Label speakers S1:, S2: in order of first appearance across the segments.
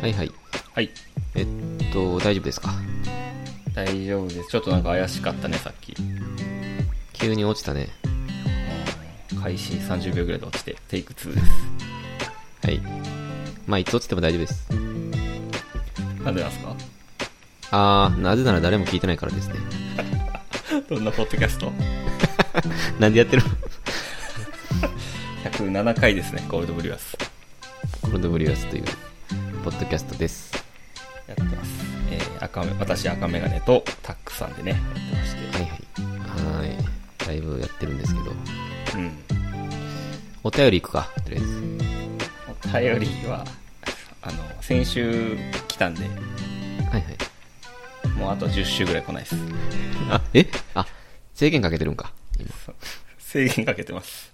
S1: はいはい。
S2: はい
S1: えっと、大丈夫ですか
S2: 大丈夫ですちょっとなんか怪しかったねさっき
S1: 急に落ちたね。
S2: 開始30秒ぐらいで落ちてテイク2で
S1: はい。まあ、いつ落ちても大丈夫です。
S2: すなんでなんですか
S1: あー、なぜなら誰も聞いてないからですね。
S2: どんなポッドキャスト
S1: なんでやってるの
S2: 107回ですねゴールドブリュアス
S1: コロンドブリュアスという、ポッドキャストです。
S2: やってます、えー、赤目私赤眼鏡とタックさんでねやってまし
S1: はいはい。はーい。だいぶやってるんですけど。
S2: てうん
S1: お便り行くか、とりあえず。
S2: お便りはあの先週来たんで
S1: はいはい。
S2: もうあと10週ぐらい来ないです
S1: あ、えあ、制限かけてるんか。今。
S2: そう制限かけてます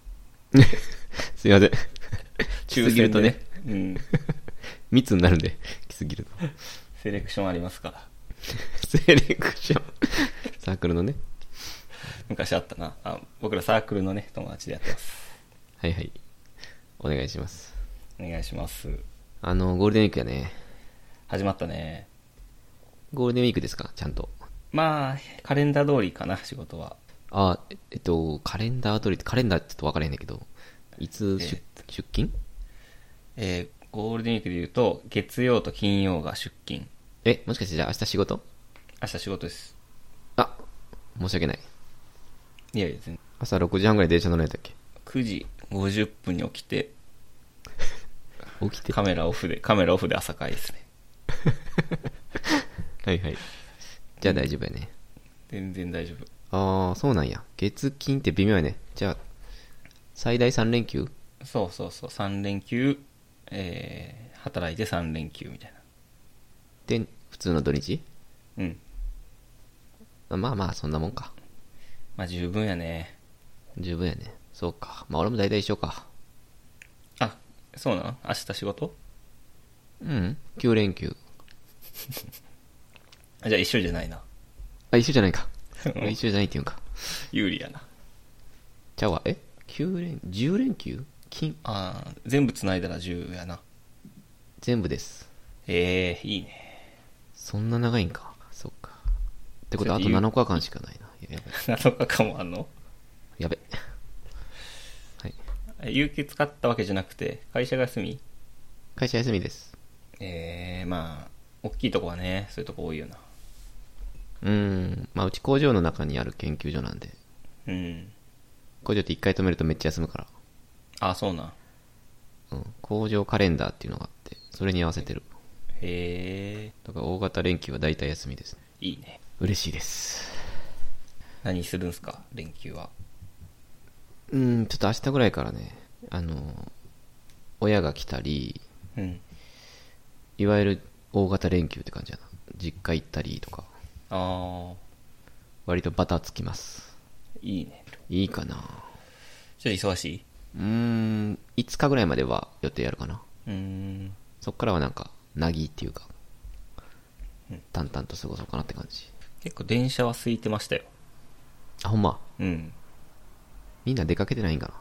S1: すいません。
S2: 抽
S1: きすぎる
S2: 選
S1: と
S2: で
S1: ね、
S2: うん
S1: 密になるんで、 来すぎると。
S2: セレクションありますから
S1: セレクション。サークルのね。
S2: 昔あったなあ僕らサークルのね友達でやってます
S1: はいはい。お願いします。
S2: お願いします
S1: あの、ゴールデンウィークやね。
S2: 始まったね
S1: ゴールデンウィークですかちゃんと。
S2: まあカレンダー通りかな仕事は
S1: あ、ええっと、カレンダー取りって、カレンダーちょっと分からへんねんけど、いつ出,、出勤
S2: えーゴールデンウィークで言うと月曜と金曜が出勤
S1: え、もしかしてじゃあ明日仕事
S2: 明日仕事です
S1: あ、申し訳ない。
S2: いやいや全然
S1: 朝6時半ぐらい電車乗られたっけ
S2: 9時50分に起きて
S1: 起きて。
S2: カ
S1: は
S2: メラオフでカメラオフで朝会ですね
S1: いはい。じゃあ大丈夫やね。
S2: 全然大丈夫
S1: あー、そうなんや。月金って微妙やね。じゃあ、最大3連休
S2: そうそうそう3連休えー働いて3連休みたい
S1: で、普通の土日
S2: なうん
S1: あまあまあ、そんなもんか。
S2: まあ十分やね
S1: 十分やね。そうか。まあ俺も大体一緒か。
S2: あそうなの明日仕事
S1: うん。9連休。
S2: あじゃあ一緒じゃないな
S1: あ、一緒じゃないか。一緒じゃないっていうんか。
S2: 有利やな
S1: ちゃうわ。え ?9 連、10連休金。
S2: あー全部繋いだら10やな
S1: 全部です。
S2: ええいい ね
S1: そんな長いんか。そっか。ってことはあと
S2: ちょっと言う
S1: 7日間しかないな。やべ。
S2: 7日間もあんの
S1: やべ。はい。
S2: 有給使ったわけじゃなくて会社が休み
S1: 会社休みです。
S2: ええまあ大きいとこはねそういうとこ多いよな
S1: うーん。まあうち工場の中にある研究所なんで。
S2: うん
S1: 工場って一回止めるとめっちゃ休むから。
S2: あそうなん
S1: うん。工場カレンダーっていうのがあって、それに合わせてる。
S2: へえ
S1: だから大型連休は大体休みですね。
S2: いいね
S1: 嬉しいです。
S2: 何するんすか連休は
S1: うん、ちょっと明日ぐらいからね、あの、親が来たり、
S2: うん
S1: いわゆる大型連休って感じやな。実家行ったりとか、
S2: ああ
S1: 割とバタつきます。
S2: いいね
S1: いいかな
S2: ちょっと忙しいう
S1: ーん、5日ぐらいまでは予定やるかな。
S2: うーん
S1: そっからはなんか、なぎっていうか、淡々と過ごそうかなって感じ。
S2: 結構電車は空いてましたよ
S1: あ、ほんま。
S2: うん
S1: みんな出かけてないんかな。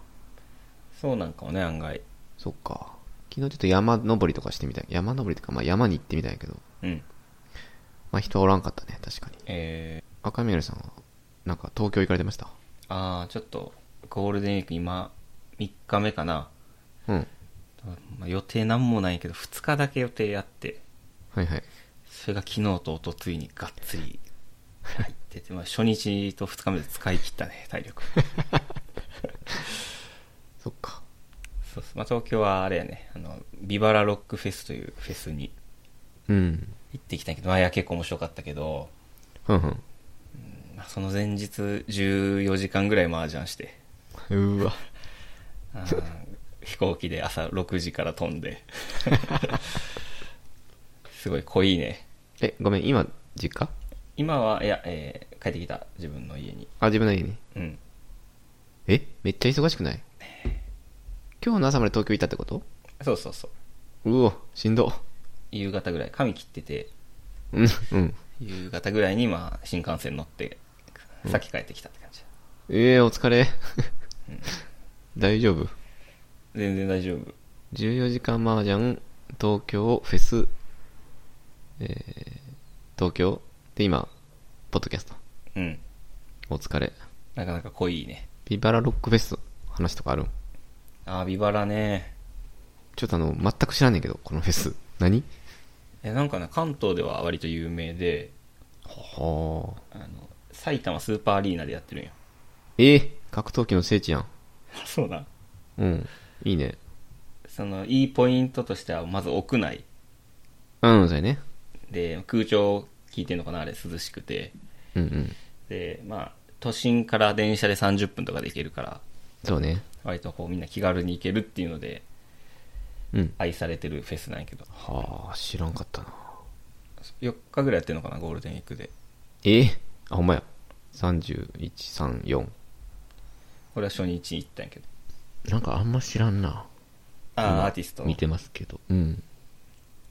S2: そうなんかもね案外
S1: そっか。昨日ちょっと山登りとかしてみたい。山登りとか、まあ山に行ってみたいけど、
S2: うん
S1: まあ人はおらんかったね、確かに。
S2: え
S1: 赤宮さんは、なんか東京行かれてました
S2: ー、ああちょっとゴールデンウィーク今3日目かな、
S1: うん。
S2: まあ、予定なんもないけど2日だけ予定あって
S1: はいはい。
S2: それが昨日と一昨日にがっつり入ってて、まあ、初日と2日目で使い切ったね体力
S1: そっか。
S2: そうそう、まあ、東京はあれやねあのビバラロックフェスというフェスに
S1: うん。
S2: 行ってきたんやけど前は結構面白かったけど、
S1: ふんふん。
S2: まあ、その前日14時間ぐらい麻雀して
S1: うわ。
S2: あー飛行機で朝6時から飛んで すごい濃いね
S1: え、ごめん、今、実家
S2: 今はいや、えー帰ってきた自分の家に
S1: あ、自分の家に。
S2: うん
S1: え、めっちゃ忙しくない今日の朝まで東京行ったってこと
S2: そうそうそう
S1: うお、しんど。
S2: 夕方ぐらい髪切ってて
S1: うん、うん。
S2: 夕方ぐらいにまあ新幹線乗ってさっき帰ってきたって感じ、
S1: ええお疲れ。 大丈夫。
S2: 全然大丈夫
S1: 14時間麻雀、東京、フェス、えー東京で今、ポッドキャスト。
S2: うん。
S1: お疲れ。
S2: なかなか濃いね。
S1: ビバラロックフェスの話とかあるん
S2: あー、ビバラね。
S1: ちょっとあの、全く知らんねんけど、このフェス。何
S2: え、なんかね、関東では割と有名で、
S1: はあ。
S2: あの、埼玉スーパーアリーナでやってるんよ。
S1: えー、格闘技の聖地やん。
S2: そうだ。
S1: うん。いいね。
S2: その、いいポイントとしては、まず屋内
S1: うん、そうやね。
S2: で、空調効いてんのかなあれ、涼しくて。
S1: うんうん。
S2: で、まあ、都心から電車で30分とかで行けるから、
S1: そうね。
S2: 割とこうみんな気軽に行けるっていうので、
S1: うん。
S2: 愛されてるフェスなんやけど。
S1: はあ、知らんかったな。
S2: 4日ぐらいやってんのかな、ゴールデンウィークで。
S1: えー、あ、ほんまや。31、3、4。
S2: 俺は初日に行ったんやけど。
S1: なんかあんま知らんな。
S2: あ
S1: 今
S2: あ、アーティストの
S1: 見てますけど。うん。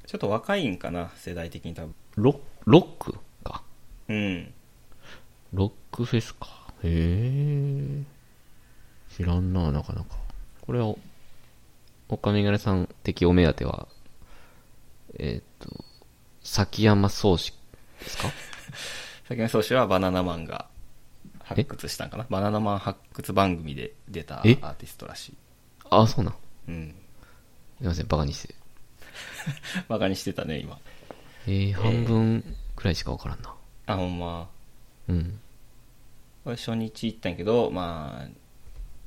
S2: ちょっと若いんかな、世代的に多分。
S1: ロロックか。
S2: うん。
S1: ロックフェスか。へえ。知らんな、なかなか。これは、お岡メガネさん的お目当ては、えっ、と、崎山宗志ですか
S2: 先の総司はバナナマンが発掘したんかな。バナナマン発掘番組で出たア
S1: え
S2: ーティストらしい。
S1: あ、そうなん。す
S2: うん。
S1: いません、バカにして。
S2: バカにしてたね、今。
S1: えー、半分くらいしかわからんな。
S2: あ、ほんま。
S1: うん。
S2: 俺初日行ったんやけど、まあ、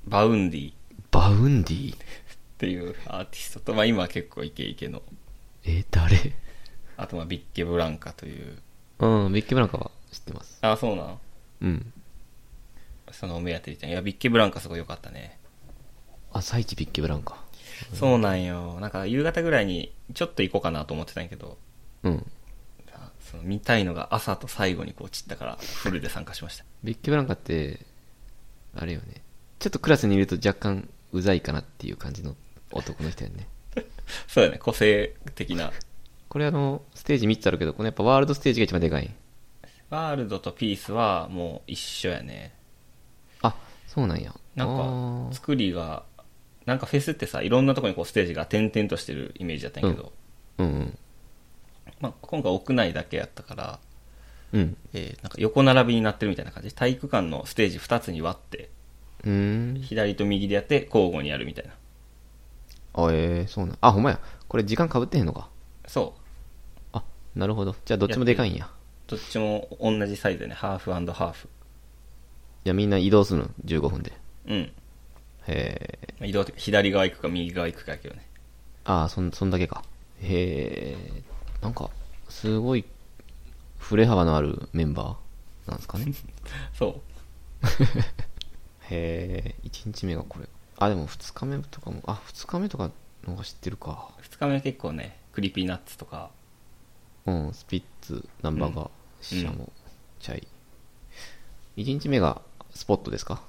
S2: バウンディっ
S1: バウンディ
S2: ていうアーティストと、まあ今結構イケイケの、
S1: えー、誰
S2: あとまあビッケブランカという。
S1: うん、ビッキーブランカは知ってます。
S2: あ、そうなん
S1: うん。
S2: そのお目当てで行ったんやいや、ビッケブランカすごい良かったね。
S1: 朝一ビッキーブランカ。
S2: そうなんよ。なんか夕方ぐらいにちょっと行こうかなと思ってたんやけど、
S1: うん。
S2: あその見たいのが朝と最後にこう散ったから、フルで参加しました。
S1: ビッキーブランカって、あれよね。ちょっとクラスにいると若干うざいかなっていう感じの男の人やね。
S2: そうだね、個性的な。
S1: これあの、ステージ3つあるけど、このやっぱワールドステージが一番でかい。
S2: ワールドとピースはもう一緒やね。
S1: あ、そうなんや。
S2: なんか、
S1: あー
S2: 作りが、なんかフェスってさ、いろんなとこにこうステージが点々としてるイメージだったんやけど、
S1: うんうん。
S2: まあ、今回屋内だけやったから、
S1: うん。
S2: えーなんか横並びになってるみたいな感じ。体育館のステージ2つに割って、
S1: うーん。
S2: 左と右でやって交互にやるみたいな。
S1: あ、えー、そうなん。あ、ほんまや。これ時間かぶってへんのか。
S2: そう。
S1: あ、なるほど。じゃあどっちもでかいんや。
S2: どっちも同じサイズだね。ハーフハーフ。
S1: じゃあみんな移動するの ?15 分で。
S2: うん。
S1: へえ。
S2: まあ移動っていうか左側行くか右側行くかやけどね。
S1: ああ、そん、そんだけか。へえ。なんか、すごい、振れ幅のあるメンバーなんですかね。
S2: そう。
S1: へえ、1日目がこれ。あ、でも2日目とかも、あ、2日目とかのが知ってるか。
S2: 2日目結構ね、クリーピーナッツとか、
S1: うん、スピッツ、ナンバーガー、
S2: うん
S1: シャモ、チャイ。1日目がスポットですか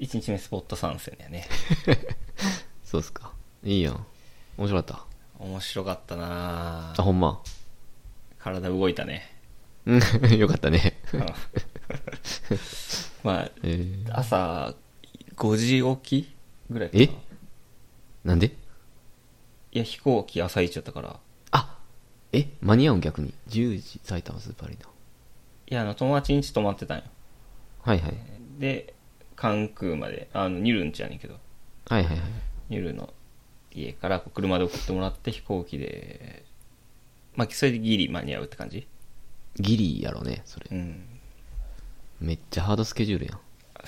S2: 1日目スポット参戦だよね。
S1: そうですか。いいやん。面白かっ
S2: 面白かったな
S1: た。あ、
S2: ぁ
S1: ほんま。
S2: 体動いたね。
S1: うん、 よかったね。
S2: うん まあ、
S1: えー
S2: 朝5時起きぐらいかな。
S1: えなんで
S2: いや、飛行機朝一やったから。
S1: あえ間に合うん逆に。10時、埼玉スーパーアリーナ。
S2: いや、あの、友達ん家泊まってたんよ。
S1: はいはい。
S2: で、関空まで、あの、ニュルンちやねんけど、
S1: はいはいはい。
S2: ニュルンの家からこう車で送ってもらって飛行機で、まあ、それでギリ間に合うって感じ
S1: ギリやろね、それ
S2: う。ん。
S1: めっちゃハードスケジュールやん。
S2: フ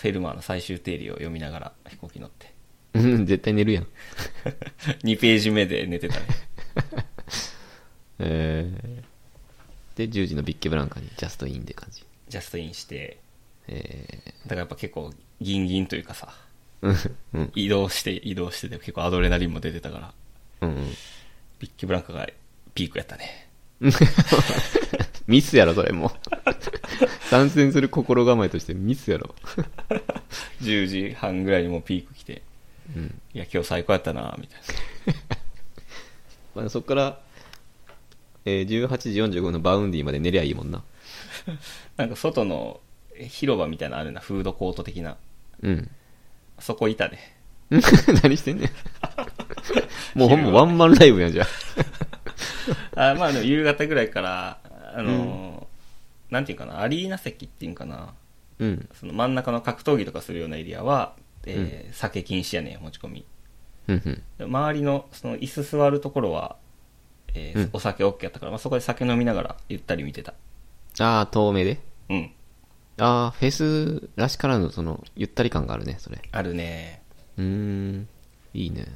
S2: ェルマーの最終定理を読みながら飛行機乗って。
S1: うん、絶対寝るやん。
S2: 2ページ目で寝てたね。
S1: えー、で、10時のビッケブランカにジャストインって感じ。
S2: ジャストインして、
S1: えー
S2: だからやっぱ結構ギンギンというかさ、
S1: うん、うん、
S2: 移動して移動してて結構アドレナリンも出てたから、
S1: うんうん。
S2: ビッキーブランカがピークやったね。
S1: ミスやろ、それもう。参戦する心構えとしてミスやろ。
S2: 10時半ぐらいにもうピーク来て、
S1: うん。
S2: いや今日最高やったなみたいな。
S1: まあ、そっから、えー、18時45分のバウンディまで寝りゃいいもんな。
S2: なんか外の広場みたいなのあるな、フードコート的な。
S1: うん。
S2: そこいたね。
S1: 何してんねん。もうほんまワンマンライブやんじゃん。
S2: あまあでも夕方ぐらいからあの、なんていうかなアリーナ席っていうんかな
S1: うん。
S2: その真ん中の格闘技とかするようなエリアは、えー酒禁止やねん持ち込み
S1: うんうん。
S2: で周りのその椅子座るところは、え
S1: う
S2: ー
S1: ん
S2: お酒 OK やったから、まあ、そこで酒飲みながらゆったり見てた
S1: ああ、遠目で。
S2: うん
S1: ああ、フェスらしからぬ、その、ゆったり感があるね、それ。
S2: あるね
S1: うーん。いいね。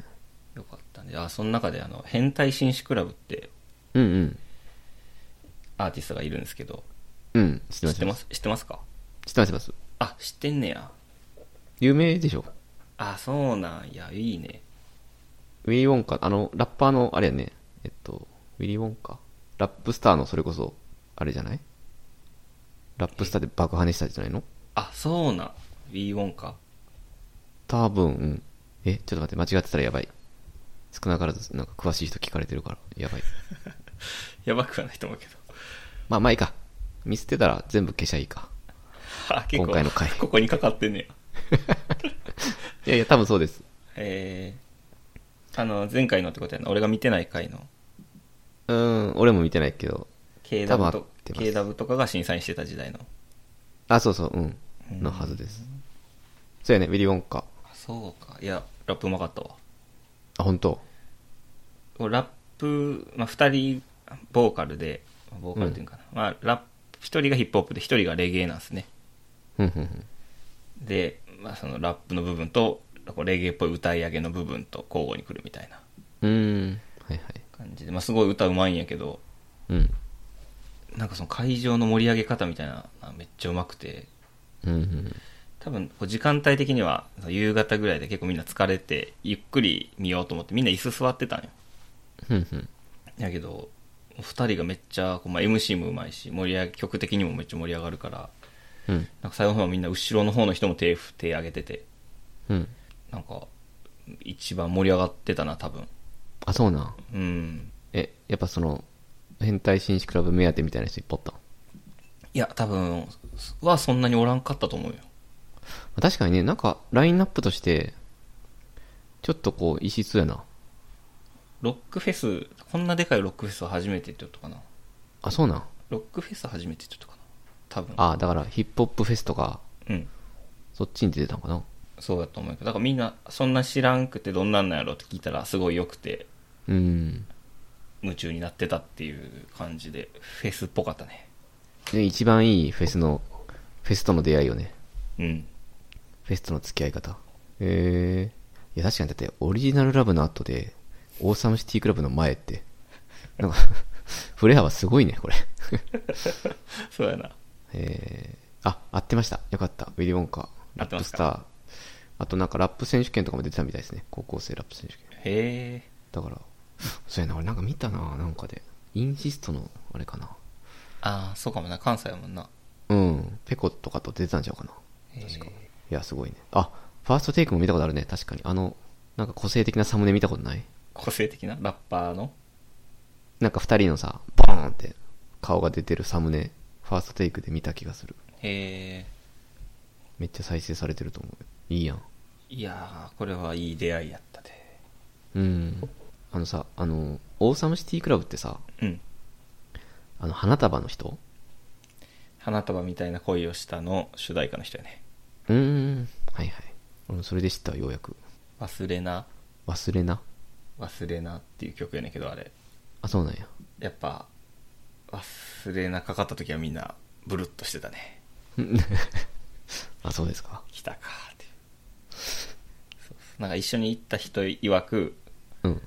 S2: よかったねあその中であの変態紳士クラブって
S1: うんうん。
S2: アーティストがいるんですけど
S1: うん、知って
S2: 知
S1: ま
S2: っ
S1: す。
S2: てます知ってますか
S1: 知ってます。知ってます。
S2: あ知ってんねや
S1: 有名でしょ。
S2: あそうなんやいいね
S1: ウィリー・ウォンカ、あの、ラッパーの、あれやね、えっと、ウィリー・ウォンカラップスターのそれこそ、あれじゃないラップスターで爆破にしたじゃないの
S2: あそうなん w ォンか
S1: 多分、うんえ、ちょっと待って、間違ってたらやばい。少なからず、なんか詳しい人聞かれてるから、やばい。
S2: やばくはないと思うけど
S1: まあ、まあいいか。見捨てたら全部消しゃいいか。
S2: あ結構
S1: 今回の回
S2: ここにかかってんねや
S1: いやいや、多分そうです。
S2: えー、あの前回のってことやな俺が見てない回の
S1: うーん、俺も見てないけど。多分合
S2: KW
S1: っ
S2: と
S1: てます
S2: KW とかが審査員してた時代の
S1: あ、そうそう、うん
S2: う。ん
S1: のはずです。そうやね、ウィリー・ウォンカ
S2: あそうかいやラップうまかったわ
S1: あ、本当
S2: こうラップ、まあ、2人ボーカルでボーカルっていうのかな、まあ、ラップ1人がヒップホップで1人がレゲエなんですね
S1: ふんふんふん。
S2: で、まあ、そのラップの部分とこうレゲエっぽい歌い上げの部分と交互に来るみたいな
S1: うーん、はいはい。
S2: 感じで、まあ、すごい歌うまいんやけど
S1: うん。
S2: なんかその会場の盛り上げ方みたいなのがめっちゃうまくて
S1: うん、うん。
S2: 多分こう時間帯的にはその夕方ぐらいで結構みんな疲れてゆっくり見ようと思ってみんな椅子座ってたんよ
S1: ふんふん。
S2: やけど2人がめっちゃこう、まあ、MC もうまいし盛り上げ曲的にもめっちゃ盛り上がるから
S1: うん。
S2: なんか最後の方はみんな後ろの方の人も手ふ手上げてて
S1: うん。
S2: なんか一番盛り上がってたな多分
S1: あ、そうなん。
S2: うん
S1: え、やっぱその、変態紳士クラブ目当てみたいな人いっぱいおったん
S2: いや多分はそんなにおらんかったと思うよ
S1: まあ確かにね、なんか、ラインナップとして、ちょっとこう、異質やな。
S2: ロックフェスこんなでかいロックフェスは初めてって言ったかな
S1: あ、そうなん。
S2: ロックフェスは初めてって言ったかな多分
S1: あ、だから、ヒップホップフェスとか、
S2: うん
S1: そっちに出てたんかな。
S2: そうだと思うけどだからみんなそんな知らんくてどんなんなんやろって聞いたらすごい良くて
S1: うん。
S2: 夢中になってたっていう感じでフェスっぽかったね
S1: で、一番いいフェスの、フェスとの出会いよね。
S2: うん
S1: フェスとの付き合い方。えー。いや、確かにだって、オリジナルラブの後で、オーサムシティクラブの前って、なんか、フレアはすごいね、これ。
S2: そうやな
S1: えー、あ、合ってました。よかった。ウィリー・ウォンカー。
S2: 合
S1: ラ
S2: って
S1: ッ
S2: ま
S1: プ
S2: す
S1: ス
S2: か
S1: ター。あとなんかラップ選手権とかも出てたみたいですね。高校生ラップ選手権。
S2: へえ
S1: だから、そうやな、俺なんか見たな、なんかで。インシストの、あれかな。
S2: ああそうかもな関西やもんな
S1: うん。ペコとかと出てたんちゃうかな。
S2: 確か
S1: いや、すごいね。あ、ファーストテイクも見たことあるね。確かに。あの、なんか個性的なサムネ見たことない
S2: 個性的なラッパーの
S1: なんか二人のさ、ボーンって顔が出てるサムネ、ファーストテイクで見た気がする。
S2: へえ
S1: めっちゃ再生されてると思うよ。いいやん。
S2: いやーこれはいい出会いやったで
S1: うん。あのさ、あの、オーサムシティクラブってさ、
S2: うん
S1: あの、花束の人
S2: 花束みたいな恋をしたの主題歌の人やね
S1: うーん。はいはい。俺もそれで知ったわようやく。
S2: 忘れな
S1: 忘れな。
S2: 忘れなっていう曲やねんけどあれ
S1: あ、そう なんや。
S2: やっぱ忘れなかかった時はみんなブルッとしてたね
S1: あ、そうですか。
S2: 来たかーっていうそうそうなんか一緒に行った人曰く、
S1: うん。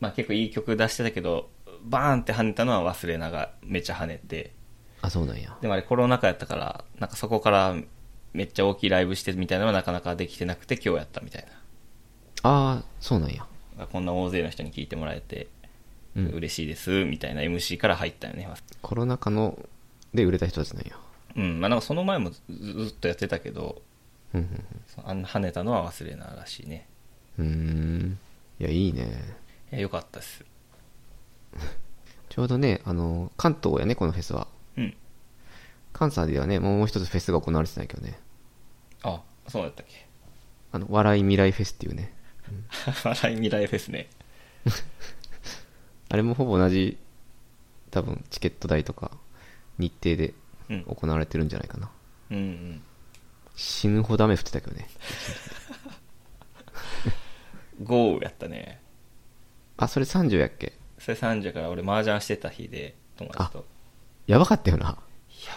S2: まあ、結構いい曲出してたけどバーンって跳ねたのは忘れながめっちゃ跳ねて
S1: あ、そうなんや。
S2: でもあれコロナ禍やったからなんかそこからめっちゃ大きいライブしてみたいなのはなかなかできてなくて今日やったみたい
S1: あー、そうなんや。
S2: なこんな大勢の人に聞いてもらえて
S1: うん。
S2: 嬉しいですみたいな MC から入ったよね
S1: コロナ禍の、で売れた人たちなんや。
S2: うんまあなんかその前もずずっとやってたけど
S1: うんうん
S2: そのあん跳ねたのは忘れならしいね
S1: うん。うーん。いや、いいね。
S2: いやよかったっす
S1: ちょうどね、あの、関東やね、このフェスは。
S2: うん
S1: 関西ではね、もう一つフェスが行われてたんやけどね。
S2: あそうだったっけ
S1: あの、笑い未来フェスっていうね。
S2: 笑い未来フェスね。
S1: あれもほぼ同じ、多分チケット代とか、日程で
S2: うん
S1: 行われてるんじゃないかな。
S2: うんうん
S1: 死ぬほど雨降ってたけどね。
S2: 豪雨やったね
S1: あ、それ30やっけ
S2: それ3時から俺麻雀してた日で友達と
S1: やばかったよな。
S2: や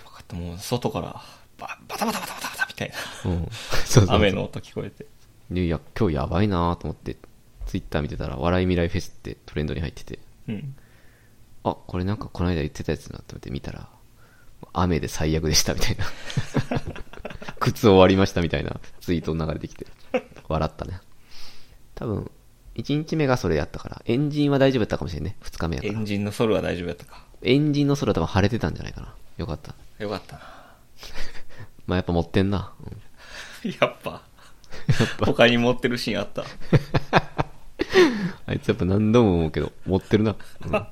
S2: ばかったもう外からババタバタバタバタバタみたい
S1: うん。そうそうそ
S2: な
S1: う
S2: 雨の音聞こえて
S1: でいや、今日やばいなと思って、ツイッター見てたら、笑い未来フェスってトレンドに入ってて、
S2: うん
S1: あ、これなんかこの間言ってたやつだなと思って見たら、雨で最悪でしたみたい な。靴終わりましたみたいなツイート流れてきて、笑ったね。多分、1日目がそれやったから、エンジンは大丈夫だったかもしれんね。2日目やか
S2: エ
S1: ら。エ
S2: ン
S1: ン
S2: ジンのソルは大丈夫やったか
S1: ジンの空多分晴れてたんじゃないかな。よかった。
S2: よかったな
S1: まあやっぱ持ってんな。うん
S2: やっぱ他に持ってるシーンあった
S1: あいつやっぱ何度も思うけど、持ってるな。うん。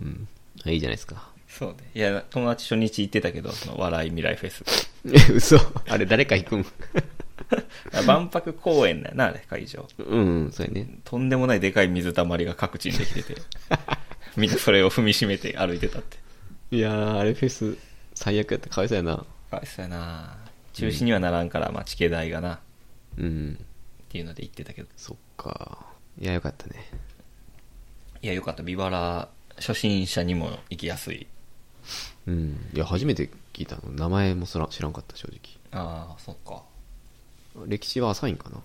S1: うんあいいじゃないですか。
S2: そうねいや友達初日行ってたけどその笑い未来フェス
S1: え、嘘。あれ誰か行くん
S2: 万博公園だよなあれ会場
S1: うん、うん、そうやね。
S2: とんでもないでかい水たまりが各地にで きててみんなそれを踏みしめて歩いてたって
S1: いやー、あれフェス、最悪やった。かわいそうやな。
S2: かわいそうやな中止にはならんから、まあ、地形代がなっ
S1: うん。
S2: ていうので行ってたけど
S1: そっか。いや、よかったね。
S2: いやよかったビバラ初心者にも行きやすい
S1: うん。いや、初めて聞いたの。名前もそら知らんかった、正直。
S2: ああそっか
S1: 歴史は浅いんかな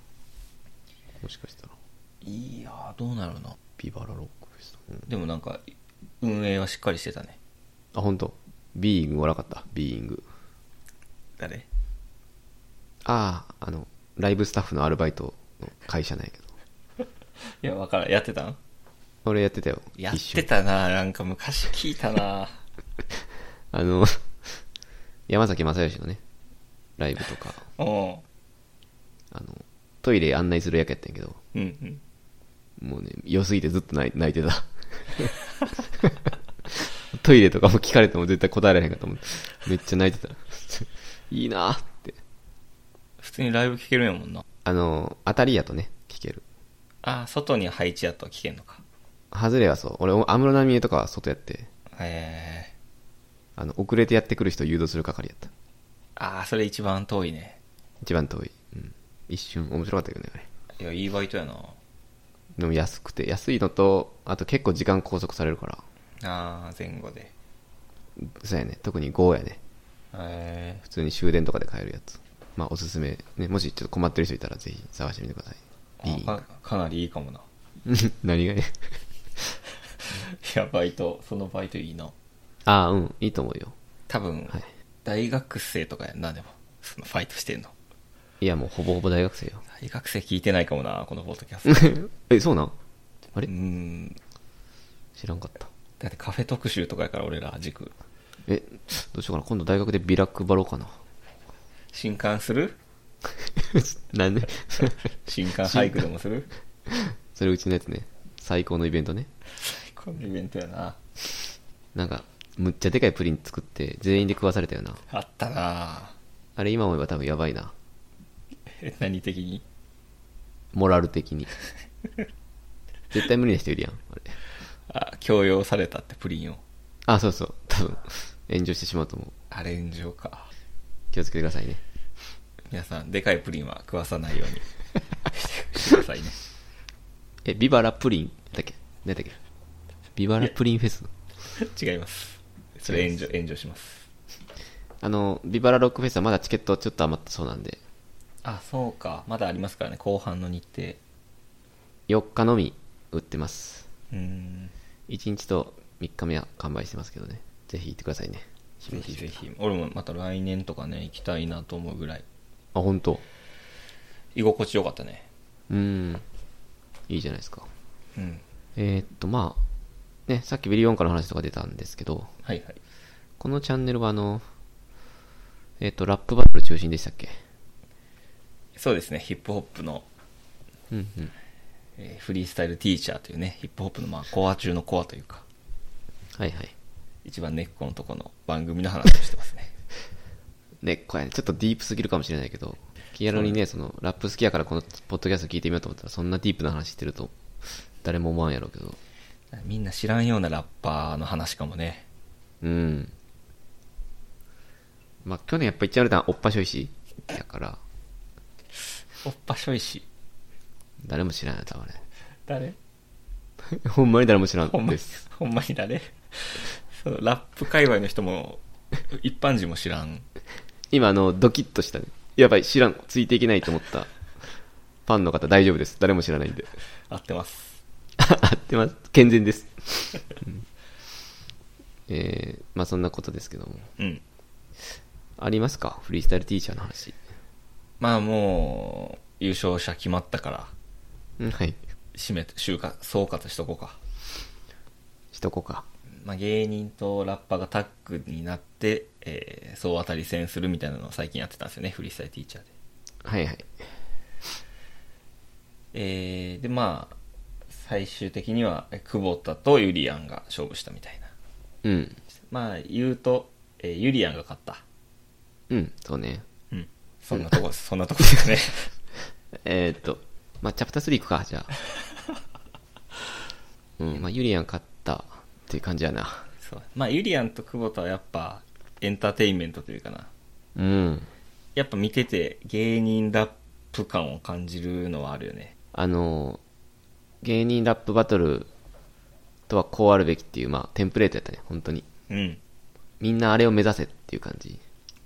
S1: もしかしたら。
S2: いやーどうなるの
S1: ビバラロックフェス。うん、
S2: でもなんか運営はしっかりしてたね
S1: あ、ほんと。ビーイングおらんかった。ビーイング。
S2: 誰
S1: ああ、あの、ライブスタッフのアルバイトの会社なんやけど。
S2: いやわからんやってたん
S1: 俺やってたよ。
S2: や
S1: 一
S2: っ
S1: 緒
S2: て
S1: に
S2: たななんか昔聞いた な
S1: あの、山崎正義のね、ライブとか、
S2: う
S1: あ
S2: ん
S1: の、トイレ案内する役やったんやけど、
S2: うんうん
S1: もうね、良すぎてずっと泣い泣いてた。 トイレとかも聞かれても絶対答えられへんかったもん。めっちゃ泣いてた。 いいなーって。
S2: 普通にライブ聴けるんやもんな
S1: あの、当たりやとね、聞ける。
S2: ああ外に配置やと聞けんのか
S1: 外れはそう。俺、安室奈美恵とかは外やって、
S2: へえ
S1: あの、遅れてやってくる人を誘導する係やった。
S2: ああそれ一番遠いね
S1: 一番遠い。うん。一瞬面白かったけどね、あれ。
S2: いやいいバイトやな
S1: でも安くて、安いのと、あと結構時間拘束されるから。
S2: ああ前後でへ
S1: そうやね。特に5やね。
S2: え
S1: 普通に終電とかで買えるやつ。まあおすすめ。ね、もしちょっと困ってる人いたらぜひ探してみてください。いい
S2: かかなりいいかもな
S1: 何がね。
S2: いやバイトそのバイトいいな
S1: ああ、うん。いいと思うよ。
S2: 多分、
S1: はい。
S2: 大学生とかやんなでもそのバイトしてんの
S1: いや、もうほぼほぼ大学生よ。
S2: 大学生聞いてないかもなこのポッドキャ スト
S1: え、そうなんあ
S2: う
S1: れ
S2: ん
S1: 知らんかった。
S2: だってカフェ特集とかやから俺ら軸
S1: え、どうしようかな。今度大学でビラ配ろうかな。
S2: 新刊する
S1: なんで
S2: 新刊俳句でもす る
S1: それうちのやつね。最高のイベントね。
S2: 最高のイベントやな
S1: なんか、むっちゃでかいプリン作って全員で食わされたよな。
S2: あったな
S1: あれ今思えば多分やばいな。
S2: え何的に
S1: モラル的 に。絶対無理な人いるやん、あれ。
S2: あ強要されたってプリンを
S1: あ、そうそう。多分、炎上してしまうと思う。
S2: アレンジをか
S1: 気をつけてくださいね。
S2: 皆さんでかいプリンは食わさないように してくださいね
S1: え、ビバラプリンだっけ何だっけビバラプリンフェス
S2: 違いますそれ炎上炎上します
S1: あの、ビバラロックフェスはまだチケットちょっと余ったそうなんで、
S2: あそうかまだありますからね後半の日程
S1: 4日のみ売ってます。
S2: うーん
S1: 1日と3日目は完売してますけどね。ぜひ行ってくださいね。
S2: ぜひぜひ俺もまた来年とかね行きたいなと思うぐらい
S1: あ、本当。
S2: 居心地よかったね
S1: うーん。いいじゃないですか。
S2: うん
S1: えー、っと、まあ、ね、さっきビリオンカの話とか出たんですけど、
S2: はいはい
S1: このチャンネルはあの、えーっと、ラップバトル中心でしたっけ
S2: そうですねヒップホップの、
S1: うんうん。
S2: えーフリースタイルティーチャーというねヒップホップのまあコア中のコアというか
S1: はいはい。
S2: 一番根っこのとこの番組の話をしてます ね
S1: ね、これね、ちょっとディープすぎるかもしれないけど、気軽にね、その、ラップ好きやからこのポッドキャスト聞いてみようと思ったら、そんなディープな話してると、誰も思わんやろうけど。
S2: みんな知らんようなラッパーの話かもね。
S1: うん。まあ、去年やっぱ一応あれだ、おっぱしょいし。だから、
S2: おっぱしょいし。
S1: 誰も知らんやつはね。
S2: 誰
S1: ほんまに誰も知ら
S2: ほん
S1: ん
S2: ま
S1: で
S2: に
S1: す。、
S2: ほんまに誰そのラップ界隈の人も、一般人も知らん。
S1: 今、あの、ドキッとしたね。やばい、知らん。ついていけないと思った。ファンの方大丈夫です。誰も知らないんで。
S2: 合ってます。
S1: 合ってます。健全です。うんえー、まあそんなことですけども。
S2: うん。
S1: ありますかフリースタイルティーチャーの話。
S2: まあもう、優勝者決まったか
S1: う
S2: ら、
S1: ん、はい。
S2: 締めて、週間、総括しとこうか。
S1: しとこうか。
S2: まあ芸人とラッパーがタッグになって、えー総当たり戦するみたいなのを最近やってたんですよね、フリースタイルティーチャーで。
S1: はいはい。
S2: えーでまあ最終的にはえ久保田とユリアンが勝負したみたいな
S1: うん。
S2: まあ言うと、えーユリアンが勝った
S1: うん、そうね。
S2: うんそんなとこそんなとこですか ね
S1: えーっと、まあチャプター3行くか、じ ゃあ。うん、まあユリアン勝ったっていう感じやな。
S2: そうまあユリアンと久保田はやっぱエンターテインメントというかな
S1: うん。
S2: やっぱ見てて芸人ラップ感を感じるのはあるよね
S1: あの、芸人ラップバトルとはこうあるべきっていう、まあテンプレートやったね、本当に。
S2: うん
S1: みんなあれを目指せっていう感じ。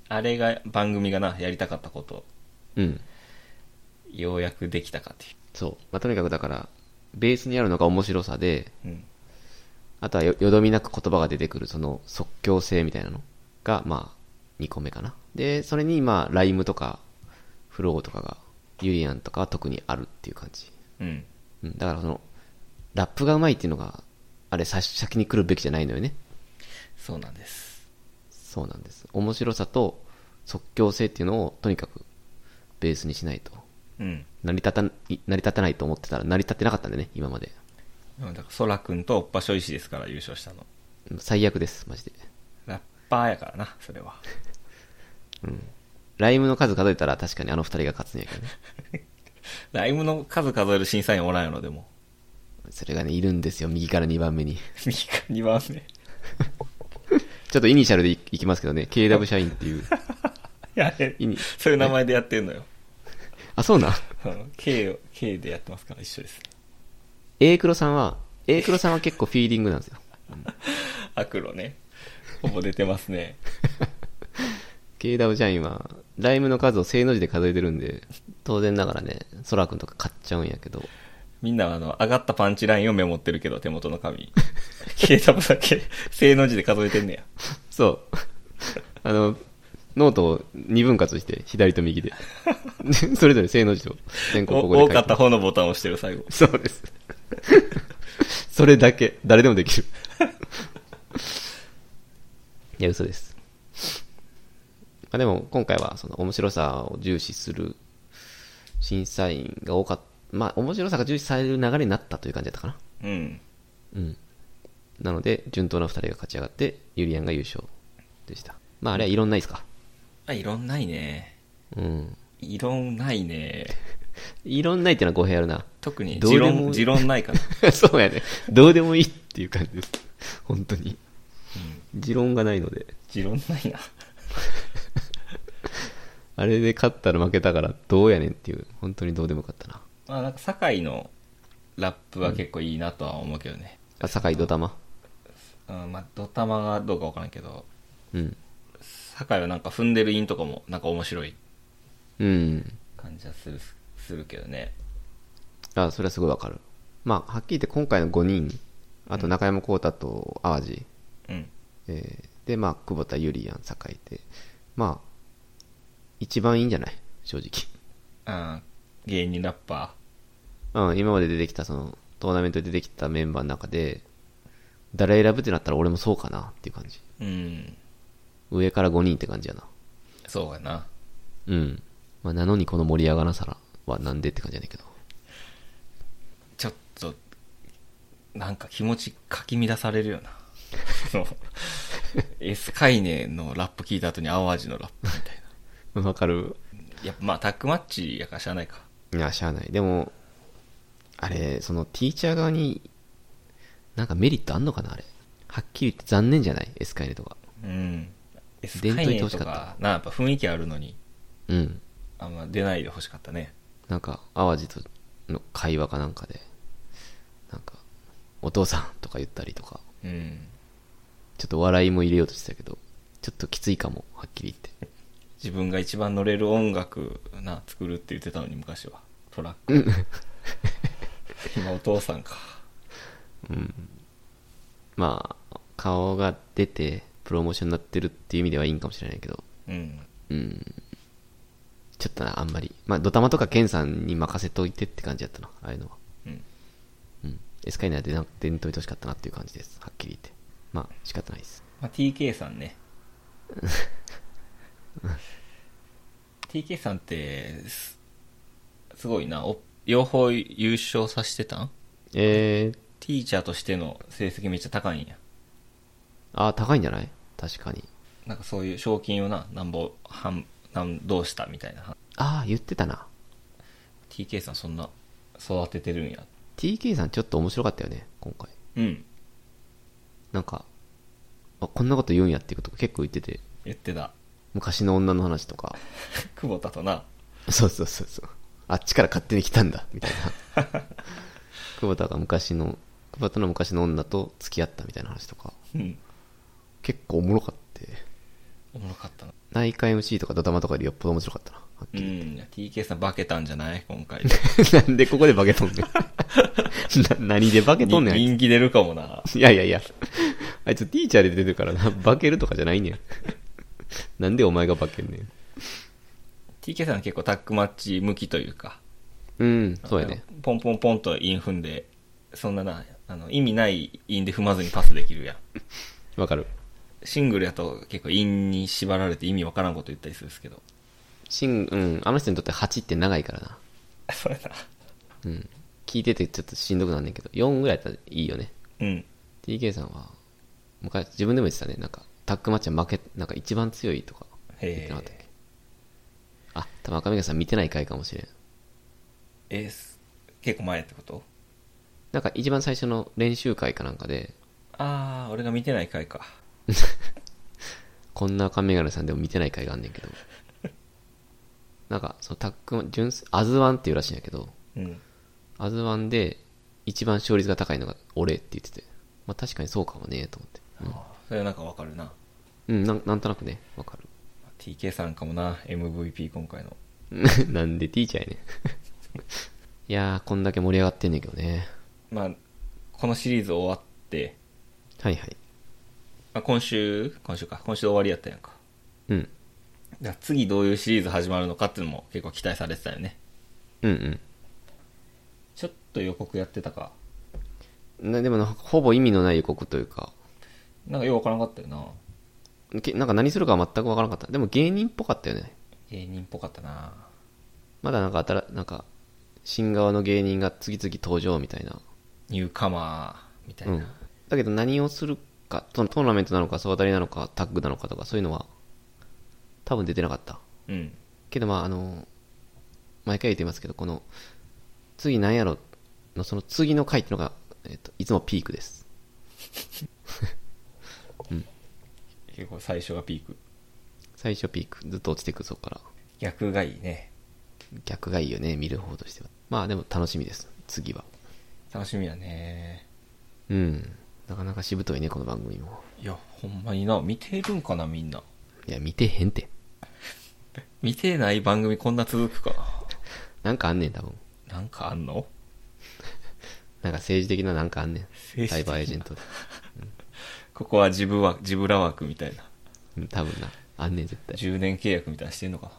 S2: あれが番組がなやりたかったこと
S1: うん。
S2: ようやくできたかってい
S1: そう。まあ、とにかくだから、ベースにあるのが面白さで、
S2: ううん
S1: あとはよよどみなく言葉が出てくる、その即興性みたいなのが、まあ、2個目かな。で、それに、まあ、ライムとか、フローとかが、ユリアンとかは特にあるっていう感じ。
S2: うん
S1: うん。だから、その、ラップがうまいっていうのが、あれ、さ先に来るべきじゃないのよね。
S2: そうなんです
S1: そうなんです。面白さと即興性っていうのを、とにかく、ベースにしないと。
S2: うん
S1: 成り立たない、成り立たないと思ってたら、成り立ってなかったんでね、今まで。
S2: でもだから空くんとおっぱしょいしですから優勝したの
S1: 最悪です、マジで。
S2: ラッパーやからな、それは。
S1: ライムの数数えたら確かにあの二人が勝つんやけどね。
S2: ライムの数数える審査員おらんやろ、でも。
S1: それがね、いるんですよ、右から2番目に。
S2: 右か2番目。い
S1: ちょっとイニシャルでいいきますけどね、KW 社員って いう。
S2: や、あれ
S1: 意味
S2: そういう名前でやってんのよ。
S1: あ、そうなん。
S2: うん、K を、K でやってますから一緒です。
S1: A 黒さんは、A 黒さんは結構フィーリングなんですよ。
S2: アクロね。ほぼ出てますね。
S1: KW 社員は、ライムの数を正の字で数えてるんで、当然ながらね、ソラ君とか買っちゃうんやけど、
S2: みんなあの、上がったパンチラインをメモってるけど、手元の紙。K タブだけ、 正の字で数えてんねや。
S1: そう。 あの、ノートを2分割して、左と 右で。 それぞれ正の字と全国ここで書
S2: お多
S1: いて
S2: か
S1: ま
S2: っ
S1: す
S2: た方のボタンを押してる、最後。
S1: そうです。それだけ、誰でもできる。 いや、嘘です。まあでも、今回は、その、面白さを重視する審査員が多かった。まあ、面白さが重視される流れになったという感じだったかな。
S2: うん。
S1: うん。なので、順当な2人が勝ち上がって、ユリアンが優勝でした。まあ、あれは異論ないですか。
S2: あ、いろんないね。
S1: うん。
S2: いろんないね。
S1: 異論ないっていうのは語弊あるな。
S2: 特に、
S1: どうで
S2: 持
S1: も
S2: 論、持論ないから。
S1: そうやね。どうでもいいっていう感じです。本当に。持論がないので。
S2: 持論ない な。
S1: あれで勝ったら負けたからどうやねんっていう、本当にどうでもよかったな。
S2: まあなんか酒井のラップは結構いいなとは思うけどね、
S1: あ、酒井土玉。
S2: うんまあドタマがどうかわからんけど
S1: うん。
S2: 酒井はなんか踏んでる印とかもなんか面白い
S1: うん。
S2: 感じはするするけどね
S1: あ、それはすごいわかる。まあ、はっきり言って今回の5人、あと中山幸太と淡路、
S2: うん
S1: えーで、まあ、久保田ゆりやん、酒井で、まあ、一番いいんじゃない正直。
S2: あー芸人ラッパ
S1: うん、今まで出てきた、その、トーナメントで出てきたメンバーの中で、誰選ぶってなったら俺もそうかなっていう感じ。
S2: ーうん
S1: 上から5人って感じやな。
S2: そうやな
S1: うん。まあ、なのにこの盛り上がらなさらはなんでって感じやねんけど。
S2: ちょっとなんか気持ちかき乱されるよな そのエスカイネのラップ聞いた後に淡路のラップみたい
S1: わかる
S2: なやっぱまあタックマッチやからしゃあないか
S1: いや、しゃあない。でも、あれ、そのティーチャー側に、なんかメリットあんのかなあれ。はっきり言って残念じゃないエスカイネとか。
S2: うん。エス
S1: 伝
S2: カイ
S1: 統
S2: ネ
S1: に
S2: と
S1: 欲し
S2: か
S1: かった
S2: な、やっぱ雰囲気あるのに、
S1: うん。
S2: あんま出ないでほしかったね。
S1: なんか、淡路との会話かなんかで、なんか、お父さんとか言ったりとか、
S2: うん。
S1: ちょっと笑いも入れようとしてたけど、ちょっときついかも、はっきり言って。
S2: 自分が一番乗れる音楽な、作るって言ってたのに昔は。トラック。 今お父さんか。
S1: まあ、顔が出て、プロモーションになってるっていう意味ではいいんかもしれないけど、
S2: うん。
S1: うん。ちょっとな、あんまり。まあ、ドタマとかケンさんに任せといてって感じだったな、ああいうのは。
S2: うん。
S1: うん。エスカイナーでなんか伝統いてほしかったなっていう感じです。はっきり言って。まあ、仕方ないです。
S2: まあ、TK さん ね。TK さんって、すすごいな。お両方優勝させてたん
S1: えー、
S2: ティーチャーとしての成績めっちゃ高いんや。
S1: あー、高いんじゃない確かに。
S2: なんかそういう賞金をな、なんぼ、半、なん、どうしたみたいな。
S1: あー、言ってたな。
S2: TK さんそんな、育ててるんや。
S1: TK さんちょっと面白かったよね、今回。
S2: うん。
S1: なんか、あこんなこと言うんやっていうことが結構言ってて、
S2: 言ってた。
S1: 昔の女の話とか、
S2: 久保田とな。
S1: そうそうそうそう。あっちから勝手に来たんだ、みたい な。久保田が昔の、久保田の昔の女と付き合ったみたいな話とか、
S2: うん。
S1: 結構おもろかって。
S2: おもろかったな。
S1: 内科 MC とかドタマとかよりよっぽど面白かったな。はっ
S2: う
S1: き
S2: ん。
S1: り
S2: いや TK さん化けたんじゃない今回。
S1: なんでここで化けとんねん。な、何で化けとんねんあい
S2: 人気出るかもな。
S1: つ。いやいやいや。あいつティーチャーで出てるからな。化けるとかじゃないねん。なんでお前が化けんねん。
S2: TK さん結構タックマッチ向きというか。
S1: うん、そうやね。
S2: ポンポンポンとイン踏んで、そんなな、あの、意味ないインで踏まずにパスできるやん。
S1: わかる。
S2: シングルやと結構インに縛られて意味わからんこと言ったりするんですけど。
S1: シン、うん、あの人にとって8って長いからな。
S2: そうやな。
S1: うん。聞いててちょっとしんどくなんねんけど、4ぐらいだったらいいよね。
S2: うん。
S1: TK さんは、昔、自分でも言ってたね。なんか、タックマッチは負け、なんか一番強いとか。言って
S2: へ
S1: なかったっけあ、多分赤目がさん見てない回かもしれん。
S2: え。えす結構前ってこと
S1: なんか一番最初の練習会かなんかで、
S2: あー、俺が見てない回か。
S1: こんな赤メガネさんでも見てない回があんねんけど。なんか、そのタック、純粋、アズワンっていうらしいんやけど、
S2: うん。
S1: アズワンで一番勝率が高いのが俺って言ってて。まあ確かにそうかもね、と思って。
S2: あーそれはなんかわかるな。
S1: うん、なんなんとなくね、わかる。
S2: TK さんかもな、MVP 今回の。
S1: なん でティーチャーやねん。いやー、こんだけ盛り上がってんねんけどね。
S2: まあ、このシリーズ終わって、
S1: はいはい。
S2: まあ、今週、今週か、今週終わりやったやんか。
S1: うん。
S2: だから次どういうシリーズ始まるのかっていうのも結構期待されてたよね。
S1: うん
S2: ちょっと予告やってたか。
S1: うん。なでもな、ほぼ意味のない予告というか、
S2: なんかようわからなかったよな。
S1: けなんか何するかは全くわからなかった。でも芸人っぽかったよね。
S2: 芸人っぽかったな
S1: まだなんか新、なんか、新側の芸人が次々登場みたいな。
S2: ニューカマーみたいうな。
S1: ん。だけど何をするか、トトーナメントなのか、総当たりなのか、タッグなのかとか、そういうのは、多分出てなかった。
S2: うん。
S1: けどまああの、毎回言ってますけど、この、次なんやろのその次の回っていうのが、えっ、と、いつもピークです。
S2: 結構最初がピーク。
S1: 最初ピーク、ずっと落ちていく、そこから。
S2: 逆がいいね。
S1: 逆がいいよね、見る方としては。まあでも楽しみです、次は。
S2: 楽しみやね
S1: うん。なかなかしぶといね、この番組も。
S2: いや、ほんまにな。見てるんかな、みんな。
S1: いや、見てへんて。
S2: 見てない番組こんな続くか
S1: なんかあんねん、多分。
S2: な。なんかあんの
S1: なんか政治的ななんかあんねん。
S2: 政治的な
S1: サイバーエージェントで。
S2: ここは自分は、自分ら枠みたいな。
S1: うん、多分な。あんねん、絶対。
S2: 10年契約みたいなのしてんのかな。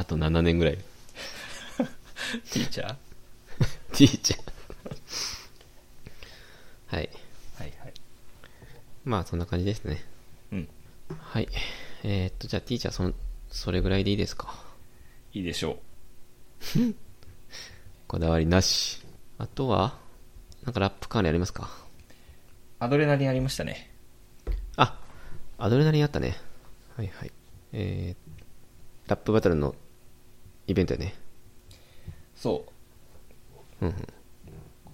S1: あと7年ぐらい。
S2: ティーチャーは
S1: ティーチャー。はい。
S2: いはい。
S1: まあ、そんな感じですね。
S2: うん。
S1: はい。えーっと、じゃあ、ティーチャー、その、それぐらいでいいですか。
S2: いいでしょ
S1: こだわりなし。あとは、なんかラップ関連ありますか
S2: う。アドレナリンありましたね。
S1: あ、アドレナリンあったね。はいはい。えー、ラップバトルのイベントやね。
S2: そう。
S1: うんうん。
S2: こ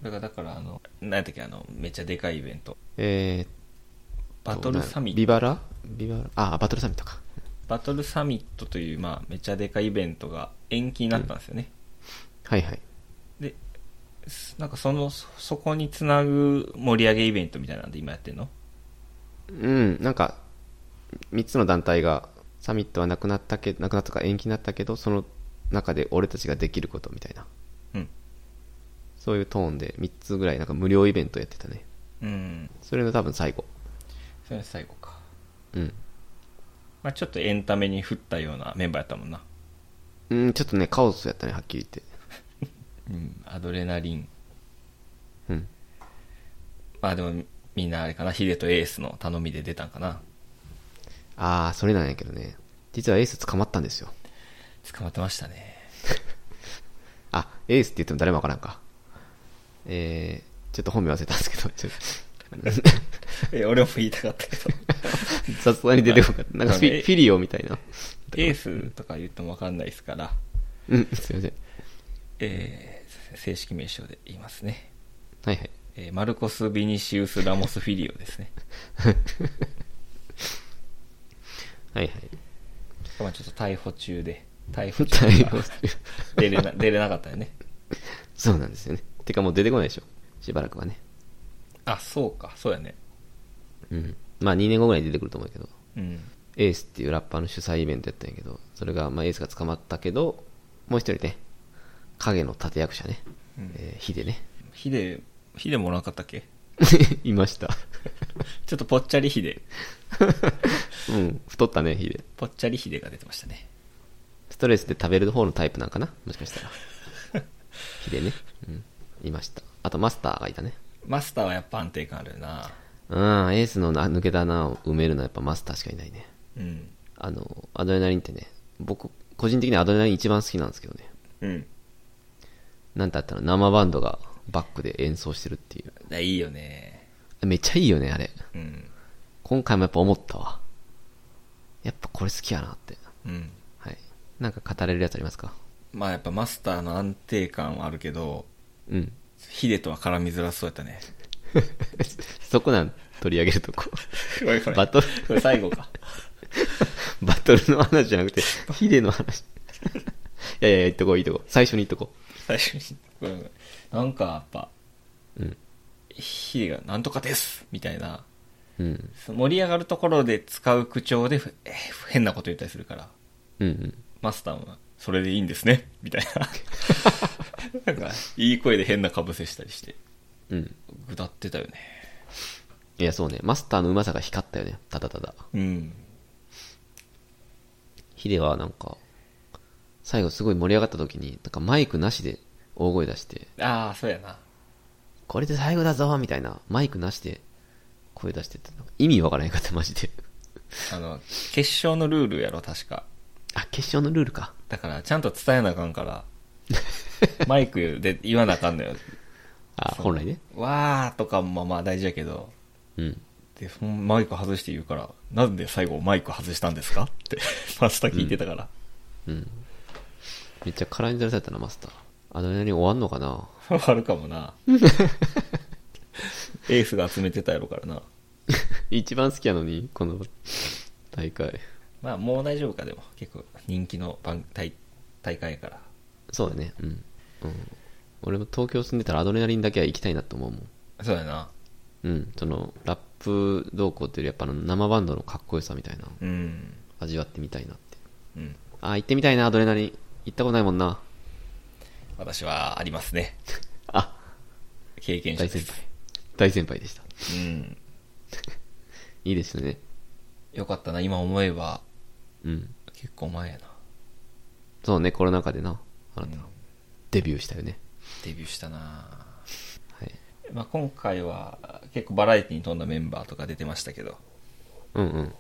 S2: れがだから、あの、何やったっけ、あの、めっちゃでかいイベント。
S1: えーっと
S2: バトルサミ
S1: なビ
S2: ット。
S1: バラビバラあ、バトルサミットか。
S2: バトルサミットという、まあ、めっちゃでかいイベントが延期になったんですよね。
S1: はいはい。
S2: で、すなんかその、そそこにつなぐ盛り上げイベントみたいなんで今やってんの
S1: うん、なんか、3つの団体が、サミットはなくなったけなくなったか延期になったけど、その中で俺たちができることみたいな。
S2: うん。
S1: そういうトーンで3つぐらいなんか無料イベントやってたね。
S2: うん。
S1: それの多分最後。
S2: それが最後か。
S1: うん。
S2: まあ、ちょっとエンタメに振ったようなメンバーやったもんな。
S1: うん、ちょっとね、カオスやったね、はっきり言って。
S2: うん。アドレナリン。
S1: うん。
S2: まあでも、みんなあれかな、ヒデとエースの頼みで出たんかな。
S1: あー、それなんやけどね。実はエース捕まったんですよ。
S2: 捕まってまし たね。
S1: あ、エースって言っても誰もわからんか。えー、ちょっと本名忘れたんですけど、 ちょっと
S2: え、俺も言いたかったけど。
S1: さすがに出てこなかった。なんかフ
S2: あの
S1: ィ
S2: え
S1: フィリオみたいな。
S2: エースとか言ってもわかんないですから、
S1: うん、すいません。
S2: えー正式名称で言いますね。
S1: はい はい。
S2: えーマルコス・ビニシウス・ラモス・フィリオですね。
S1: はいはい。
S2: まあちょっと逮捕中で、 逮捕中
S1: 逮捕
S2: で出れな 出れなかったよね。
S1: そうなんですよね。てかもう出てこないでしょ。しばらくはね。
S2: あ、そうか、そうやね。
S1: うん。まあ2年後ぐらいに出てくると思うけど。
S2: うん。
S1: エースっていうラッパーの主催イベントやったんやけど、それが、まあエースが捕まったけど、もう一人ね、影の立役者ね。
S2: うん
S1: えー、ヒデね。
S2: ヒデ、ヒデもおらんかったっ け
S1: いま した。
S2: ちょっとぽっちゃりヒデ、
S1: うん。太ったね、ヒデ。
S2: ぽっちゃりヒデが出てましたね。
S1: ストレスで食べる方のタイプなんかなもしか したら。ヒデね。うん。いました。あとマスターがいたね。
S2: マスターはやっぱ安定感あるよな。
S1: うん、エースのな抜けた穴を埋めるのはやっぱマスターしかいないね。
S2: うん。
S1: あの、アドレナリンってね、僕、個人的にはアドレナリン一番好きなんですけどね。
S2: うん。
S1: なんてあったら生バンドがバックで演奏してるっていう。
S2: だいいよね。
S1: めっちゃいいよね、あれ。
S2: うん。
S1: 今回もやっぱ思ったわ。やっぱこれ好きやなって。
S2: うん。
S1: はい。なんか語れるやつありますか
S2: まあやっぱマスターの安定感はあるけど、
S1: うん。
S2: ヒデとは絡みづらそうやったね。
S1: そこなん、取り上げるとこ。
S2: これこれ
S1: バトル
S2: これ最後か。
S1: バトルの話じゃなくて、ヒデの 話。いやいやいや、言っとこう、言っとこう。最初に言っとこ
S2: 最初に。ごめんごめんなんかやっぱ、
S1: う。うん。
S2: ヒデがなんとかですみたいな、
S1: うん。
S2: その盛り上がるところで使う口調で、えー変なこと言ったりするから、
S1: うんうん。
S2: マスターも、それでいいんですねみたい な。なんか、いい声で変なかぶせしたりして、
S1: うん。
S2: ぐだってたよね。
S1: いや、そうね。マスターのうまさが光ったよね。ただただ。
S2: うん。
S1: ヒデはなんか、最後すごい盛り上がった時に、なんかマイクなしで大声出して、
S2: ああ、そうやな。
S1: これで最後だぞみたいな、マイクなしで声出してって、なんか意味わからへんかった、マジで。
S2: あの、決勝のルールやろ、確か。
S1: あ、決勝のルールか。
S2: だから、ちゃんと伝えなあかん から、マイクで言わなあかんのよ。
S1: あ、
S2: そう
S1: 本来ね。
S2: わーとかもまあ大事やけど、
S1: うん。
S2: で、ほんマイク外して言うから、なんで最後マイク外したんですかって、マスター聞いてたから。
S1: うん。めっちゃ絡みづらされたな、マスター。あのに終わんのか な
S2: わ、かるかも な。エースが集めてたやろからな。
S1: 一番好きやのに、この大会。
S2: まあもう大丈夫か、でも。結構人気の番大大会やから。
S1: そうだね。うん。うん。俺も東京住んでたらアドレナリンだけは行きたいなと思うもん。
S2: そうやな。
S1: うん。その、ラップ動向っていうよりやっぱあの生バンドのかっこよさみたいな。
S2: うん。
S1: 味わってみたいなって。
S2: うん。
S1: あ、行ってみたいな、アドレナリン。行ったことないもんな。
S2: 私はありますね。
S1: あ、
S2: 経験者
S1: 大
S2: で
S1: 先
S2: す
S1: 輩。。大先輩でした。
S2: うん。
S1: いいですね。
S2: よかったな、今思えば。
S1: うん。
S2: 結構前やな。
S1: そうね、コロナ禍でな、あなた、
S2: うん
S1: デビューしたよね。
S2: デビューしたな
S1: はい。
S2: まあ、今回は結構バラエティに富んだメンバーとか出てましたけど、
S1: うんうん。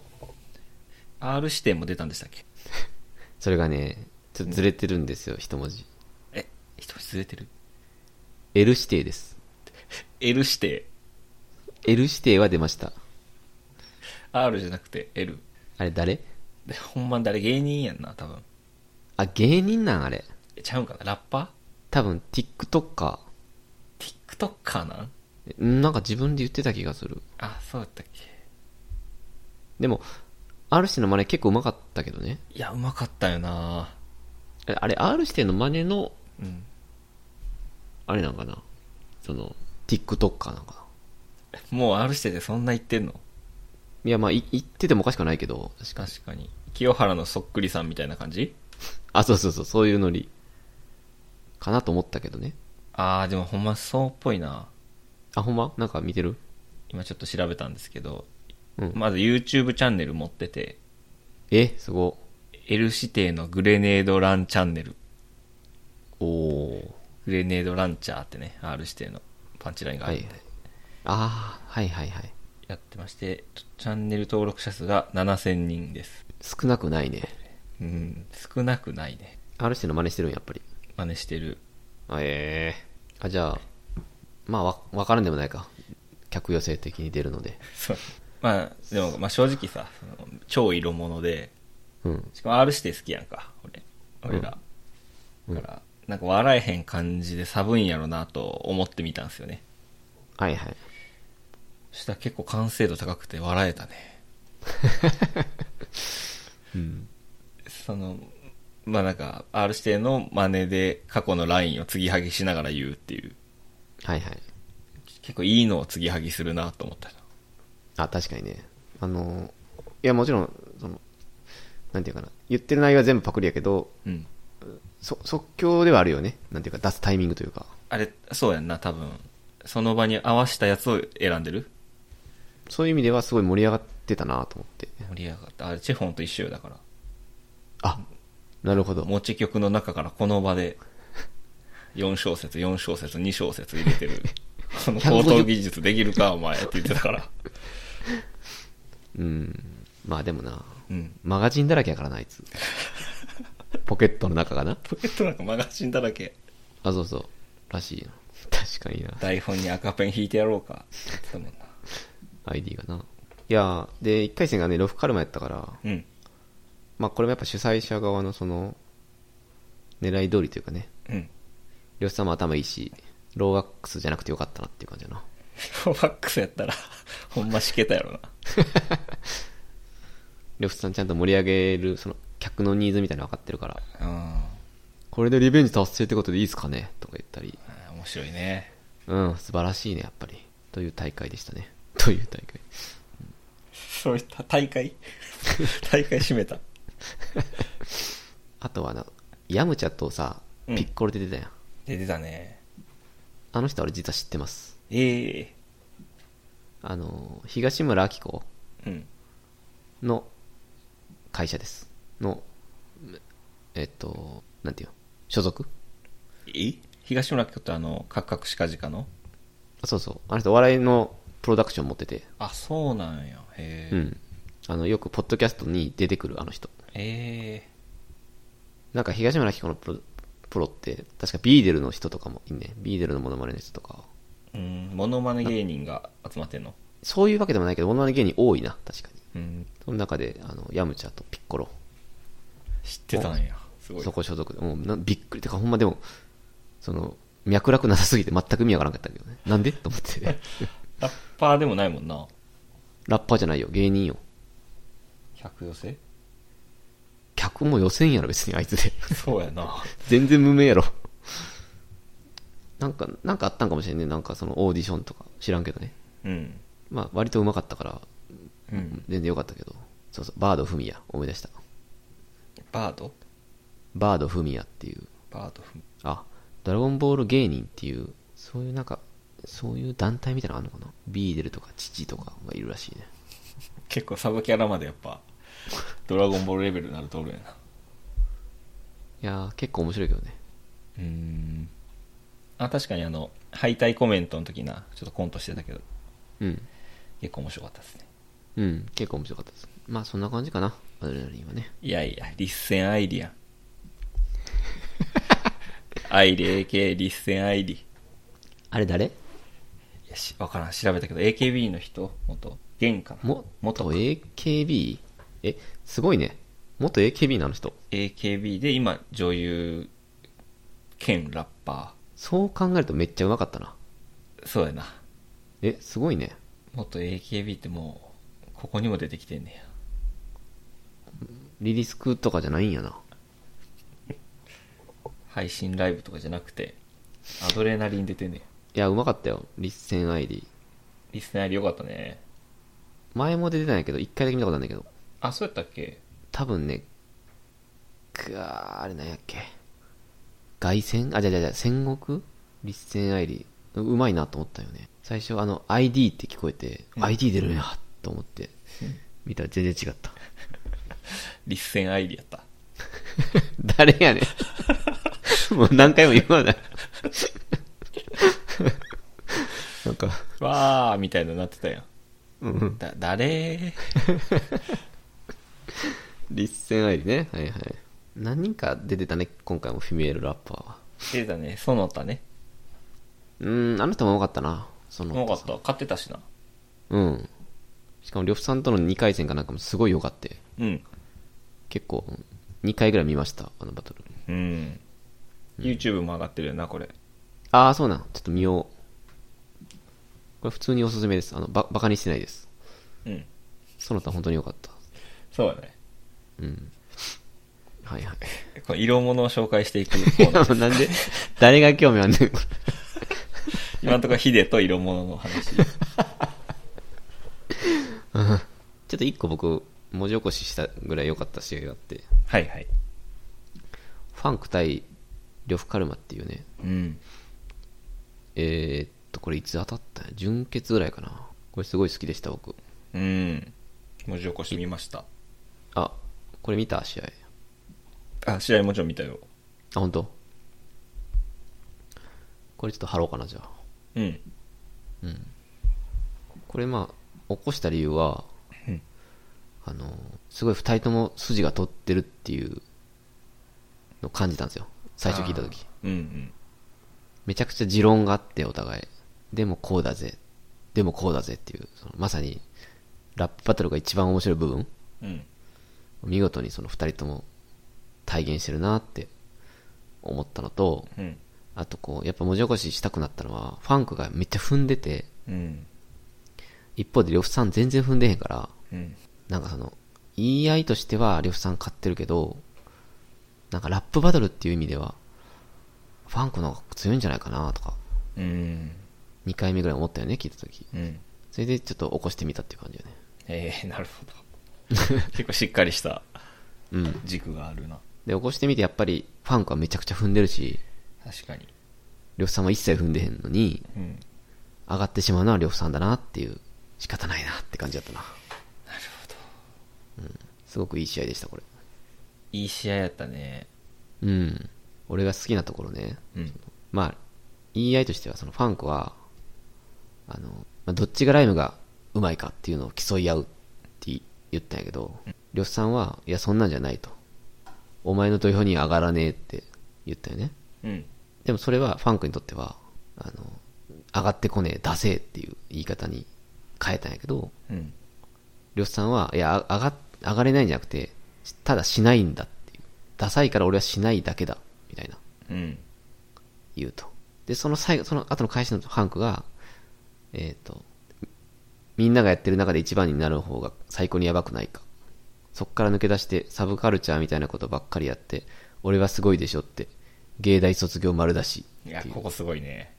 S2: R 視点も出たんでしたっけ
S1: それがね、ちょっとずれてるんですよ、一文字。
S2: え、一文字ずれてる
S1: L 指定です。
S2: ?L 視点。
S1: L 指定は出ました。
S2: R じゃなくて L。
S1: あれ誰
S2: で、ほんまに誰芸人やんな、多分。
S1: あ、芸人なんあれ。
S2: えちゃうんかなラッパ
S1: 多分、TikToker
S2: TikToker なん
S1: なんか自分で言ってた気がする。
S2: あ、そうやったっけ
S1: でも、R しての真似結構うまかったけどね。
S2: いや、うまかったよな
S1: えあれ、R しての真似の、
S2: うん。
S1: あれなんかな。その、TikToker なんかな。
S2: もう R しててそんな言ってんの
S1: いや、まあ、い言っててもおかしくはないけど、確かに。
S2: 確かに。清原のそっくりさんみたいな感じ
S1: あ、そうそうそう、そういうノリ。かなと思ったけどね。
S2: あー、でもほんまそうっぽいな
S1: あ、ほんまなんか見てる
S2: 今ちょっと調べたんですけど、
S1: うん。
S2: まず YouTube チャンネル持ってて、
S1: え、すご。
S2: L 指定のグレネードランチャンネル。
S1: おお
S2: グレネードランチャーってね、R 指定のパンチライン
S1: ー。
S2: があ
S1: は
S2: るん
S1: い
S2: で、。
S1: ああ、はいはいはい。
S2: やってまして、ちょチャンネル登録者数が7000人です。
S1: 少なくないね。
S2: うん、少なくないね。
S1: R しての真似してるんやっぱり。
S2: 真似してる。
S1: あええあ、じゃあ、まあ、わ、わからんでもないか。客寄せ的に出るので。
S2: そう。まあ、でも、まあ正直さ、その超色物で、
S1: うん。
S2: しかも R して好きやんか、俺。俺ら。
S1: うん
S2: だから、なんか笑えへん感じで寒いんやろなと思ってみたんすよね。
S1: はいはい。
S2: そしたら結構完成度高くて笑えたね。
S1: うん。
S2: その、まあなんか、R 指定の真似で過去のラインを継ぎはぎしながら言うっていう、
S1: はいはい。
S2: 結構いいのを継ぎはぎするなと思ったな。
S1: あ、確かにね。あの、いや、もちろん、その、なんていうかな。言ってる内容は全部パクリやけど、
S2: うん。
S1: そ、即興ではあるよね。なんていうか、出すタイミングというか。
S2: あれ、そうやんな、多分。その場に合わしたやつを選んでる
S1: そういう意味ではすごい盛り上がってたなと思って。
S2: 盛り上がった。あれ、チェフォンと一緒よ、だから。
S1: あ、なるほど。
S2: 持ち曲の中からこの場で、4小節、4小節、2小節入れ てる。その高等技術できるか、お前って言ってたから。
S1: うん。まあでもな、
S2: うん。
S1: マガジンだらけやからな、あいつ。ポケットの中がな。
S2: ポケットなんかマガジンだらけ。
S1: あ、そうそう。らしいな。確かにな。
S2: 台本に赤ペン引いてやろうか。って言ってたもんな。
S1: ID がな。いやーで、1回戦がね、ロフカルマやったから、
S2: うん。
S1: まあこれもやっぱ主催者側のその、狙い通りというかね、
S2: うん。
S1: 両さんも頭いいし、ローワックスじゃなくてよかったなっていう感じだな。
S2: ファックスやった ら、ほんましけたやろな。
S1: 両さんちゃんと盛り上げる、その、客のニーズみたいなの分かってるから、
S2: うん。
S1: これでリベンジ達成ってことでいいですかねとか言ったり、
S2: 面白いね。
S1: うん、素晴らしいね、やっぱり。という大会でしたね。 という大会。
S2: そういった大 会大会閉めた。
S1: あとはな、ヤムチャとさ、
S2: うん
S1: ピッコロで出たやん。
S2: 出てたね。
S1: あの人あれ実は知ってます。
S2: ええ
S1: あの、東村明子
S2: うん。
S1: の会社です。の、えっと、なんていうの所属
S2: え東村明子ってあの、カクカクシカジカの
S1: あそうそう。あの人お笑いのプロダクション持ってて。
S2: あ、そうなんや。へえ。
S1: うん。あの、よくポッドキャストに出てくるあの人。
S2: ええ
S1: なんか東村明子のプロプロって、確かビーデルの人とかもいいね。ビーデルのモノマネの人とか。
S2: うん、モノマネ芸人が集まってんの。
S1: そういうわけでもないけど、モノマネ芸人多いな、確かに。
S2: うん、
S1: その中で、あの、ヤムチャとピッコロ、
S2: 知ってたんや。すごい
S1: そ。こ所属で、もうなびっくり、てかほんまでも、その、脈絡なさすぎて全く意味わからなかったけどね。なんでと思って。
S2: ラッパーでもないもんな。
S1: ラッパーじゃないよ、芸人よ。
S2: 百寄せ
S1: 客も寄せんやろ、別にあいつで。
S2: そうやな。
S1: 全然無名やろ。なんか、なんかあったんかもしれんね。なんかそのオーディションとか知らんけどね。
S2: うん。
S1: まあ、割とうまかったから、
S2: うん。
S1: 全然よかったけど。そうそう、バードフミヤ、思い出した。
S2: バード
S1: バードフミヤっていう、
S2: バードふ
S1: あ、ドラゴンボール芸人っていう、そういうなんか、そういう団体みたいなのあるのかなビーデルとかチチとかがいるらしいね。
S2: 結構サブキャラまでやっぱ、ドラゴンボールレベルになるとおるやな。
S1: いやー、結構面白いけどね。
S2: うん。あ、確かにあの、敗退コメントの時な、ちょっとコントしてたけど、
S1: うん。
S2: 結構面白かったですね。
S1: うん、結構面白かったです。まあ、そんな感じかな。アドレナリンはね。
S2: いやいや、立戦アイリやん。アイリ、AK、立戦アイリ。
S1: あれ誰
S2: いやし、わからん。調べたけど、AKB の人、元、元かな。
S1: も、元
S2: 元か
S1: AKB? え、すごいね。元 AKB なの人。
S2: AKB で、今、女優、兼ラッパ
S1: そう考えるとめっちゃうまかったな。
S2: ー。そうやな。
S1: え、すごいね。
S2: もっと AKB ってもう、ここにも出てきてんね
S1: リリスクとかじゃないんやな。
S2: や。配信ライブとかじゃなくて、アドレナリン出てんねや。
S1: いや、うまかったよ。リッセン ID。
S2: リスナーよりよかったね。
S1: 前も出てないけど、一回だけ見たことあるんだけど。
S2: あ、そうやったっけ
S1: 多分ね、くわあれなんやっけ。凱旋あ、じゃじゃじゃ、戦国立戦愛理。ううまいなと思ったよね。最初あの ID って聞こえて、
S2: うん
S1: ID 出るんやと思って、見たら全然違った。
S2: リッセンアイディやった。
S1: 誰やねん。もう何回も言わない。なんか、
S2: わーみたいなのなってたやん。
S1: うん。
S2: だ、誰
S1: 立戦愛理ね。はいはい。何人か出てたね、今回もフィメールラッパーは。
S2: 出たね、その他ね。
S1: うーん、あの人も多かったな。その
S2: 多かった。買ってたしな。
S1: うん。しかも、呂布さんとの2回戦かなんかもすごい良かった。
S2: うん。
S1: 結構、2回ぐらい見ました、あのバトル。
S2: うん。YouTube も上がってるよな、これ。
S1: ああ、そうなん。ちょっと見よう。これ普通におすすめです。あの、ば、バカにしてないです。
S2: うん。
S1: その他本当に良かった。
S2: そうだね。
S1: うん。はいはい。
S2: この色物を紹介して いくコーナー。
S1: なんで、誰が興味あんねん、これ。
S2: 今のところヒデと色物の話。
S1: ちょっと1個僕、文字起こししたぐらい良かった試合があって、
S2: はいはい。
S1: ファンク対呂布カルマっていうね、
S2: うん。
S1: えー、っと、これいつ当たったんや準決ぐらいかな。これすごい好きでした、僕。
S2: うん。文字起こしてみました。
S1: あ、これ見た試合。
S2: あ、試合もちろん見たよ。
S1: あ、本当。これちょっと貼ろうかな、じゃあ。
S2: うん。
S1: これまあ、起こした理由は
S2: うん、
S1: あの、すごい二人とも筋が通ってるっていうのを感じたんですよ。最初聞いたとき。
S2: うんうん。
S1: めちゃくちゃ持論があって、お互い。でもこうだぜ。でもこうだぜっていう、そのまさに、ラップバトルが一番面白い部分。
S2: うん。
S1: 見事にその二人とも体現してるなって思ったのと、
S2: うん。
S1: あとこう、やっぱ文字起こししたくなったのは、ファンクがめっちゃ踏んでて、
S2: うん。
S1: 一方で呂布さん全然踏んでへんから、
S2: うん。
S1: なんかその、言い合いとしては呂布さん勝ってるけど、なんかラップバトルっていう意味では、ファンクの方が強いんじゃないかなとか、
S2: うん。
S1: 2回目ぐらい思ったよね、聞いた時。
S2: うん。
S1: それでちょっと起こしてみたっていう感じよね。
S2: えー、な るほ ど。結構しっかりした
S1: うん。
S2: 軸があるな。
S1: で、起こしてみてやっぱり、ファンクはめちゃくちゃ踏んでるし、
S2: 確かに。
S1: 呂布さんは一切踏んでへんのに、
S2: うん。
S1: 上がってしまうのは呂布さんだなっていう、仕方ないなって感じだったな。なるほど。うん。すごくいい試合でした、これ。
S2: いい試合やったね。
S1: うん。俺が好きなところね。
S2: うん。
S1: まあ、言い合いとしては、そのファンクは、あの、まあ、どっちがライムがうまいかっていうのを競い合うって言ったんやけど、呂布さんは、いや、そんなんじゃないと。お前の土俵に上がらねえって言ったよね。
S2: うん。
S1: でもそれはファンクにとっては、あの、上がってこねえ、出せえっていう言い方に変えたんやけど、
S2: うん。
S1: 呂布さんは、いや、あ上が、上がれないんじゃなくて、ただしないんだっていう。ダサいから俺はしないだけだ、みたいな。
S2: うん。
S1: 言うと。で、その最後、その後の返しのファンクが、えっ、と、みんながやってる中で一番になる方が最高にやばくないか。そっから抜け出してサブカルチャーみたいなことばっかりやって、俺はすごいでしょって、芸大卒業丸出し
S2: い
S1: っ
S2: や
S1: てい、う。
S2: ここすごいね。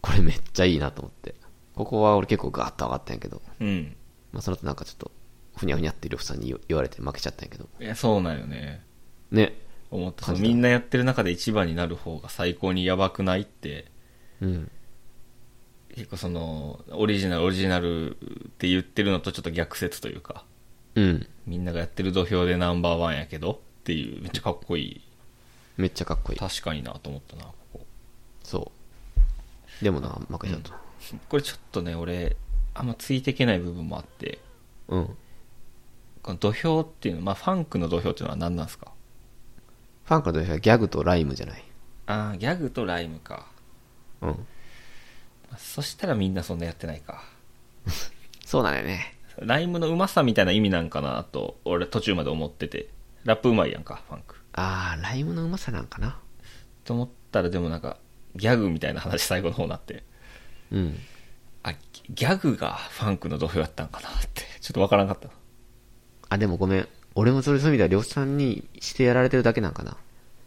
S1: これめっちゃいいなと思って。ここは俺結構ガーッと上がったんやけど、
S2: うん。
S1: まあその後なんかちょっと、ふにゃふにゃって呂布さんに言言われて負けちゃったんやけど。
S2: いや、そうなんよね。
S1: ね。
S2: 思った。そ
S1: 感
S2: の
S1: じた
S2: みんなやってる中で一番になる方が最高にやばくないって、
S1: うん。
S2: 結構その、オリジナル、オリジナルって言ってるのとちょっと逆説というか、
S1: うん。
S2: みんながやってる土俵でナンバーワンやけどっていう、めっちゃかっこいい。
S1: めっちゃかっこいい。
S2: 確かになと思ったな、ここ。
S1: そう。でもな、負けちゃった。
S2: これちょっとね、俺、あんまついていけない部分もあって、
S1: うん
S2: この土俵っていうのは、まあ、ファンクの土俵っていうのは何なんですか
S1: ファンクの土俵はギャグとライムじゃない。
S2: ああ、ギャグとライムか。
S1: うん。
S2: まあそしたらみんなそんなやってないか。
S1: そうなんだよね。
S2: ライムのうまさみたいな意味なんかなと、俺途中まで思ってて。ラップうまいやんか、ファンク。
S1: あー、ライムのうまさなんかな。
S2: と思ったらでもなんか、ギャグみたいな話最後の方になって。
S1: うん。
S2: あ、ギャグがファンクの土俵やったんかなって、ちょっとわからんかった。
S1: あ、でもごめん。俺もそれそういう意味では量産にしてやられてるだけなんかな。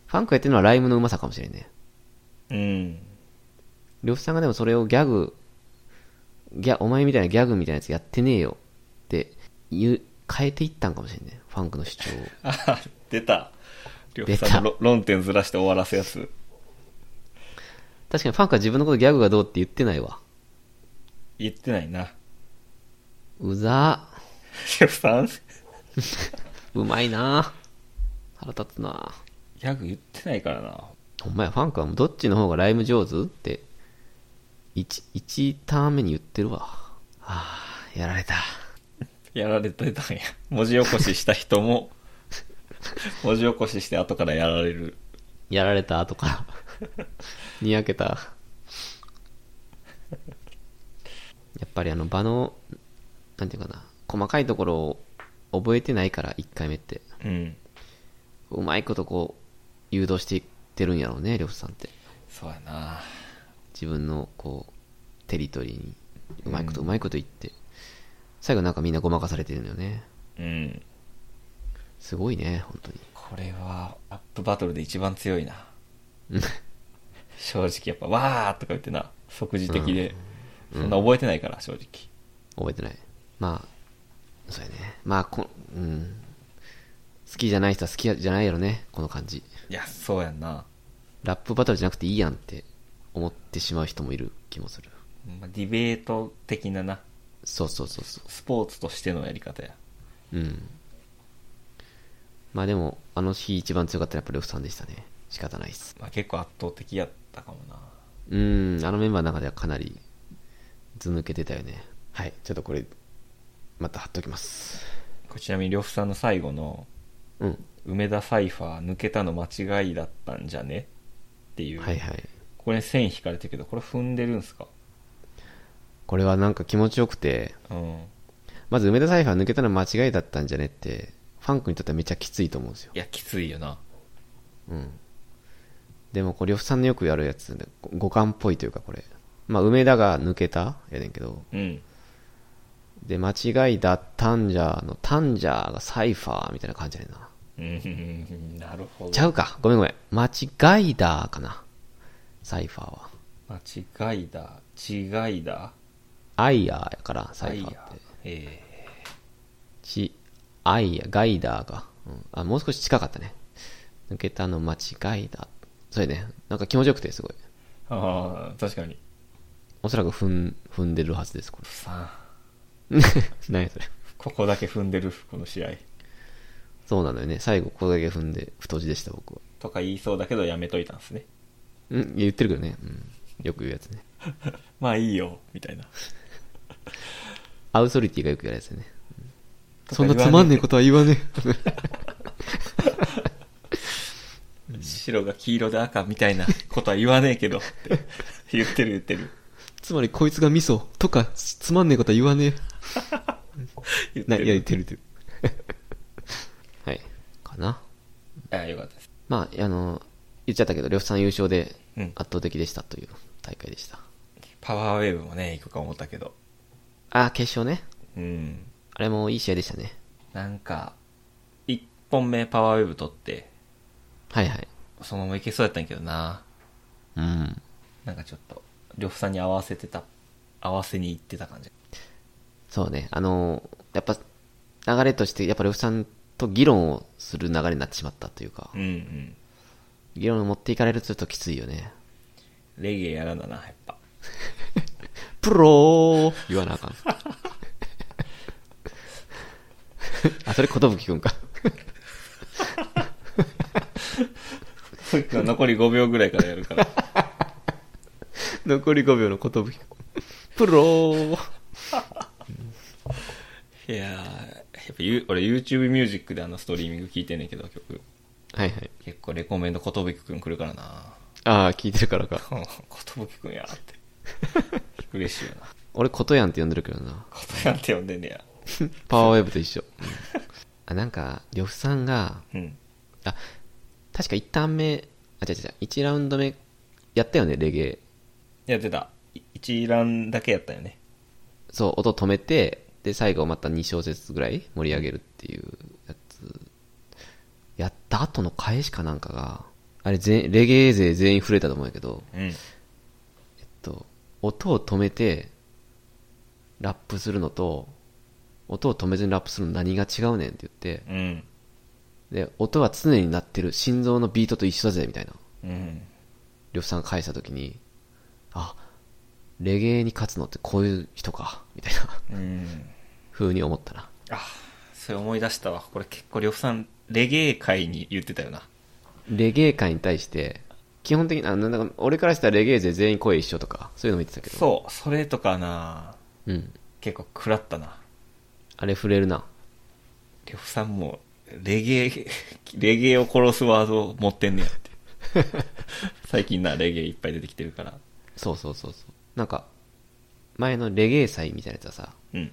S1: ファンクやってるのはライムのうまさかもしれんね。
S2: うん。
S1: 呂布さんがでもそれをギャグ、ギャ、お前みたいなギャグみたいなやつやってねえよって言う、変えていったんかもしれんね。ファンクの主張 を。
S2: あ、 出た。りょう
S1: 出た
S2: さんの論論点ずらして終わらすやつ。
S1: 確かにファンクは自分のことギャグがどうって言ってないわ。
S2: 言ってないな。
S1: うざ
S2: りょうさん、ギ
S1: うまいな腹立つな
S2: ャグ言ってないからな。
S1: ほんまや、ファンクはもうどっちの方がライム上手って、1、一ターン目に言ってるわ。はあやられた。
S2: やられてたんや。文字起こしした人も、 文字起こしして後からやられる。
S1: やられた後から。にやけた。やっぱりあの場の、なんていうかな、細かいところを覚えてないから、1回目って。
S2: うん。
S1: うまいことこう、誘導していってるんやろうね、呂布さんって。
S2: そうやな。
S1: 自分のこう、テリトリーに、うまいことうまいこと言って。最後なんかみんなごまかされてるのよね。
S2: うん。
S1: すごいね、本当に。
S2: これは、アップバトルで一番強いな。
S1: うん
S2: 正直やっぱ、わーとか言ってな、即時的で、そんな覚えてないから、正直。
S1: 覚えてない。まあ、そうやね。まあ、こ、うん。好きじゃない人は好きじゃないやろね、この感じ。
S2: いや、そうやんな。
S1: ラップバトルじゃなくていいやんって思ってしまう人もいる気もする。
S2: まあディベート的なな、
S1: そうそうそうそ
S2: スポーツとしてのやり方や。
S1: う。うん。まあでも、あの日一番強かったのはやっぱり呂布さんでしたね。仕方ないっす。
S2: まあ、結構圧倒的やったかもな。
S1: うん、あのメンバーの中ではかなり図抜けてたよね。はい、ちょっとこれ、また貼っときます。
S2: これちなみに、呂布さんの最後の、
S1: うん。
S2: 梅田サイファー抜けたの間違いだったんじゃねっていう、
S1: はいはい。
S2: ここに線引かれてるけど、これ踏んでるんすか
S1: これはなんか気持ちよくて、
S2: うん。
S1: まず梅田サイファー抜けたのは間違いだったんじゃねって、ファンクにとってはめっちゃきついと思うんですよ
S2: い。や、きついよな。
S1: うん。でもこれ、呂布さんのよくやるやつで、五感っぽいというかこれ。まあ、梅田が抜けたやねんけど、
S2: うん。
S1: で、間違いだタンジャーの、タンジャーがサイファーみたいな感じやねんな。
S2: うん、なるほど。
S1: ちゃうか。ごめんごめん。間違いだかな。サイファーは。
S2: 間違いだ違いだ
S1: アイヤーやから、サイファ
S2: は
S1: ーって。
S2: え
S1: ち、アイヤー、ガイダーが。うん。あ、もう少し近かったね。抜けたの間違いだ。それね。なんか気持ちよくて、すごい。
S2: ー、ああ確かに
S1: おそらく踏ん、踏んでるはずです、これ。
S2: さ
S1: 何やそれ。
S2: ここだけ踏んでるこの試合
S1: そうなのよね。最後、ここだけ踏んで、太字でした、僕は。
S2: とか言いそうだけどやめといたんですね
S1: うん、いや言ってるけどね。うん。よく言うやつね。
S2: まあいいよみたいな
S1: アウソリティがよくやるやつね。
S2: と
S1: そ
S2: か
S1: んな
S2: 言わねえ
S1: つまんねえことは言わねえ。
S2: 白が黄色で赤みたいなことは言わねえけどって言ってる言ってる
S1: つまり、こいつがミソとか、つまんねえことは言わね
S2: 言っ
S1: な、
S2: て
S1: いや、言っ
S2: る
S1: てる言ってる。 はい。かな。
S2: ああよかったです
S1: まあ、あの、言っちゃったけど、呂布さん優勝で
S2: うん
S1: 圧倒的でしたという大会でした。
S2: パワーウェーブもね行くか思ったけど
S1: ああ、決勝ね。
S2: うん
S1: あれもいい試合でしたね。
S2: なんか1本目パワーウェーブ取って
S1: はいはい。
S2: そのままいけそうやったんやけどな
S1: うん。
S2: なんかちょっと呂布さんに合わせてた合わせに行ってた感じ
S1: そうね。あの、やっぱ、流れとして、やっぱ呂布さんと議論をする流れになってしまったというか
S2: う、んうん
S1: 議論を持っていかれるとちょっときついよね。
S2: レゲエやらなな、やっぱ。
S1: プロー言わなあかん。あ、それ、ことぶきくんか。
S2: 残り5秒ぐらいからやるから。
S1: 残り5秒のことぶきくん。プロー
S2: いやー、やっぱゆ俺 YouTube ミュージックであのストリーミング聞いてんねんけど、曲。
S1: はいはい。
S2: 結構レコメンドことぶきくん来るからな
S1: ああ、聞いてるからか。
S2: ことぶきくんやーって。 嬉しいよな。
S1: 俺、ことやんって呼んでるけどな。
S2: ことやんって呼んでんねや。
S1: パワーウェーブと一緒。うんあ、なんか、呂布さんが、
S2: うん。
S1: あ、確か1ターン目、あ、違う違う違う、1ラウンド目、やったよね、レゲエ。
S2: やってた。い一覧だけやったよね。
S1: そう、音止めて、で、最後また2小節ぐらい盛り上げるっていうやつ。やった後の返しかなんかが、あれ全、レゲエ勢全員触れたと思うんやけど、
S2: うん。
S1: えっと、音を止めて、ラップするのと、音を止めずにラップするの何が違うねんって言って、
S2: うん。
S1: で、音は常に鳴ってる、心臓のビートと一緒だぜ、みたいな。
S2: うん。
S1: 呂布さんが返した時に、あ、レゲエに勝つのってこういう人か、みたいな
S2: うん。
S1: 風に思ったな。
S2: あ、それ思い出したわ。これ結構、呂布さん、レゲエ界に言ってたよな。
S1: レゲエ界に対して、基本的に、あの、なんか俺からしたらレゲエ勢全員声一緒とか、そういうのも言ってたけど。
S2: そう、それとかな、
S1: うん。
S2: 結構食らったな。
S1: あれ触れるな。
S2: 呂布さんも、レゲエ、 レゲエを殺すワードを持ってんねや って。最近な、レゲエいっぱい出てきてるから。
S1: そうそうそうそう。なんか、前のレゲエ祭みたいなやつはさ、
S2: うん。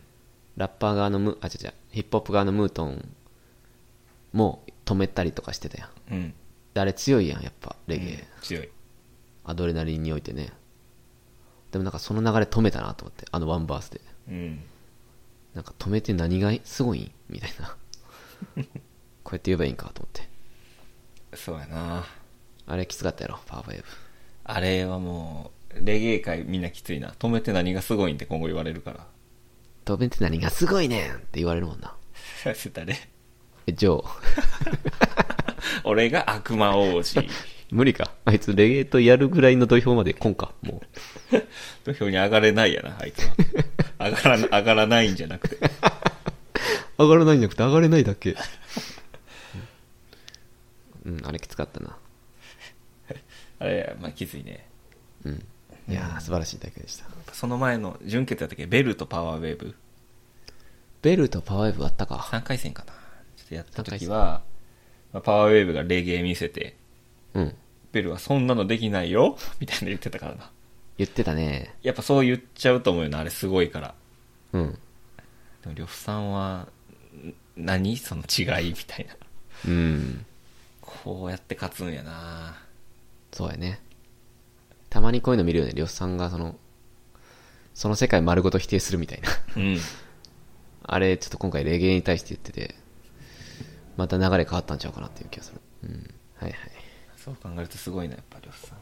S1: ラッパー側のムー、あ、違う違う、ヒップホップ側のムートンも止めたりとかしてたやん。
S2: うん。
S1: であれ強いやん、やっぱ、レゲエ。
S2: うん強い。
S1: アドレナリンにおいてね。でもなんかその流れ止めたなと思って、あのワンバースで。
S2: うん。
S1: なんか止めて何がすごいんみたい な。こうやって言えばいいんかと思って。
S2: そうやな。
S1: あれきつかったやろ、パワーウェーブ。
S2: あれはもう、レゲエ界みんなきついな。止めて何がすごいんって今後言われるから。
S1: 止めて何がすごいねんって言われるもんな。
S2: せたね。
S1: え、ジョー。
S2: 俺が悪魔王子。
S1: 無理か。あいつレゲエとやるぐらいの土俵まで来んか、もう。
S2: 土俵に上がれないやな、あいつは。上がらな、上がらないんじゃなくて。
S1: 上がらないんじゃなくて上がれないだけ。うん、あれきつかったな。
S2: あれ、まあきついね。
S1: うん。いやー、素晴らしい大会でした。
S2: その前の準決やったっけベルとパワーウェーブ
S1: ベルとパワーウェーブあったか。
S2: 3回戦かなちょっとやった時は、まあパワーウェーブがレゲエ見せて、
S1: うん。
S2: ベルはそんなのできないよみたいな言ってたからな。
S1: 言ってたね。
S2: やっぱそう言っちゃうと思うよな、あれすごいから。
S1: うん。
S2: でも、呂布さんは、ん何その違いみたいな。
S1: うん。
S2: こうやって勝つんやな
S1: そうやね。たまにこういうの見るよね。りょうさんがその、その世界丸ごと否定するみたいな。
S2: うん。
S1: あれ、ちょっと今回レゲエに対して言ってて、また流れ変わったんちゃうかなっていう気がする。うん。はいはい。
S2: そう考えるとすごいな、やっぱ呂布さん。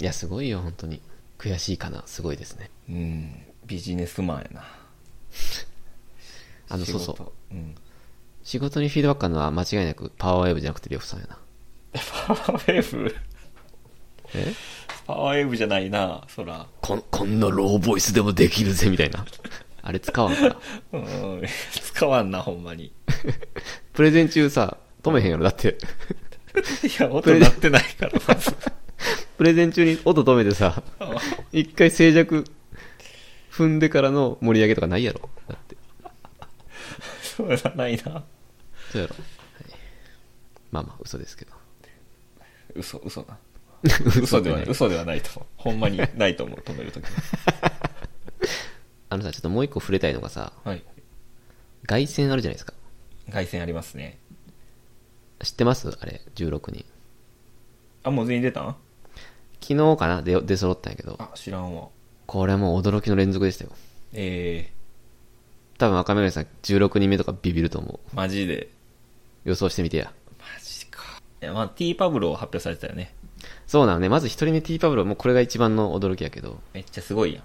S1: いや、すごいよ、本当に。悔しいかな。すごいですね。
S2: うん。ビジネスマンや な。
S1: あの、
S2: 仕
S1: そう
S2: 事
S1: そう。。
S2: うん。
S1: 仕事にフィードバックあるのは間違いなくパワーウェーブじゃなくてりょうさんやな。
S2: パワーウェーブ
S1: え
S2: パワーウェーブじゃないな、そら。
S1: こん、こんなローボイスでもできるぜ、みたいな。あれ使わん から。
S2: うん。使わんな、ほんまに。い
S1: プレゼン中さ、止めへんやろ。だって、
S2: や、音鳴ってない から、まず。
S1: プレゼン中に音止めてさ、一回静寂踏んでからの盛り上げとかないやろだって
S2: そうじゃないな。
S1: そうやろ、はい、まあまあ嘘ですけど
S2: 嘘、嘘な。 嘘ではない、嘘ではないと思う。ほんまにないと思う、止めるときは。
S1: あのさちょっともう一個触れたいのがさ
S2: はい。
S1: 凱旋あるじゃないですか
S2: 外線ありますね。
S1: 知ってますあれ16人
S2: あ、もう全員出たん
S1: 昨日かな出出揃ったんやけど
S2: あ、知らんわ。
S1: これはもう驚きの連続でしたよ
S2: え
S1: 多分赤目さん16人目とかビビると思う
S2: ー、マジで。
S1: 予想してみてや
S2: マジか。いや、まあ、T パブロを発表されてたよね。
S1: そうなのねまず1人目 T パブロもうこれが一番の驚きやけど
S2: めっちゃすごいやん。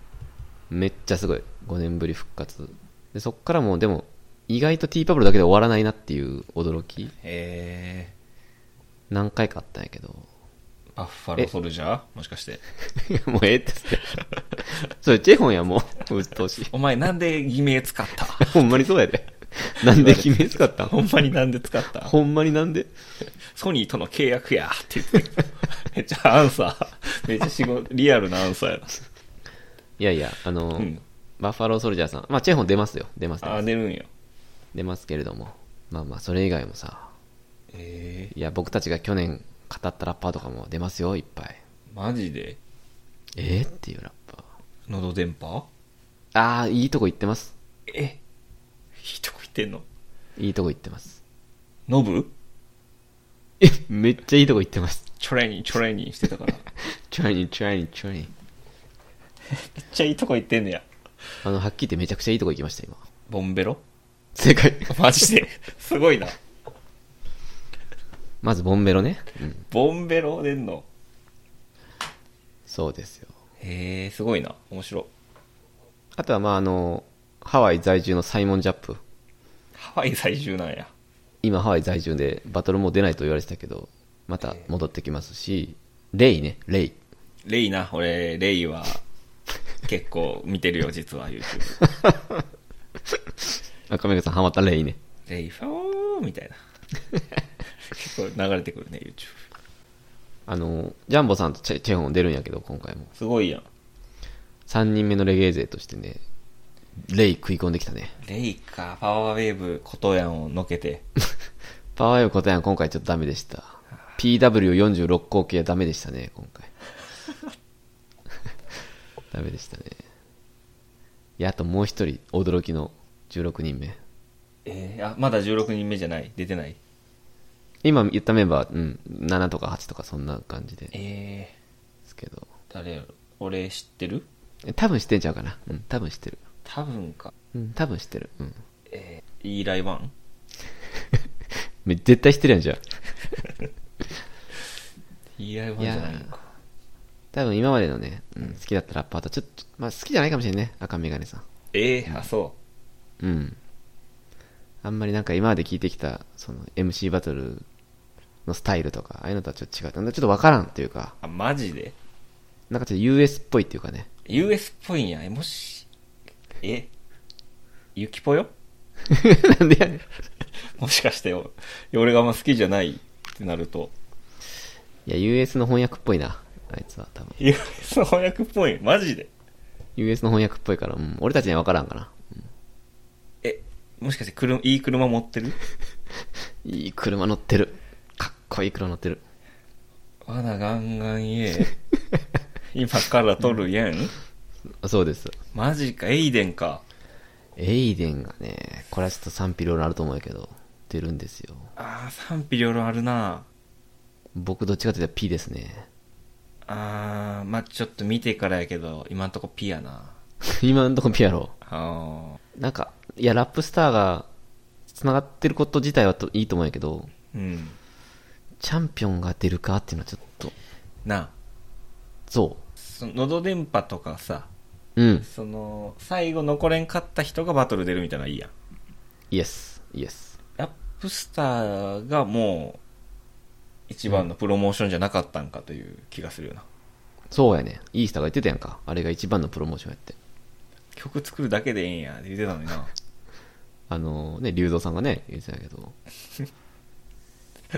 S1: めっちゃすごい。5年ぶり復活。で、そっからもう、でも、意外と T パブロだけで終わらないなっていう驚き、
S2: え
S1: 何回かあったんやけど。
S2: ー、バッファローソルジャーもしかして。
S1: いや もうええってって。 それ、チェホンや、もう。うっとうしい。
S2: お前なんで偽名使った
S1: ほんまにそうやで。なんで決めつかったん
S2: ほんまになんで使った
S1: ほんまになんで
S2: ソニーとの契約やって言って。めっちゃアンサー。めっちゃ仕事、リアルなアンサーやな。
S1: いやいや、あの、
S2: うん
S1: バッファローソルジャーさん。まあ、チェホン出ますよ。出ます、出
S2: あ
S1: ま
S2: ー、
S1: す
S2: 出るんよ。
S1: 出ますけれども。まあまあ、それ以外もさ。
S2: え
S1: いや、僕たちが去年語ったラッパーとかも出ますよ、いっぱい。
S2: ー、マジで
S1: ええっていうラッパー。
S2: 喉電波
S1: ああ、いいとこ行ってます。
S2: えいいとこ行ってんの
S1: いいとこ行ってます。
S2: ノブ
S1: え、めっちゃいいとこ行ってます。
S2: チョレニー、チョレニーしてたから。
S1: チャイニー、チャイニー、チャイニー。
S2: めっちゃいいとこ行ってんねや。
S1: あの、はっきり言ってめちゃくちゃいいとこ行きました、今。
S2: ボンベロ
S1: 正解。
S2: マジで。すごいな。
S1: まず、ボンベロね。うん。
S2: ボンベロ出んの。
S1: そうですよ。
S2: へえ、すごいな。面白い。
S1: あとは、まあ、あの、ハワイ在住のサイモン・ジャップ。
S2: ハワイ在住なんや。
S1: 今、ハワイ在住で、バトルもう出ないと言われてたけど、また戻ってきますし、レイね、レイ。
S2: レイな、俺、レイは、結構見てるよ、実は YouTube。
S1: 赤目さんハマったレイね。
S2: レイフォーみたいな。結構流れてくるね、YouTube。
S1: あの、ジャンボさんとチェチェホン出るんやけど、今回も。
S2: すごいやん。
S1: 3人目のレゲエ勢としてね、レイ食い込んできたね。
S2: レイか、パワーウェーブ、ことやんをのけて。
S1: パワーよ答えは今回ちょっとダメでした。PW46 後期はダメでしたね、今回。 ダメでしたね。いや、あともう一人、驚きの16人目。
S2: えー、あ、まだ16人目じゃない出てない
S1: 今言ったメンバー、うん、7とか8とかそんな感じでで
S2: え
S1: すけど。
S2: ー、誰やろ俺知ってる
S1: え多分知ってんちゃうかな。うん、多分知ってる。
S2: 多分か。
S1: うん、多分知ってる。うん。
S2: えー、イーライワン
S1: め絶対知ってるやん、じゃあ。
S2: イーライワンじゃないのか。
S1: 多分今までのね、うん、好きだったラッパーとちょっと、まあ好きじゃないかもしれんね、赤メガネさん。
S2: えー、あ、そ
S1: うん。あんまりなんか今まで聞いてきた、その MC バトルのスタイルとか、ああいうのとはちょっと違う。なんかちょっとわからんっていうか、
S2: う。あ、マジで
S1: なんかちょっと US っぽいっていうかね。
S2: ?US っぽいんや。え、もし、え、ゆきぽよ
S1: なんでやねん。い
S2: もしかしてよ、俺があんま好きじゃないってなると。
S1: や、US の翻訳っぽいな。あいつは多分。
S2: US の翻訳っぽいマジで
S1: US の翻訳っぽいから、うん、俺たちにはわからんかな。
S2: え、もしかして車、いい車持ってる
S1: いい車乗ってる。かっこいい車乗ってる。
S2: わなガンガン言え。 今から撮るやん。
S1: あそうです。
S2: マジか、エイデンか。
S1: エイデンがね、これはちょっと賛否両論あると思うけど、出るんですよ。
S2: ああ、賛否両論あるな
S1: 僕どっちかというと P ですね。
S2: ああ、まあちょっと見てからやけど、今んとこピやな
S1: 今んとこピアロ。
S2: ああ、
S1: なんか、いや、ラップスターが繋がってること自体はといいと思うんやけど、
S2: うん。
S1: チャンピオンが出るかっていうのはちょっと、
S2: なあ、
S1: そ
S2: その喉電波とかさ、
S1: う。うん。
S2: その、最後残れんかった人がバトル出るみたいなのいいやん。
S1: イエス。イエス。
S2: ラップスターがもう、一番のプロモーションじゃなかったんかという気がするよな。
S1: そうやね。いい人が言ってたやんか。あれが一番のプロモーションやって。
S2: 曲作るだけでええんや、って言ってたのにな。
S1: あのね、竜造さんがね、言ってたけど。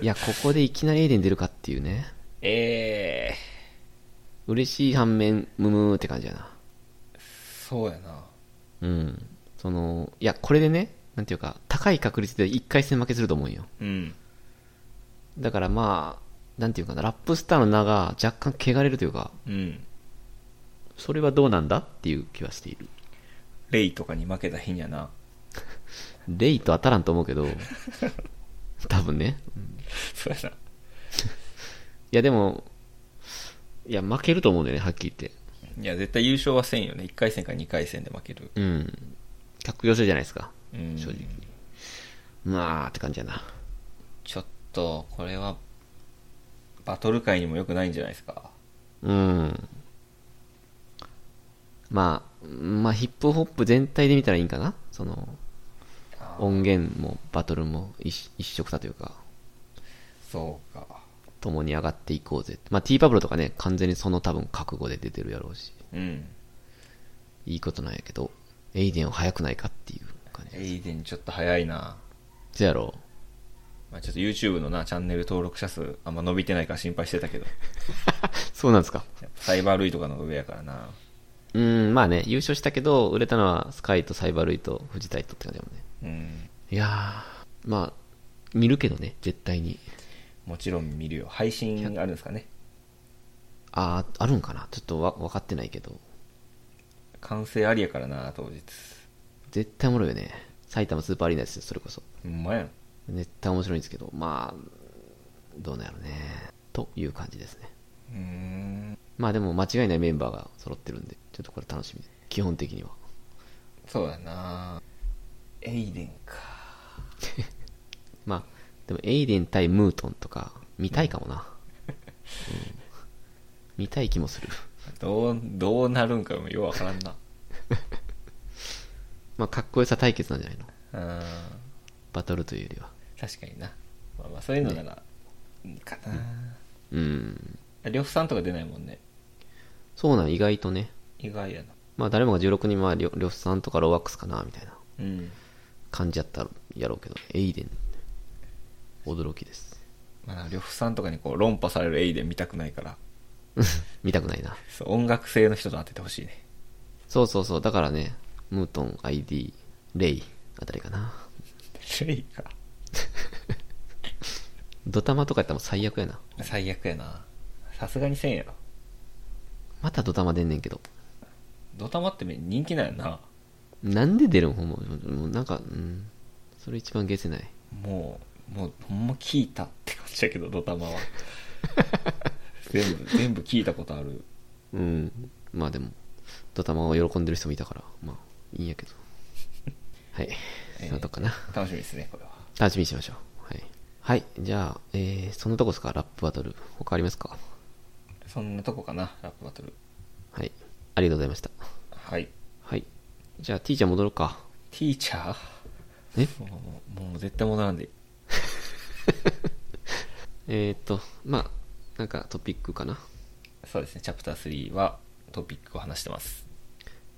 S1: いや、ここでいきなりエイデン出るかっていうね。
S2: ええ
S1: 嬉しい反面、ムムーって感じやな。
S2: そうやな。
S1: うん。その、いや、これでね、なんていうか、高い確率で1回戦負けすると思うんよ。
S2: うん。
S1: だからまあ、なんていうかな、ラップスターの名が若干汚れるというか、
S2: うん。
S1: それはどうなんだっていう気はしている。
S2: レイとかに負けた日にはな。
S1: レイと当たらんと思うけど、 多分ね。
S2: そうやな。
S1: いやでも、いや負けると思うんだよね、はっきり言って。
S2: いや、絶対優勝はせんよね。1回戦か2回戦で負ける。
S1: うん。客寄せじゃないですか。
S2: うん。
S1: 正直。まあ、って感じやな。
S2: ちょっと、これは、バトル界にも良くないんじゃないですか。
S1: うん。まあ、まあヒップホップ全体で見たらいいんかなその、音源もバトルも一一色だというか。
S2: そうか。
S1: 共に上がっていこうぜ。まあ、T パブロとかね、完全にその多分覚悟で出てるやろうし、
S2: うん。
S1: いいことなんやけど、エイデンは早くないかっていう感じ。
S2: エイデンちょっと早いな。
S1: そやろ
S2: まあ、ちょっと YouTube のな、チャンネル登録者数、あんま伸びてないから心配してたけど。
S1: そうなんですか。
S2: やっぱサイバールイとかの上やからな。
S1: うん、まあね、優勝したけど、売れたのはスカイとサイバルイとフジタイトって感じだもんね。
S2: うん。
S1: いやー、まあ、見るけどね、絶対に。
S2: もちろん見るよ。配信あるんですかね。
S1: あー、あるんかなちょっとわ、分かってないけど。
S2: 完成ありやからな、当日。
S1: 絶対おもろいよね。埼玉スーパーアリーナですよ、それこそ。
S2: ほんまやん。
S1: 絶対面白いんですけど、まあ、どうなんやろね。という感じですね。
S2: うーん。
S1: まあでも間違いないメンバーが揃ってるんで、ちょっとこれ楽しみです基本的には。
S2: そうやなエイデンか。
S1: まあ、でもエイデン対ムートンとか、見たいかもな。うん見たい気もする。
S2: どう、どうなるんかもようわからんな。
S1: まあ、かっこよさ対決なんじゃないの
S2: うん。
S1: バトルというよりは。
S2: 確かにな。まあまあ、そういうのなら、いいかな、
S1: うん。
S2: 呂布さんとか出ないもんね。
S1: そうなん、意外とね。
S2: 意外やな。
S1: まあ、誰もが16人は、りょ、りょさんとかロワックスかな、みたいな
S2: うん。
S1: 感じやったやろうけど、エイデン。驚きです。
S2: まあ、呂布さんとかにこう、論破されるエイデン見たくないから、
S1: 見たくないな。
S2: そう音楽性の人と当ててほしい ね。
S1: そうそうそう。だからね、ムートン、ID、レイ、あたりかな。
S2: レイか。
S1: ドタマとかやったらもう最悪やな。
S2: 最悪やな。さすがにせんやろ。
S1: またドタマ出んねんけど。
S2: ドタマって人気なんやな。
S1: なんで出るんほんま。もうなんか、うん。それ一番ゲせない。
S2: もう、もう、ほんま聞いたって感じやけど、ドタマは。 全部、全部聞いたことある。
S1: うん。まあでも、ドタマを喜んでる人もいたから、まあ、いいんやけど。はい。
S2: えー
S1: そんなとこかな。
S2: 楽しみですね、これは。
S1: 楽しみにしましょう。はい。はい。じゃあ、えー、そんなとこですかラップバトル。他ありますか
S2: そんなとこかな、ラップバトル。
S1: はい。ありがとうございました。
S2: はい。
S1: はい。じゃあ、T ちゃん戻ろうか。
S2: ティーチャー
S1: え
S2: もう、もう絶対戻らんでいい。
S1: えー、っと、まあ、なんかトピックかな。
S2: そうですね、チャプター3はトピックを話してます。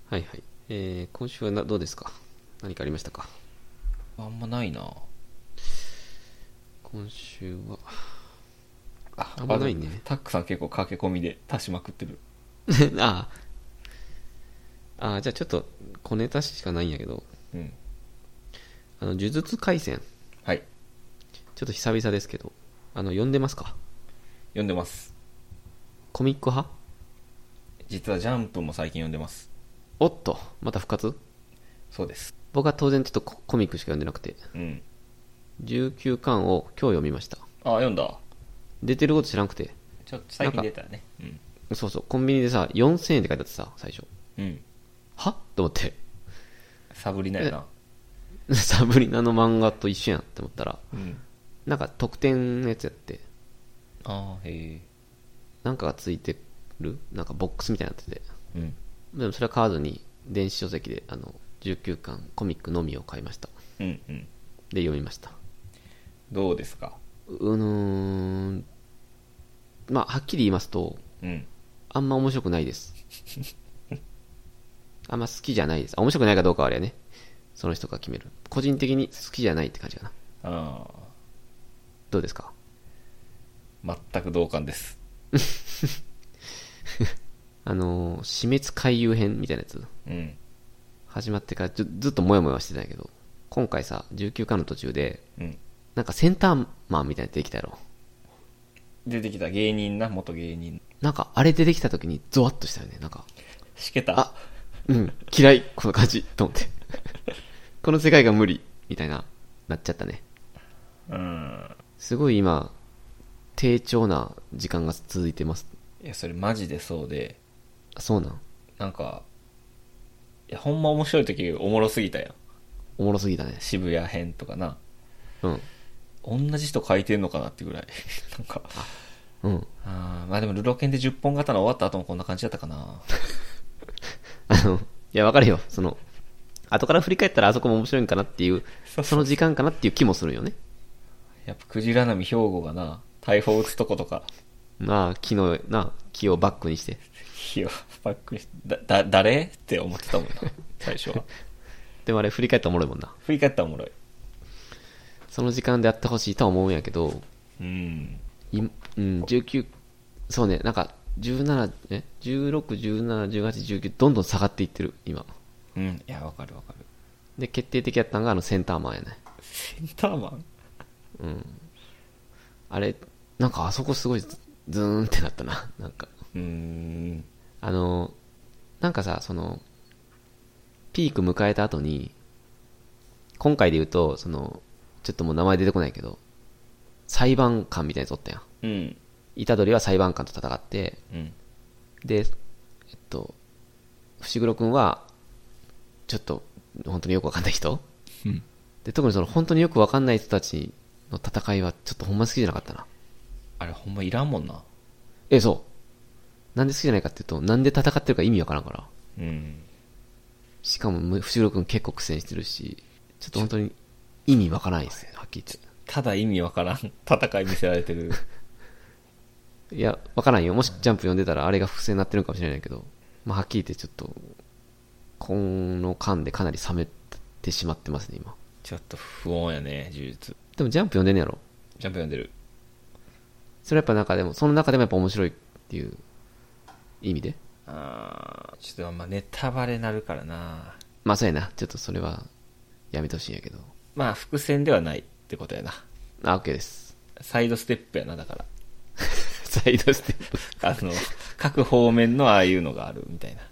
S1: はいはい。えー、今週はなどうですか何かありましたか
S2: あんまないな
S1: 今週は、
S2: あ
S1: あんまないね
S2: タックさん結構駆け込みで足しまくってる。
S1: ああ。ああ、じゃあちょっと小ネタしかないんやけど、
S2: うん。
S1: あの、呪術廻戦、
S2: はい。
S1: ちょっと久々ですけど、あの、読んでますか
S2: 読んでます。
S1: コミック派
S2: 実はジャンプも最近読んでます。
S1: おっと、また復活
S2: そうです。
S1: 僕は当然ちょっとココミックしか読んでなくて、
S2: うん。
S1: 19巻を今日読みました。
S2: あ、読んだ。
S1: 出てること知らなくて、
S2: ちょっと最近出たね。うん。
S1: そうそう、コンビニでさ、4000円って書いてあってさ、最初。
S2: うん。
S1: はと思って、
S2: サブリナやな。
S1: サブリナの漫画と一緒やんって思ったら、
S2: うん。
S1: なんか特典のやつやって、
S2: ああ、へ
S1: なんかがついてるなんかボックスみたいになってて。
S2: え。うん。
S1: でもそれは買わずに、電子書籍で、あの、19巻コミックのみを買いました。
S2: うんうん。
S1: で、読みました。
S2: どうですか
S1: うーん、まあ、はっきり言いますと、
S2: うん。
S1: あんま面白くないです。あんま好きじゃないです。あ面白くないかどうかはあれやね。その人が決める。個人的に好きじゃないって感じかな。
S2: あ
S1: どうですか
S2: あ、全く同感です。
S1: あのー、死滅回遊編みたいなやつ。
S2: うん。
S1: 始まってからずずっとモヤモヤしてたんやけど、今回さ、19巻の途中で、
S2: うん。
S1: なんかセンターマンみたいなの出てきたやろ。
S2: 出てきた芸人な、元芸人。
S1: なんかあれ出てきた時にゾワッとしたよね、なんか。
S2: しけた。
S1: あ、うん、嫌い、この感じ、と思って。 この世界が無理、みたいな、なっちゃったね。
S2: うん。
S1: すごい今、低調な時間が続いてます。
S2: いや、それマジでそうで、
S1: あそうなん
S2: なんか、いや、ほんま面白い時おもろすぎたやん。
S1: おもろすぎたね。
S2: 渋谷編とかな。
S1: うん。
S2: 同じ人書いてんのかなってぐらい。 なんか。
S1: うん。
S2: あーまあでも、ルロケンで10本刀終わった後もこんな感じだったかな。
S1: あの、いや、わかるよ。その、後から振り返ったらあそこも面白いんかなっていう、
S2: そうそう
S1: その時間かなっていう気もするよね。
S2: やっぱ、クジラ波兵庫がな、大砲撃つとことか、
S1: まあ、木の、な、木をバックにして。
S2: 火をバックにしだ、だ、誰って思ってた もんな、最初は。
S1: でもあれ振り返ったらおもろいもんな。
S2: 振り返ったらおもろい。
S1: その時間でやってほしいとは思うんやけど、
S2: うん。
S1: いうん、19、そうね、なんか、17、え ?16、17、18、19、どんどん下がっていってる、今。
S2: うん。いや、わかるわかる。
S1: で、決定的やったのがあのセンターマンやね。
S2: センターマン
S1: あれ、なんかあそこすごいズズーンってなったな。 なんか、
S2: うーん。
S1: あの、なんかさ、その、ピーク迎えた後に、今回で言うと、その、ちょっともう名前出てこないけど、裁判官みたいなやつおったやん。
S2: うん。
S1: 虎杖は裁判官と戦って、
S2: うん。
S1: で、えっと、伏黒くんは、ちょっと、本当によくわかんない人
S2: うん。
S1: で、特にその、本当によくわかんない人たちの戦いは、ちょっとほんま好きじゃなかったな。
S2: あれほんまいらんもんな。
S1: え、そう。なんで好きじゃないかっていうと、なんで戦ってるか意味わからんから。
S2: うん。
S1: しかも、む伏黒くん結構苦戦してるし、ちょっと本当に意味わからないですよ、はっきり言って。
S2: ただ意味わからん 戦い見せられてる。
S1: いや、わからんよ。もしジャンプ読んでたら、あれが伏線になってるのかもしれないけど、まあ、はっきり言ってちょっと、この間でかなり冷めてしまってますね、今。
S2: ちょっと不穏やね、呪術。
S1: でもジャンプ読んでんねやろ。
S2: ジャンプ読んでる。
S1: それやっぱ中でも、その中でもやっぱ面白いっていう意味で。
S2: あーちょっとあんまネタバレなるからな。
S1: まあそうやな。ちょっとそれはやめてほしいんやけど。
S2: まあ伏線ではないってことやな。
S1: あ、OK です。
S2: サイドステップやな、だから。
S1: サイドステップ。
S2: あの、各方面のああいうのがあるみたいな。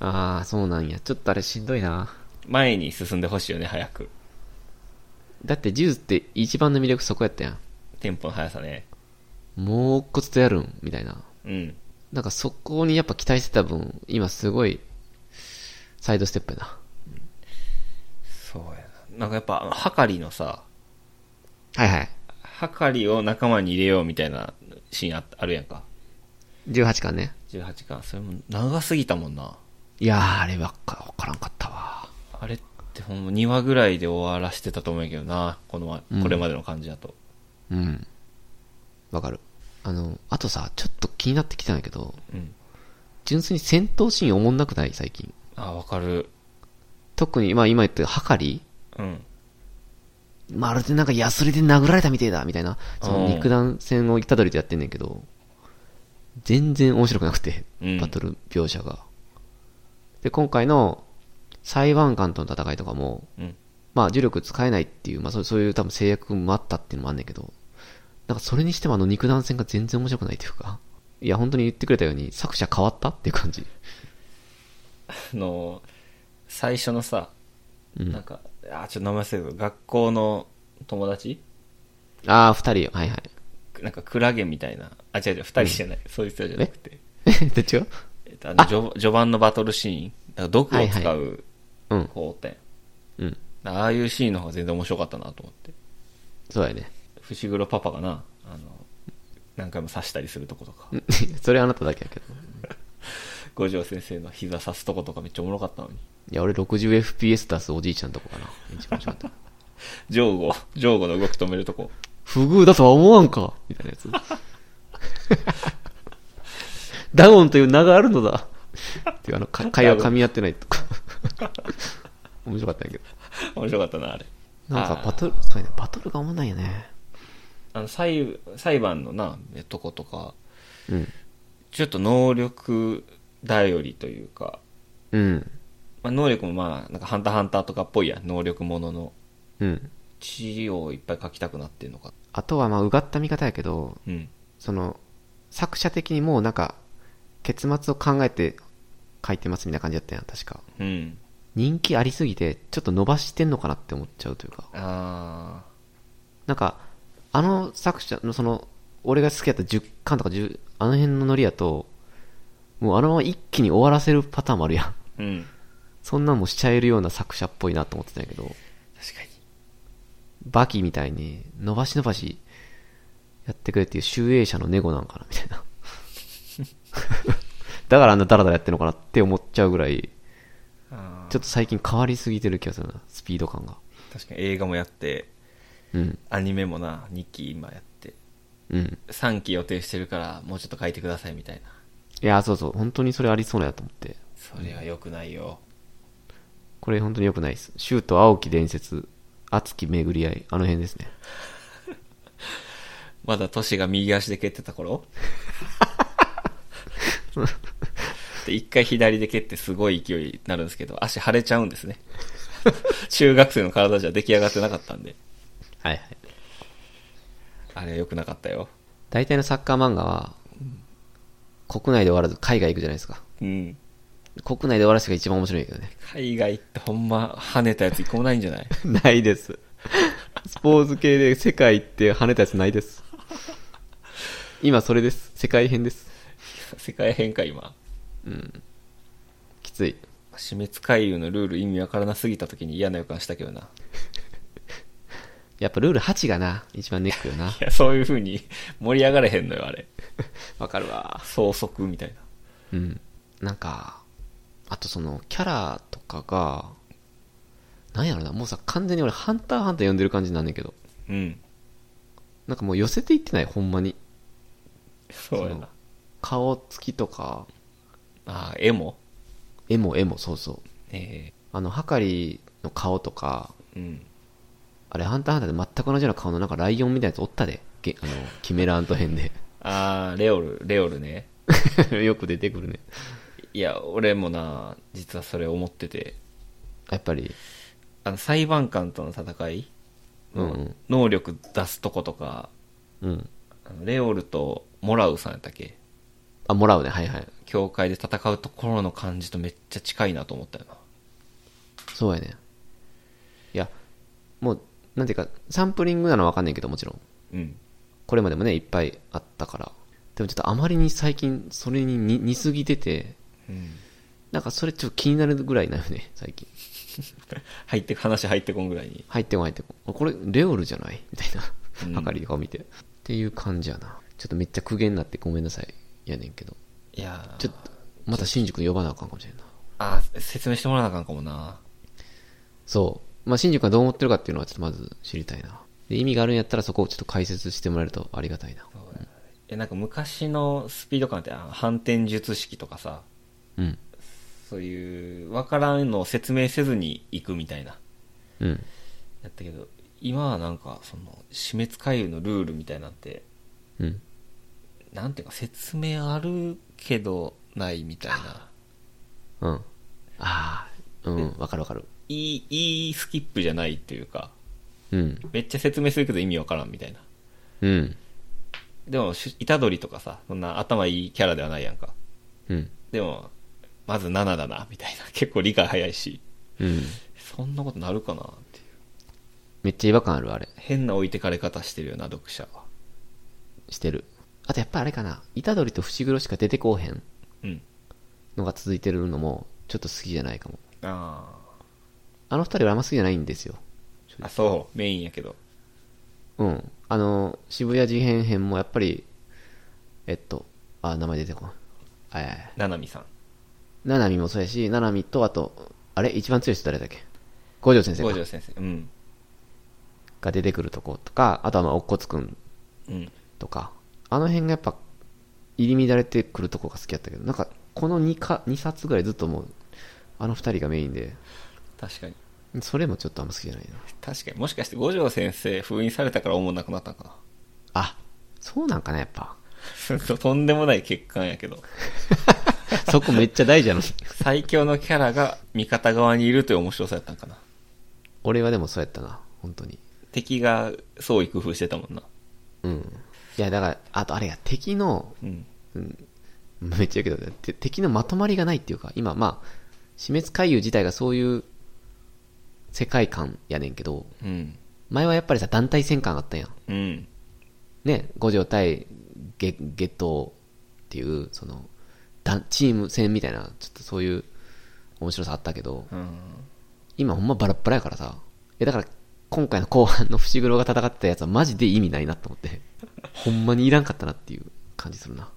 S1: ああ、そうなんや。ちょっとあれしんどいな。
S2: 前に進んでほしいよね、早く。
S1: だってジュースって一番の魅力そこやったや
S2: テンポの速さね。
S1: ん。もうコツとやるんみたいな。
S2: うん。
S1: なんかそこにやっぱ期待してた分、今すごい、サイドステップやな。
S2: そうやな。なんかやっぱ、あのはかりのさ、
S1: はいはい。
S2: はかりを仲間に入れようみたいなシーンああるやんか。
S1: 18巻ね。
S2: 18巻。それも長すぎたもんな。
S1: いやー、あればっか、わからんかったわ。
S2: あれってほんま2話ぐらいで終わらしてたと思うんやけどな。このま、これまでの感じだと。
S1: うん。わかる。あの、あとさ、ちょっと気になってきたんやけど、
S2: うん。
S1: 純粋に戦闘シーンおもんなくない最近。
S2: あ、わかる。
S1: 特に、まあ今言ったはかり
S2: うん。
S1: まるでなんかヤスリで殴られたみてえだみたいな、その
S2: うん
S1: 肉弾戦をたどりでやってんねんけど、全然面白くなくて
S2: うん、
S1: バトル描写が。で、今回の裁判官との戦いとかも、
S2: うん。
S1: まあ呪力使えないっていう、まあそうそういう多分制約もあったっていうのもあんねんけど、なんかそれにしてもあの肉弾戦が全然面白くないというか、いや本当に言ってくれたように作者変わったっていう感じ。
S2: あの、最初のさ、
S1: うん
S2: なんか、あ、ちょっと名前忘れたけど、学校の友達
S1: ああ、二人よ。はいはい。
S2: なんかクラゲみたいな。あ、違う違う、二人じゃない。そういう人じゃなくて。
S1: え、どっちよ
S2: えっと、あの、序序盤のバトルシーン。だから毒を使う
S1: うん。
S2: 方点。
S1: うん。
S2: ああいうシーンの方が全然面白かったなと思って。
S1: そうやね。
S2: 伏黒パパがな、あの、何回も刺したりするとことか、
S1: うんそれあなただけやけど。
S2: 五条先生の膝刺すとことかめっちゃおもろかったのに。
S1: いや、俺 60fps 出すおじいちゃんとこかな。一番面白かった。
S2: ジョーゴ、ジョーゴの動き止めるとこ。
S1: 不遇だとは思わんかみたいなやつ。 ダゴンという名があるのだっていうあの、 か会話噛み合ってないとか。 面白かったんやけど。
S2: 面白かったな、あれ。
S1: なんか
S2: あー
S1: バトル、そうやね、バトルがおもんないよね。
S2: あの、裁裁判のな、えとことか、
S1: うん。
S2: ちょっと能力頼りというか、
S1: うん。
S2: まあ、能力もまあ、なんかハンターハンターとかっぽいやん、能力ものの。
S1: うん。
S2: 血をいっぱい書きたくなってんのか。
S1: あとは、まあ、うがった見方やけど、
S2: うん。
S1: その、作者的にもうなんか、結末を考えて書いてますみたいな感じだったやん、確か。
S2: うん。
S1: 人気ありすぎて、ちょっと伸ばしてんのかなって思っちゃうというか。
S2: あ
S1: なんか、あの作者のその、俺が好きだった10巻とか10、あの辺のノリやと、もうあのまま一気に終わらせるパターンもあるやん。
S2: ー。うん。
S1: そんなんもしちゃえるような作者っぽいなと思ってたんやけど、
S2: 確かに。
S1: バキみたいに伸ばし伸ばしやってくれっていう集英社のネゴなんかなみたい な。だからあんなダラダラやってるのかなって思っちゃうぐらい、
S2: あ
S1: ちょっと最近変わりすぎてる気がするな、スピード感が。
S2: ー確かに映画もやって、
S1: うん、
S2: アニメもな、2期今やって、
S1: うん。
S2: 3期予定してるから、もうちょっと書いてくださいみたいな。
S1: いや、そうそう、本当にそれありそうだなと思って。
S2: それは良くないよ。
S1: これ本当に良くないです。シュート、青木伝説、熱き巡り合い、あの辺ですね。
S2: まだトシが右足で蹴ってた頃で一回左で蹴ってすごい勢いになるんですけど、足腫れちゃうんですね。中学生の体じゃ出来上がってなかったんで。
S1: はいはい。
S2: あれは良くなかったよ。
S1: 大体のサッカー漫画は、国内で終わらず海外行くじゃないですか。
S2: うん。
S1: 国内で終わらせが一番面白いけどね。
S2: 海外ってほんま跳ねたやつ一個もないんじゃない
S1: ないです。スポーツ系で世界行って跳ねたやつないです。今それです。世界編です。
S2: 世界変か、今。
S1: うん。きつい。
S2: 死滅回遊のルール意味わからなすぎた時に嫌な予感したけどな。。
S1: やっぱルール8がな、一番ネックよな
S2: いや、そういう風に 盛り上がれへんのよ、あれ。
S1: わかるわ。
S2: 創則みたいな。
S1: うん。なんか、あとその、キャラとかが、なんやろな、もうさ、完全に俺、ハンターハンター呼んでる感じになんねんけど、
S2: うん。
S1: なんかもう寄せていってない、ほんまに。
S2: そうや
S1: そ
S2: な
S1: の。顔つきとか、
S2: ああ、絵も
S1: 絵も絵も、そうそう。
S2: え
S1: あの、はかりの顔とか、
S2: えうん。
S1: あれ、ハンターハンターで全く同じような顔の、なんかライオンみたいなやつおったで。げあの、キメラアント編で。
S2: ああ、レオル、レオルね。
S1: よく出てくるね。
S2: いや、俺もな、実はそれ思ってて、
S1: やっぱり、
S2: あの、裁判官との戦い、
S1: うんうん
S2: 能力出すとことか、
S1: うん。
S2: あのレオルとモラウさんやったっけ
S1: あ、もらうね、はいはい。
S2: 教会で戦うところの感じとめっちゃ近いなと思ったよな。
S1: そうやね。いや、もう、なんていうか、サンプリングなのはわかんないけど、もちろん。
S2: うん。
S1: これまでもね、いっぱいあったから。でもちょっとあまりに最近、それに似似すぎてて、
S2: うん。
S1: なんかそれちょっと気になるぐらいなよね、最近。
S2: 入って、話入ってこんぐらいに。
S1: 入ってこない入ってこんこれ、レオルじゃない みたい
S2: うん
S1: な。はかりとかを見て。っていう感じやな。ちょっとめっちゃ苦言になってごめんなさい。やねんけど。
S2: いやー
S1: ちょっと、また新宿呼ばなあかんかもしれんな。
S2: あー説明してもらわなあかんかもな。
S1: そう。まあ、新宿がどう思ってるかっていうのはちょっとまず知りたいな。で、意味があるんやったらそこをちょっと解説してもらえるとありがたいな。
S2: え、なんか昔のスピード感って、あ反転術式とかさ、
S1: うん。
S2: そういう、わからんのを説明せずに行くみたいな。
S1: うん。
S2: やったけど、今はなんか、その、死滅回遊のルールみたいなんて、
S1: うん。
S2: なんていうか、説明あるけど、ないみたいな。
S1: うん。ああー、うん。わかるわかる。
S2: いい、いいスキップじゃないっていうか、
S1: うん。
S2: めっちゃ説明するけど意味わからんみたいな。
S1: うん。
S2: でも、し虎杖とかさ、そんな頭いいキャラではないやんか。
S1: うん。
S2: でも、まず7だな、みたいな。 結構理解早いし。
S1: うん。
S2: そんなことなるかなっていう。
S1: めっちゃ違和感ある、あれ。
S2: 変な置いてかれ方してるよな、読者は。
S1: してる。あとやっぱあれかな。虎杖と伏黒しか出てこうへん
S2: うん。
S1: のが続いてるのも、ちょっと好きじゃないかも。
S2: あ
S1: あの二人はあんま好きじゃないんですよ。
S2: あ。あ、そう。メインやけど。
S1: うん。あの、渋谷事変編もやっぱり、えっと、あ、名前出てこん。え
S2: ななみさん。
S1: ー、ななみもそうやし、ななみとあと、あれ一番強い人誰だっけ五条先生
S2: 五
S1: か
S2: 条先生。うん。
S1: が出てくるとことか、あとはまあ、おっこつくん
S2: うん。
S1: とか、あの辺がやっぱ、入り乱れてくるとこが好きやったけど、なんか、この 2, か2冊ぐらいずっともう、あの2人がメインで、
S2: 確かに。
S1: それもちょっとあんま好きじゃないな。
S2: 確かに。もしかして五条先生封印されたから思んなくなったんかな。
S1: あ、そうなんかな、やっぱ。
S2: とんでもない欠陥やけど。
S1: そこめっちゃ大事やの。
S2: 最強のキャラが味方側にいるという面白さやったんかな。
S1: 俺はでもそうやったな、本当に。
S2: 敵が創意工夫してたもんな。
S1: うん。いや、だから、あとあれや、敵の、
S2: うん。
S1: うん、めっちゃ言うけど、て敵のまとまりがないっていうか、今、まあ、死滅回遊自体がそういう世界観やねんけど、
S2: うん。
S1: 前はやっぱりさ、団体戦感あったやん。
S2: うん。
S1: ね、五条対ゲゲットっていう、その、団チーム戦みたいな、ちょっとそういう面白さあったけど、
S2: うん。
S1: 今ほんまバラッバラやからさ。え、だから、今回の後半の伏黒が戦ってたやつはマジで意味ないなと思 って。ほんまにいらんかったなっていう感じするな。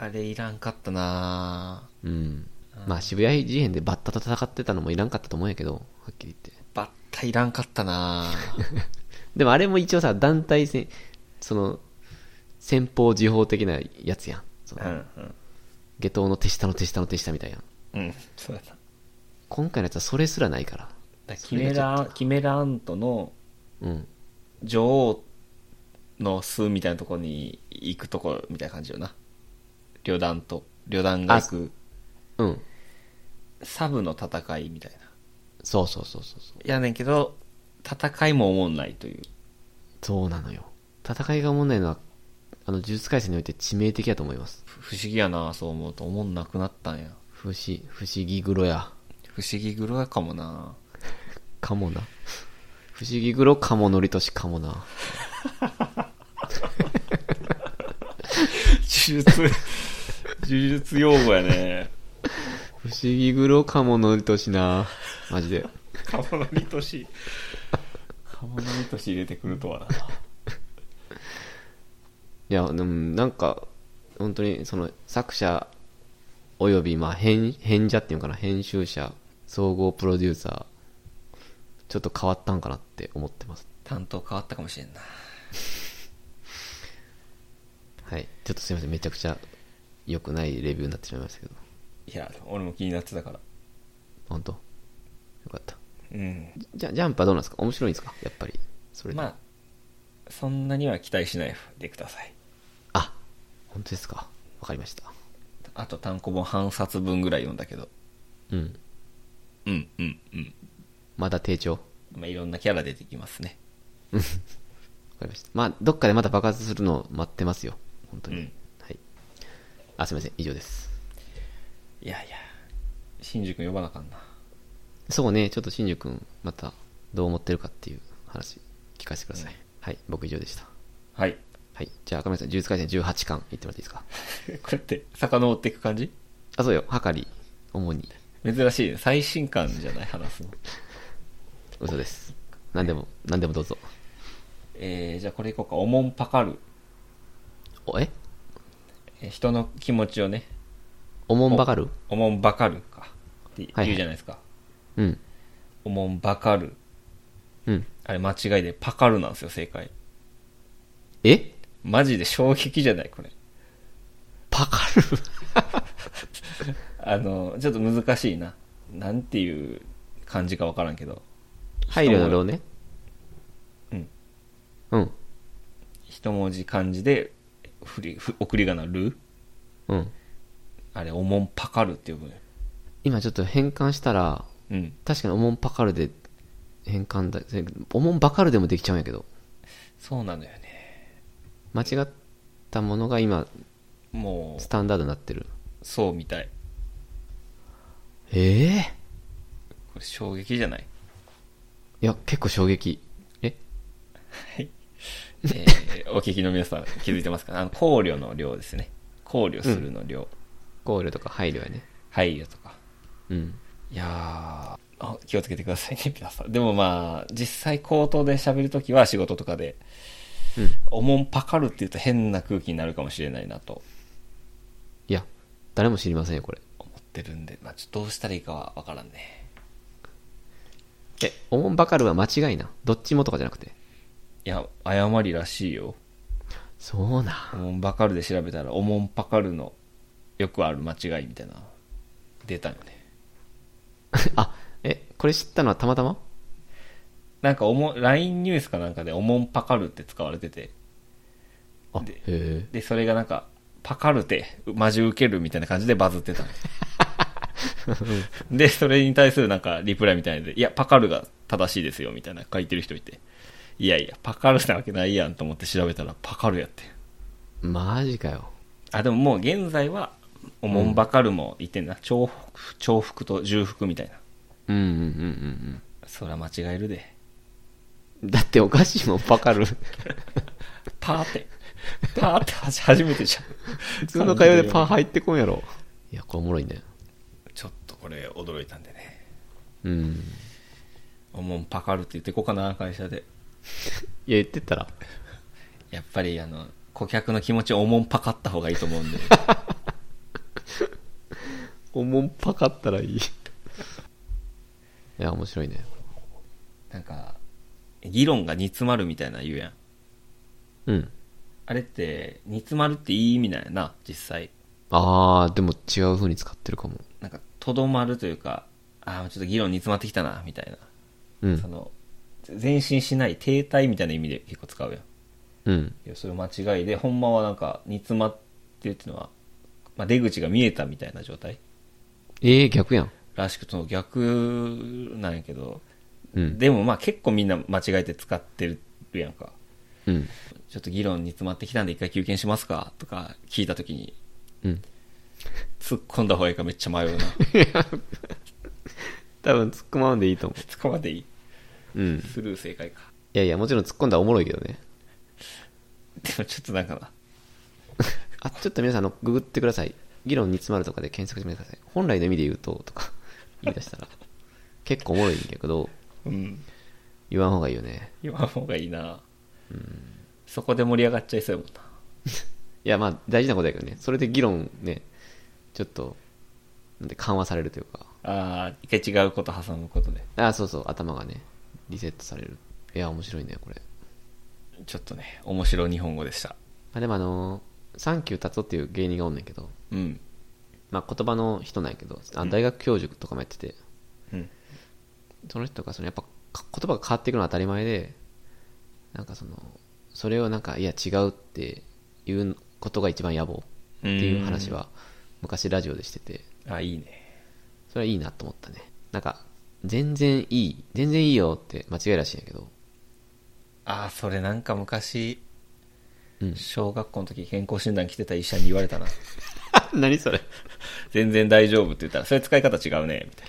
S2: あれいらんかったな
S1: うん。まあ渋谷事変でバッタと戦ってたのもいらんかったと思うんやけど、はっきり言って。
S2: ぁバッタいらんかったなぁ
S1: でもあれも一応さ、団体戦、その、先方時報的なやつやん。その
S2: うん。
S1: 下等の手下の手下の手下みたいやん。
S2: うん。うん。そうやな。だか
S1: 今回のやつはそれすらないから。
S2: ら
S1: そ
S2: キ
S1: れが
S2: メ
S1: ちょっと
S2: ラ、キメラアントの
S1: うん。
S2: 女王の巣みたいなとこに行くとこみたいな感じよな。旅団と、旅団が行く
S1: うん。
S2: サブの戦いみたいな。
S1: そうそうそうそうそう。
S2: やねんけど、戦いも思んないという。
S1: そうなのよ。戦いが問題なのは、あの、呪術回戦において致命的だと思います。
S2: ふ不思議やなそう思うと思んなくなったんや。
S1: 不思、不思議黒や。
S2: 不思議黒やかもな
S1: かもな。不思議黒かものりとしかもな。
S2: 呪術、呪呪術用語やね。
S1: 不思議黒かものりとしな。マジで。
S2: カモノリトシ。カモノリトシ入れてくるとはな。
S1: いや、でもなんか、本当にその作者、および、まあ、編、編者っていうのかな、編集者、総合プロデューサー、ちょっと変わったんかなって思ってます。
S2: 担当変わったかもしれんな。
S1: はい。ちょっとすいません、めちゃくちゃ良くないレビューになってしまいましたけど。
S2: いや、俺も気になってたから。
S1: 本当よかった。
S2: うん。
S1: じゃ、ジャンプはどうなんですか面白いんですかやっぱり。それで
S2: まあ、そんなには期待しないでください。
S1: あ、本当ですか。わかりました。
S2: あと単行本半冊分ぐらい読んだけど。
S1: うん。
S2: うん、うん、うん。
S1: まだ低調。わ
S2: まあ、いろんなキャラ出てきますね。
S1: かりました。まあ、どっかでまた爆発するのを待ってますよ。本当に。
S2: うん
S1: はい。あ、すいません。以上です。
S2: いやいや、新宿呼ばなあかんな。
S1: そうね、ちょっと新宿君、また、どう思ってるかっていう話、聞かせてください。
S2: うん
S1: はい。僕以上でした。
S2: はい。
S1: はい。じゃあ、赤嶺さん、呪術廻戦18巻、言ってもらっていいですか。
S2: こうやって、遡っていく感じ
S1: あ、そうよ。はかり、主に。
S2: 珍しいね。最新刊じゃない話すの。
S1: 嘘です。何でも、何でもどうぞ。
S2: えー、じゃあこれいこうか。おもんぱかる。
S1: お、え
S2: えー人の気持ちをね、
S1: おもんばかる
S2: おもんばかるか。って
S1: はい
S2: 言うじゃないですか。
S1: うん。
S2: おもんばかる。
S1: うん。
S2: あれ間違いでパカルなんですよ、正解。
S1: え
S2: マジで衝撃じゃないこれ。
S1: パカル
S2: あの、ちょっと難しいな。なんていう感じかわからんけど。
S1: 配慮のろうね。
S2: うん。
S1: うん。
S2: 一文字漢字で、ふり、ふ送り仮名る
S1: うん。
S2: あれ、おもんぱかるって呼ぶね。
S1: 今ちょっと変換したら、
S2: うん。
S1: 確かにおもんぱかるで変換だ、おもんばかるでもできちゃうんやけど、
S2: そうなのよね。
S1: 間違ったものが今、
S2: も
S1: ス
S2: う、
S1: タンダードになってる。
S2: そうみたい。
S1: ええい
S2: これ衝撃じゃない
S1: や、結構衝撃。え
S2: え ーお聞きの皆さん気づいてますかあの、考慮の量ですね。考慮するの量。
S1: 考慮とか配慮やね。
S2: 配慮とか。
S1: うん。
S2: いやーあ気をつけてくださいね、皆さん。でもまあ、実際口頭で喋るときは仕事とかで、
S1: うん。い
S2: おもんぱかるって言うと変な空気になるかもしれないなと
S1: や、誰も知りませんよ、これ。
S2: 思ってるんで、まあちょっとどうしたらいいかはわからんね。
S1: え、おもんばかるは間違いな。どっちもとかじゃなくて。
S2: いや、誤りらしいよ。
S1: そう
S2: お
S1: な。
S2: もんばかるで調べたら、おもんぱかるのよくある間違いみたいな、出たよね。
S1: あ、え、これ知ったのはたまたま
S2: なんかおも、LINE ニュースかなんかでおもんぱかるって使われてて、
S1: あ、
S2: で
S1: へえ。
S2: で、それがなんか、パカルテ、マジウケるみたいな感じでバズって たの。で、それに対するなんか、リプライみたいなので、いや、パカルが正しいですよ、みたいな書いてる人いて、いやいや、パカルなわけないやんと思って調べたら、パカルやって。
S1: マジかよ。
S2: あ、でももう現在は、おもんばかるも言ってんな。重複、重複と重複みたいな。
S1: うんうんうんうん
S2: そら間違えるで。
S1: うん。だってお菓子もんばか る。
S2: パーって。パーって初めてじゃん。
S1: 普通の会話でパン入ってこんやろ。いや、これおもろいね。
S2: ちょっとこれ驚いたんでね。
S1: うん。
S2: おもんパカルって言ってこうかな、会社で。
S1: いや、言ってったら。
S2: やっぱりあの、顧客の気持ちをおもんぱかった方がいいと思う んで。
S1: おもんぱかった らいい。いや、面白いね。
S2: なんか、議論が煮詰まるみたいな言うやん。
S1: うん。
S2: あれって、煮詰まるっていい意味なんやな、実際。
S1: あー、でも違う風に使ってるかも。
S2: なんか、とどまるというか、ああ、ちょっと議論煮詰まってきたな、みたいな。
S1: う
S2: そ
S1: ん。
S2: の、前進しない、停滞みたいな意味で結構使うやん。い
S1: うん。
S2: や、それ間違いで、ほんまはなんか、煮詰まってるっていうのは、まあ、出口が見えたみたいな状態
S1: えー、逆やん。
S2: らしく、その逆なんやけど、
S1: うん。
S2: でもまあ結構みんな間違えて使ってるやんか。
S1: うん。
S2: ちょっと議論に詰まってきたんで一回休憩しますかとか聞いたときに、
S1: うん。
S2: 突っ込んだ方がいいかめっちゃ迷 うな。
S1: 多分突っ込まんでいいと思。
S2: 突っ込まんでいいう
S1: うん。い
S2: スルー正解か。
S1: やいや、もちろん突っ込んだらおもろいけどね。
S2: でもちょっとなんかな、
S1: あ、ちょっと皆さん、あの、ググってください。議論煮詰まるとかで検索してみてください。本来の意味で言うと、とか 言い出したら、結構おもろいんだけど、
S2: うん。
S1: 言わん方がいいよね。
S2: 言わん方がいいな。そこで盛り上がっちゃいそうやもんな。
S1: いや、まあ、大事なことやけどね。それで議論ね、ちょっと、なんて緩和されるというか。
S2: ああ、一回違うこと挟むことで。
S1: あ、そうそう、頭がね、リセットされる。いや、面白いね、これ。
S2: ちょっとね、面白い日本語でした。
S1: まあ、でもあのーサンキュー達夫っていう芸人がおんねんけど、
S2: うん。
S1: まあ、言葉の人なんやけど、あ
S2: うん
S1: 大学教授とかもやってて、
S2: うん。
S1: その人がそのやっぱか言葉が変わっていくのは当たり前でなんかそのそれをなんかいや違うっていうことが一番野望っていう話は昔ラジオでしてて
S2: あ、いいね。
S1: それはいいなと思ったねなんか全然いい全然いいよって間違いらしいんやけど
S2: ああ、それなんか昔、
S1: うん
S2: 小学校の時健康診断来てた医者に言われたな。
S1: 何それ
S2: 全然大丈夫って言ったら、それ使い方違うね、みたい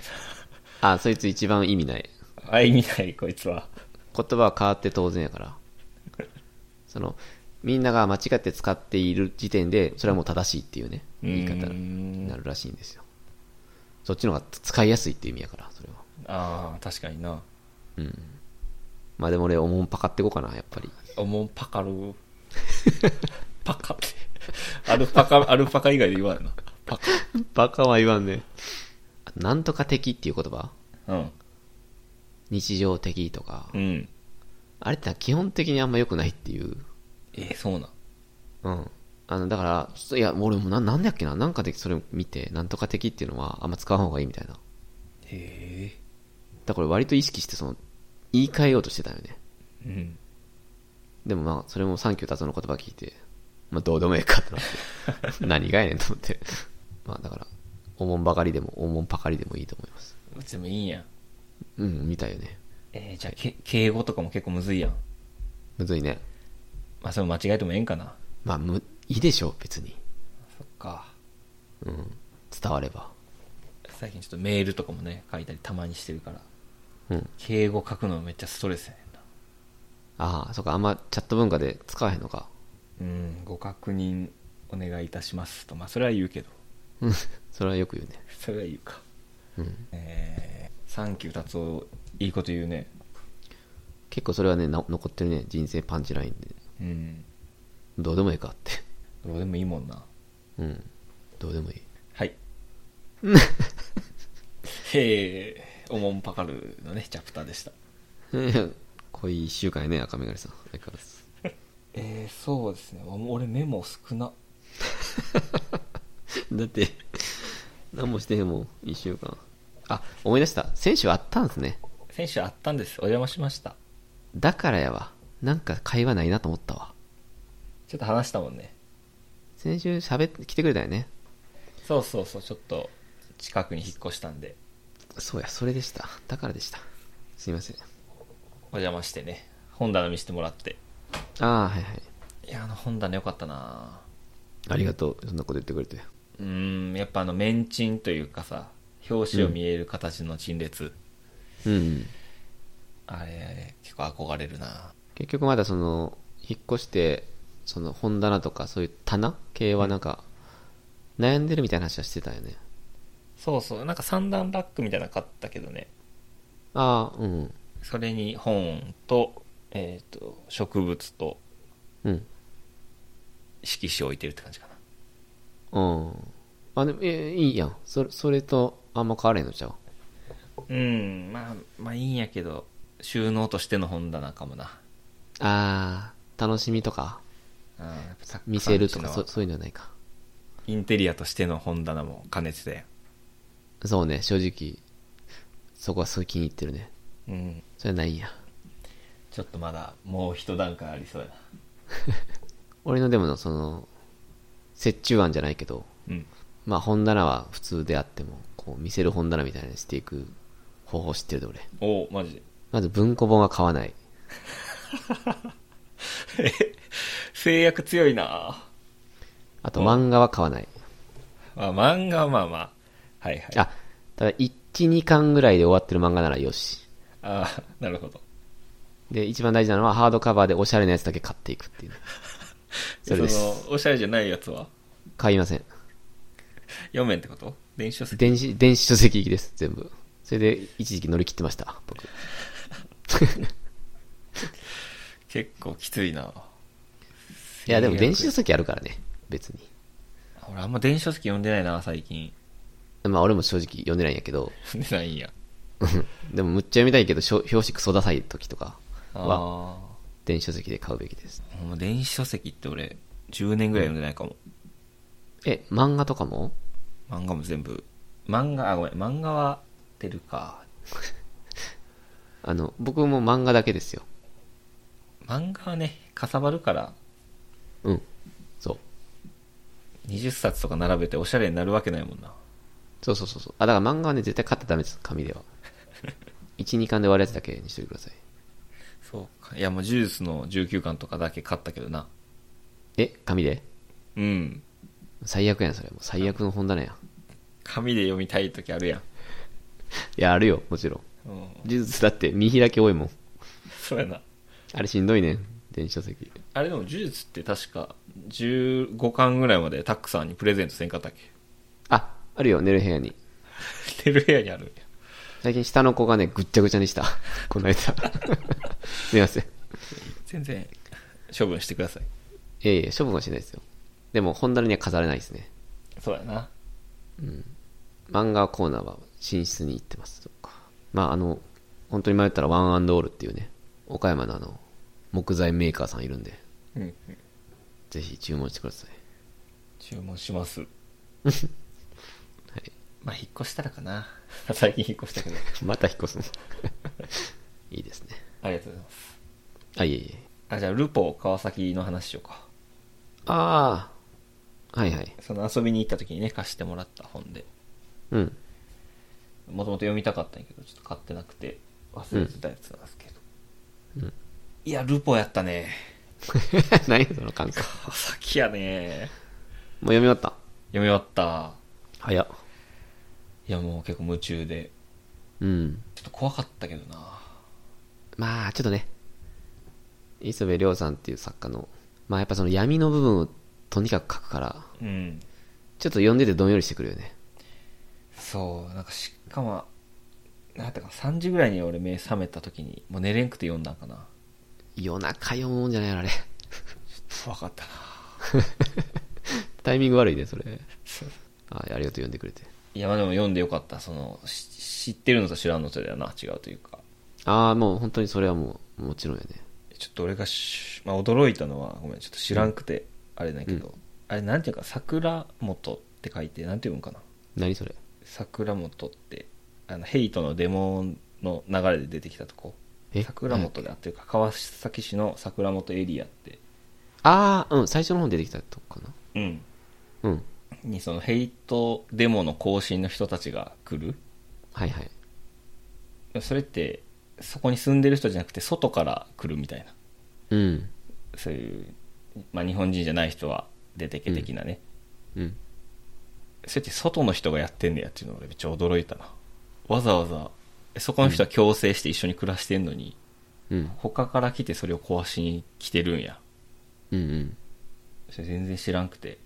S1: あそいつ一番意味ない
S2: な。あ、意味ない、こいつは。
S1: 言葉は変わって当然やからそのみんなが間違って使っている時点でそれはもう正しいっていうね言い方
S2: うーん
S1: になるらしいんですよそっちの方が使いやすいっていう意味やからそれは
S2: ああ、確かにな。
S1: うんまあでも俺おもんぱかっていこうかなやっぱり
S2: おもんパカル。パカって。アルパカ、アルパカ以外で言わないな。パカ。
S1: バカは言わんねなんとか的っていう言葉
S2: うん。
S1: 日常的とか、
S2: うん。
S1: あれってのは基本的にあんま良くないっていう
S2: えーそうなん。
S1: うんあのだからちょっといや俺もななんだっけななんかでそれを見てなんとか的っていうのはあんま使わん方がいいみたいな
S2: へ
S1: だから割と意識してその言い換えようとしてたよね
S2: え。うん。で
S1: でもまあそれもサンキュー達夫の言葉聞いてまあどうでもええかってなって何がやねんと思ってまあだからおもんばかりでもおもんぱかりでもいいと思います
S2: もいいんや。
S1: うん見たいよね
S2: えーじゃあ、け敬語とかも結構むずいやん。
S1: むずいね
S2: まあ、それも間違えてもええんかな。
S1: まあむいいでしょう別に、
S2: そっか。
S1: うん、伝われば
S2: 最近ちょっとメールとかもね、書いたりたまにしてるから。
S1: うん
S2: 敬語書くのめっちゃストレスやねんな。
S1: ああそうかあんまチャット文化で使わへんのか
S2: うん、ご確認お願いいたしますと。まあ、それは言うけど。
S1: うんそれはよく言うね
S2: それは言うか。
S1: うん
S2: えー、サンキュー達夫、いいこと言うね。
S1: 結構それはねな残ってるね人生パンチラインで
S2: うん。
S1: どうでもいいかって
S2: どうでもいいもんな。
S1: うんどうでもいい
S2: はい。えー、おもんぱかるのね、チャプターでした。
S1: 濃い一週間やね赤眼鏡さん相変わらず
S2: えー、そうですね。わもう俺メモ少な。
S1: だって何もしてへんもん一週間あ思い出した選手あったんですね
S2: 先週あったんです。お邪魔しました。
S1: だからやわなんか会話ないなと思ったわ
S2: ちょっと話したもんね。
S1: 先週喋って来てくれたよね
S2: そうそうそう、ちょっと近くに引っ越したんで、
S1: そうやそれでしただからでしたすいません
S2: お邪魔してね、本棚見せてもらって。
S1: ああはいはい
S2: いや、あの本棚よかったな
S1: ありがとうそんなこと言ってくれて
S2: うーん、やっぱあの、面ンというかさ、表紙を見える形の陳列。
S1: うん、うん、
S2: あれ、あれ結構憧れるな
S1: 結局まだその引っ越してその本棚とかそういう棚系はなんか悩んでるみたいな話はしてたよね
S2: そうそう、なんか三段ラックみたいなの買ったけどね、
S1: ああうん
S2: それに本と、えっ、と、植物と
S1: うん
S2: 色紙を置いてるって感じかな。
S1: うんあでもえいいやんそれそれとあんま変わらへんのちゃう
S2: うん、まあ、まあいいんやけど、収納としての本棚かもな。
S1: ああ楽しみとか
S2: うんやっぱたくさん
S1: 見せるとか
S2: うちの
S1: そ
S2: は
S1: そういうのはないか
S2: インテリアとしての本棚も兼ねてたや
S1: そうね正直そこはすごい気に入ってるね
S2: ん。うん。
S1: それはないんや
S2: ちょっとまだ、もう一段階ありそうやな。
S1: 俺のでもその折衷案じゃないけど
S2: うん。
S1: まあ本棚は普通であってもこう見せる本棚みたいにしていく方法知ってるで俺
S2: おおマジで。
S1: まず文庫本は買わない
S2: 制約強いなあ
S1: あと
S2: うん
S1: 漫画は買わない
S2: あ、漫画はまあまあ。はいはい。あ
S1: あただ12巻ぐらいで終わってる漫画ならよし
S2: あ、なるほど。
S1: で一番大事なのはハードカバーでおしゃれなやつだけ買っていくっていうねそれです
S2: の、おしゃれじゃないやつは
S1: 買いません
S2: 読めんってこと電子書籍。
S1: 電子、電子書籍です、全部。それで、一時期乗り切ってました、僕。
S2: 結構きついな。
S1: いや、でも電子書
S2: 書
S1: 籍あるからね、別に。
S2: 俺あんま電子書籍読んでないな、最近。
S1: まあ、俺も正直読んでないんやけど、
S2: 読んでないんや。
S1: でもむっちゃ読みたいけど、しょ表紙クソダサい時とかは、
S2: あ
S1: 電子書籍で買うべきです。
S2: あ。もう電子書籍って俺、10年ぐらい読んでないかも。
S1: え、漫画とかも
S2: 漫画も全部。漫画、あ、ごめん、漫画は出るか。
S1: あの、僕も漫画だけですよ。
S2: 漫画はね、かさばるから、
S1: うん。そう。
S2: 20冊とか並べておしゃれになるわけないもんな。
S1: そうそうそうそう。あ、だから漫画はね、絶対買ったらダメです、紙では。1、2巻で終わるやつだけにしてください。
S2: そうか。いや、もう呪術の19巻とかだけ買ったけどな。
S1: え、紙で
S2: うん。
S1: 最悪やん、それ。もう最悪の本棚やん。
S2: 紙で読みたい時あるや
S1: い
S2: ん。
S1: や、あるよ、もちろん。
S2: うん。
S1: 呪術だって見開き多いもん。
S2: そうやな。
S1: あれしんどいねん、電子書籍。
S2: あれでも呪術って確か15巻ぐらいまでタックさんにプレゼントせんかったっけ
S1: あ、あるよ、寝る部屋に。
S2: 寝る部屋にあるんや。
S1: 最近下の子がね、ぐっちゃぐちゃにした。 この間。すいません。
S2: 全然処分してください。
S1: いやいや、処分はしないですよ。でも、本棚には飾れないですね。
S2: そうやな。
S1: 漫画コーナーは寝室に行ってます。そっかまあ、あの、本当に迷ったらワンアンドオールっていうね、岡山のあの、木材メーカーさんいるんで、
S2: うんうん。
S1: ぜひ注文してください。
S2: 注文し ます。
S1: はい。
S2: まあ、引っ越したらかな。 最近引っ越したけど。
S1: また引っ越すの いいですね。
S2: ありがとうございます。
S1: あ、いえいえ。
S2: あ、じゃあ、ルポ川崎の話しようか。
S1: ああ。はいはい。
S2: その遊びに行った時にね、貸してもらった本で。
S1: うん。
S2: もともと読みたかったんやけど、ちょっと買ってなくて、忘れてたやつなんですけど。
S1: うん
S2: いや、ルポやった ね。
S1: 何やその感想。も
S2: 川崎やね。
S1: う読み終わった。
S2: 読み終わった。
S1: 早っ。
S2: いや、もう結構夢中で。
S1: うん。
S2: ちょっと怖かったけどな。
S1: まあ、ちょっとね、磯部亮さんっていう作家の、まあやっぱその闇の部分をとにかく書くから、
S2: うん。
S1: ちょっと読んでてどんよりしてくるよね。
S2: そう、なんかしかも、なんやったかな、3時ぐらいに俺目覚めた時に、もう寝れんくて読んだんかな。
S1: 夜中読むもんじゃないのあれ。
S2: 怖かったな。
S1: タイミング悪いね、それ。あありがとう、読んでくれて。
S2: いや、まあでも読んでよかった。その、し知ってるのと知らんのとだよな、違うというか。
S1: ああ、もう本当にそれはもう、もちろんやね。
S2: ちょっと俺がし、まあ、驚いたのは、ごめん、ちょっと知らんくて、あれだけど、あれ、なんていうか、桜本って書いて、なんて読むんかな。
S1: 何それ。
S2: 桜本って、あの、ヘイトのデモの流れで出てきたとこ。
S1: え
S2: 桜本であってるか、川崎市の桜本エリアって、
S1: ああ、うん、最初の本出てきたとこか
S2: うん。
S1: な。うん。
S2: にそのヘイトデモの行進の人たちが来る
S1: はいはい。
S2: それってそこに住んでる人じゃなくて外から来るみたいな
S1: うん。
S2: そういう、まあ、日本人じゃない人は出てけ的なね、
S1: うん。
S2: それって外の人がやってんねやっていうのが俺めっちゃ驚いたなわざわざえそこの人は強制して一緒に暮らしてんのに、
S1: うん。
S2: 他から来てそれを壊しに来てるんや
S1: うんうん。
S2: それ全然知らんくて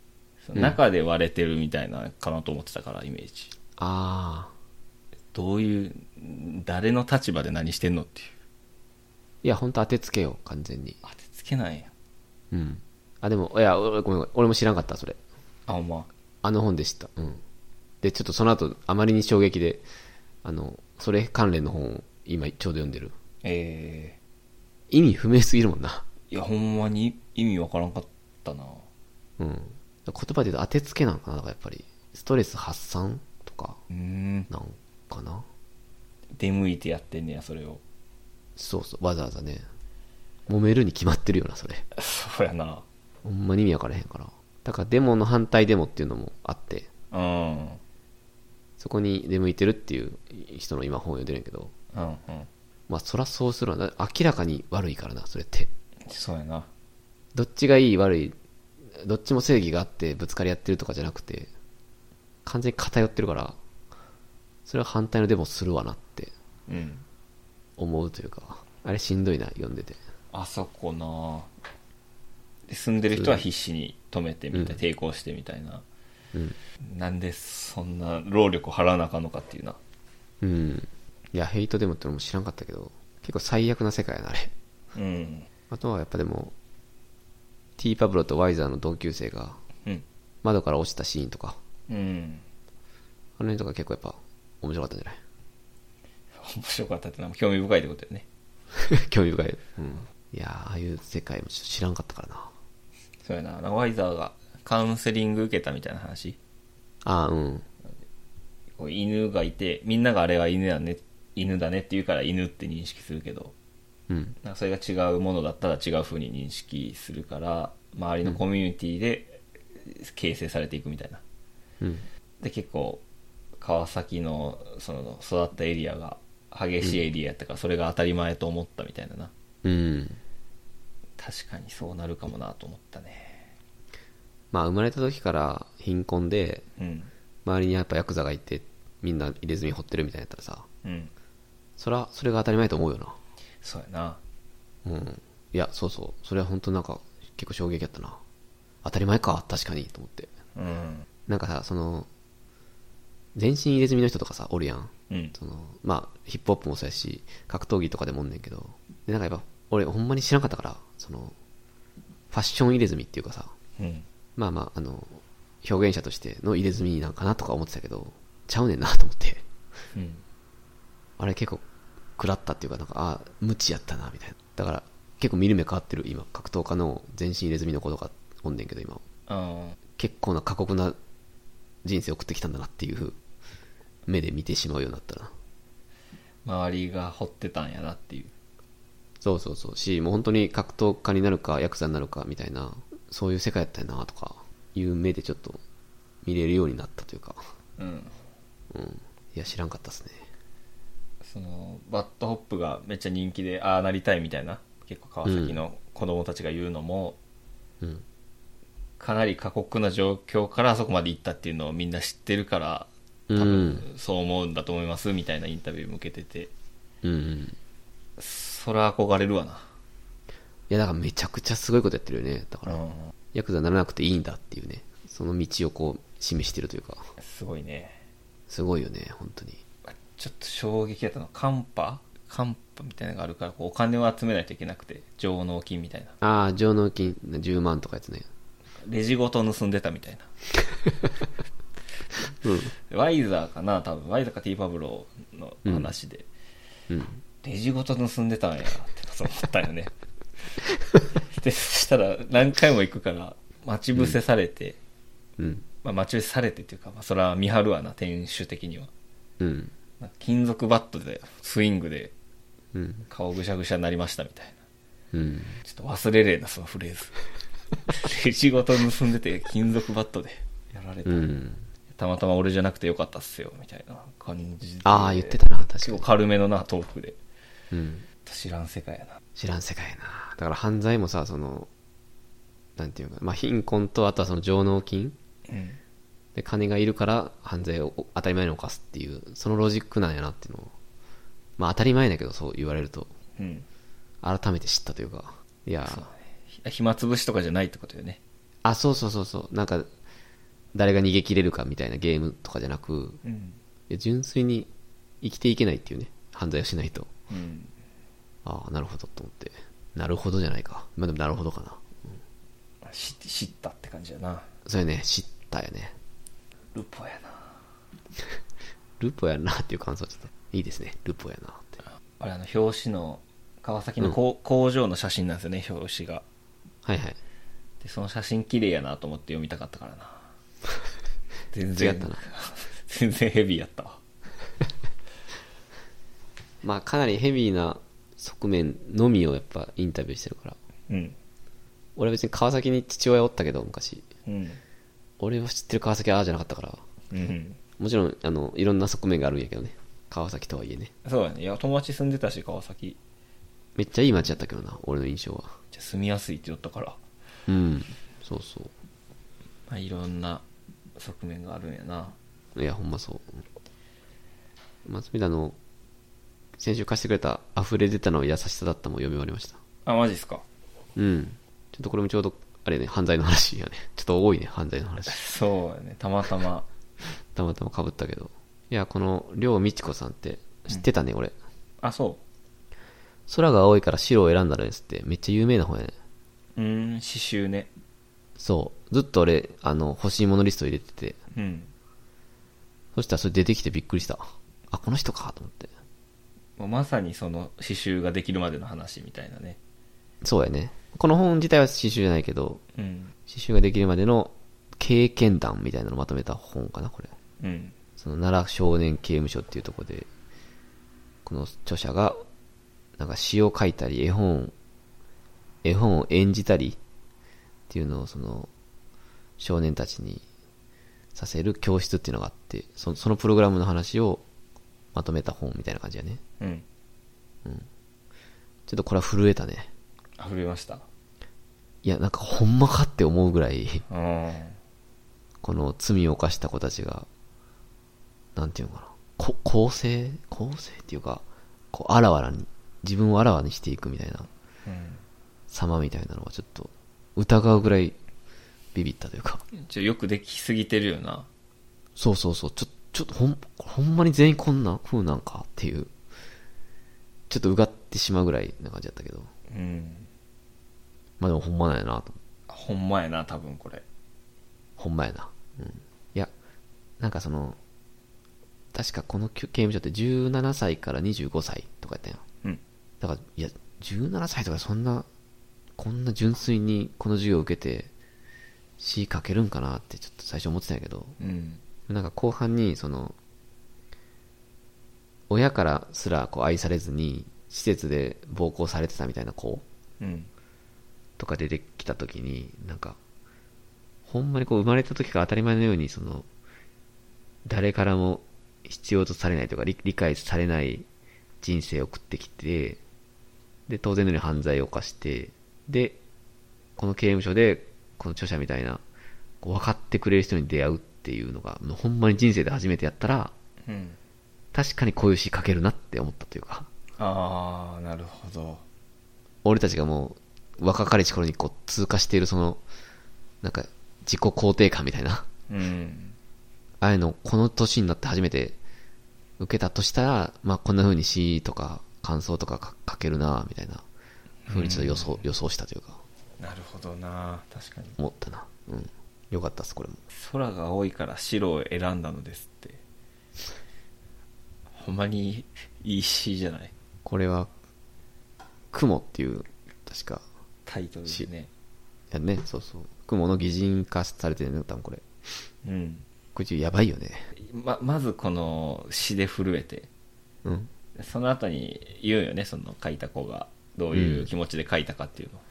S2: その
S1: うん
S2: 中で割れてるみたいなかなと思ってたからイメージ
S1: ああ。
S2: どういうん誰の立場で何してんのっていう
S1: いや、本当当てつけよう、完全に。
S2: 当てつけないや
S1: うん。あ、でも、いや、俺ごめんごめん。俺も知らんかった、それ。
S2: あほんま
S1: あの本でした。うん。で、ちょっとその後、あまりに衝撃で、あの、それ関連の本を今ちょうど読んでる。
S2: え
S1: 意味不明すぎるもんな。
S2: ー、いやほんまに意味わからんかったな
S1: うん。言葉で言うと当てつけなんかな、だからやっぱり。ストレス発散とか、
S2: うーん
S1: なんかな。
S2: 出向いてやってんねやそれを
S1: そうそう、わざわざね。揉めるに決まってるよな、それ。
S2: そうやな
S1: ほんまに意味わからへんから。だからデモの反対デモっていうのもあって、
S2: うんうん
S1: そこに出向いてるっていう人の今本読んでるんやけど、
S2: うん
S1: まあそらそうするわな。明らかに悪いからな、それって。
S2: そうやな
S1: どっちがいい悪い、どっちも正義があってぶつかり合ってるとかじゃなくて、完全に偏ってるから、それは反対のデモするわなって
S2: うん
S1: 思うというか、あれしんどいな、読んでて。
S2: あそこなで住んでる人は必死に止めてみたい、
S1: うん
S2: 抵抗してみたいな
S1: うん。
S2: なんでそんな労力を払わなあかんのかっていうな。
S1: うん。いや、ヘイトデモってのも知らんかったけど、結構最悪な世界やな、あれ。
S2: うん。
S1: あとはやっぱでも、T パブロとワイザーの同級生が
S2: うん。
S1: 窓から落ちたシーンとか、
S2: うん。
S1: あの辺とか結構やっぱ面白かったんじゃ
S2: 面白かったってのは興味深いってことよね。
S1: ない 興味深い。うん。いやー、ああいう世界もちょっと知らんかったからな。
S2: そうやな。あのワイザーがカウンセリング受けたみたいな話。
S1: ああ、うん。
S2: こう犬がいて、みんながあれは犬だね、犬だねって言うから犬って認識するけど、
S1: うん。
S2: なんかそれが違うものだったら違う風に認識するから、周りのコミュニティで形成されていくみたいな。
S1: うん。
S2: で結構川崎のその育ったエリアが激しいエリアやったからそれが当たり前と思ったみたいなな、
S1: うん。
S2: 確かにそうなるかもなと思ったね
S1: まあ、生まれた時から貧困で、
S2: うん
S1: 周りにやっぱヤクザがいて、みんな入れ墨掘ってるみたいなやったらさ、
S2: うん
S1: そら、それが当たり前と思うよな。
S2: そうやな
S1: うん。いや、そうそう。それは本当なんか、結構衝撃やったな。当たり前か、確かに、と思って。
S2: うん
S1: なんかさ、その、全身入れ墨の人とかさ、おるやん。
S2: うん
S1: その、まあ、ヒップホップもそうやし、格闘技とかでもおんねんけど。で、なんかやっぱ、俺ほんまに知らんかったから、その、ファッション入れ墨っていうかさ、
S2: うん
S1: まあまあ、あの、表現者としての入れ墨なんかなとか思ってたけど、ちゃうねんなと思って。
S2: うん
S1: あれ結構、食らったっていうか、なんか、ああ、無知やったな、みたいな。だから、結構見る目変わってる、今、格闘家の全身入れ墨の子とかおんねんけど、今。
S2: あ
S1: 結構な過酷な人生送ってきたんだなっていう目で見てしまうようになったな。
S2: ー周りが掘ってたんやなっていう
S1: そうそうそう。し、もう本当に格闘家になるか、ヤクザになるかみたいな、そういう世界やったよなとか、いう目でちょっと見れるようになったというか、
S2: うん
S1: うん。いや、知らんかったっすね。
S2: そのバッドホップがめっちゃ人気でああなりたいみたいな結構川崎の子供たちが言うのも、
S1: うん。
S2: かなり過酷な状況からあそこまで行ったっていうのをみんな知ってるから
S1: う
S2: 多
S1: ん。
S2: 分そう思うんだと思いますみたいなインタビュー向けてて
S1: うんうん。
S2: そら憧れるわない
S1: や、だからめちゃくちゃすごいことやってるよね。だから、ヤクザにならなくていいんだっていうね、その道をこう、示してるというか、
S2: すごいね
S1: すごいよね、本当に。
S2: ちょっと衝撃だったの寒波寒波みたいなのがあるからこうお金を集めないといけなくて上納金みたいな
S1: ああ、上納金10万とかやつね。
S2: レジごと盗んでたみたいな
S1: うん。
S2: でワイザーかな多分ワイザーかティーパブローの話で、
S1: うん。
S2: レジごと盗んでたんやなってそう思ったよね でそしたら何回も行くから待ち伏せされて、
S1: うん。
S2: まあ、待ち伏せされてっていうか、まあ、それは見張るわな店主的には
S1: うん。
S2: なんか金属バットでスイングで
S1: うん。
S2: 顔ぐしゃぐしゃになりましたみたいな
S1: うん。
S2: ちょっと忘れれえなそのフ レーズレジごと盗んでて金属バットでやられた、
S1: うん。
S2: たまたま俺じゃなくてよかったっすよみたいな感じで
S1: ああ、言ってたな、確
S2: 結
S1: か
S2: 構
S1: に。
S2: 軽めのなトークで
S1: うん。
S2: 知らん世界やな
S1: 知らん世界やな。だから犯罪もさ、その、なんていうのかな、まあ、貧困と、あとはその上納金
S2: うん
S1: で金がいるから犯罪を当たり前に犯すっていう、そのロジックなんやなっていうのを、まあ当たり前だけど、そう言われると、
S2: うん
S1: 改めて知ったというか。いや
S2: そう
S1: ー
S2: ね、ひ暇つぶしとかじゃないってことよね
S1: あ、そうそうそうそう、なんか、誰が逃げ切れるかみたいなゲームとかじゃなく、
S2: うん
S1: いや純粋に生きていけないっていうね、犯罪をしないと。
S2: うん
S1: ああ、なるほどと思って。なるほどじゃないか。まあでもなるほどかな。
S2: 知知ったって感じやな
S1: それね、知ったよね。
S2: ルポやな
S1: ルポやなっていう感想ちょっと。いいですね。ルポやなって。
S2: あれあの表紙の川崎の工,、工場の写真なんですよね表紙が
S1: はいはい。
S2: でその写真綺麗やなと思って読みたかったからな 全然
S1: 違ったな
S2: 全然ヘビーやったわ
S1: まあかなりヘビーな側面のみをやっぱインタビューしてるから。
S2: うん
S1: 俺別に川崎に父親おったけど、昔。
S2: うん
S1: 俺は知ってる川崎はああじゃなかったから。
S2: うん
S1: もちろん、あの、いろんな側面があるんやけどね。川崎とはいえね。
S2: そうやねいや友達住んでたし川崎
S1: めっちゃいい街やったけどな、俺の印象は。
S2: じゃ住みやすいって言ったから、ま
S1: うん。そうそ
S2: あ、いろんな側面があるんやな
S1: う。いや、ほんまそう。まあ、そういう意味であの、先週貸してくれた溢れ出たのは優しさだったもん読み終わりました。
S2: あマジっすか
S1: うん。ちょっとこれもちょうどあれね、犯罪の話よね。 ちょっと多いね、犯罪の話。
S2: そうやね。たまたま。
S1: たまたま被ったけど。いや、この、りょうみちこさんって、知ってたね、俺。
S2: あ、そ
S1: 空が青いから白を選んだのですって、めっちゃ有名な本やね。
S2: う。うーん、刺繍ね。
S1: そう。ずっと俺、あの、欲しいものリスト入れてて、
S2: うん。
S1: そしたらそれ出てきてびっくりした。あ、この人かと思って。
S2: もうまさにその刺繍ができるまでの話みたいなね。
S1: そうやね。この本自体は刺繍じゃないけど、
S2: うん。
S1: 刺繍ができるまでの経験談みたいなのをまとめた本かな、これ。
S2: うん。
S1: その奈良少年刑務所っていうところで、この著者が、なんか詩を書いたり、絵本、絵本を演じたりっていうのをその少年たちにさせる教室っていうのがあって、そそのプログラムの話をまとめた本みたいな感じやね。
S2: うん。
S1: ちょっとこれは震えたね。
S2: 溢れました。
S1: いや、なんかほんまかって思うぐらい、
S2: うん。
S1: この罪を犯した子たちが、なんていうのかな、こ、構成構成っていうか、こう、あらわらに、自分をあらわにしていくみたいな、
S2: う
S1: 様みたいなのはちょっと、疑うぐらい、ビビったというか。
S2: ん。ちょ、よくできすぎてるよな。
S1: そうそうそう、ちょ、ちょっとほん、ほんまに全員こんな風なんかっていう、ちょっとうがってしまうぐらいな感じだったけど、
S2: うん。
S1: まあでもほんまなんやなと。
S2: ほんまやな、多分これ。
S1: ほんまやな。うん。いや、なんかその、確かこのきゅ刑務所って17歳から25歳とかやったんや。
S2: うん。
S1: だから、いや、17歳とかそんな、こんな純粋にこの授業を受けて、詩書けるんかなってちょっと最初思ってたんやけど、
S2: うん。
S1: なんか後半に、その、親からすらこう愛されずに、施設で暴行されてたみたいな子
S2: うん。
S1: とか出てきた時に、なんか、ほんまにこう生まれた時から当たり前のように、その、誰からも必要とされないとか理理解されない人生を送ってきて、で、当然のように犯罪を犯して、で、この刑務所で、この著者みたいな、こう分かってくれる人に出会うっていうのが、もうほんまに人生で初めてやったら、
S2: うん。
S1: 確かにこういう詩書けるなって思ったというか、
S2: あー、なるほど。
S1: 俺たちがもう、若かりし頃にこう通過しているその、なんか、自己肯定感みたいな、
S2: うん。
S1: ああいうのをこの年になって初めて受けたとしたら、まあこんな風に詩とか感想とかか書けるな、みたいな風にちょっと予想、予想したというか、
S2: なるほどな確かに。
S1: 思ったな。うん。よかったっす、これも。
S2: 空が青いから白を選んだのですって。ほんまにいい詩じゃない
S1: これは、雲っていう、確か、
S2: タイトルでね。
S1: やね、そうそう。雲の擬人化されてるね、多分これ。
S2: うん。
S1: これちょっとやばいよね。
S2: ま、まずこの詩で震えて。
S1: うん。
S2: その後に言うよね、その書いた子が。どういう気持ちで書いたかっていうの。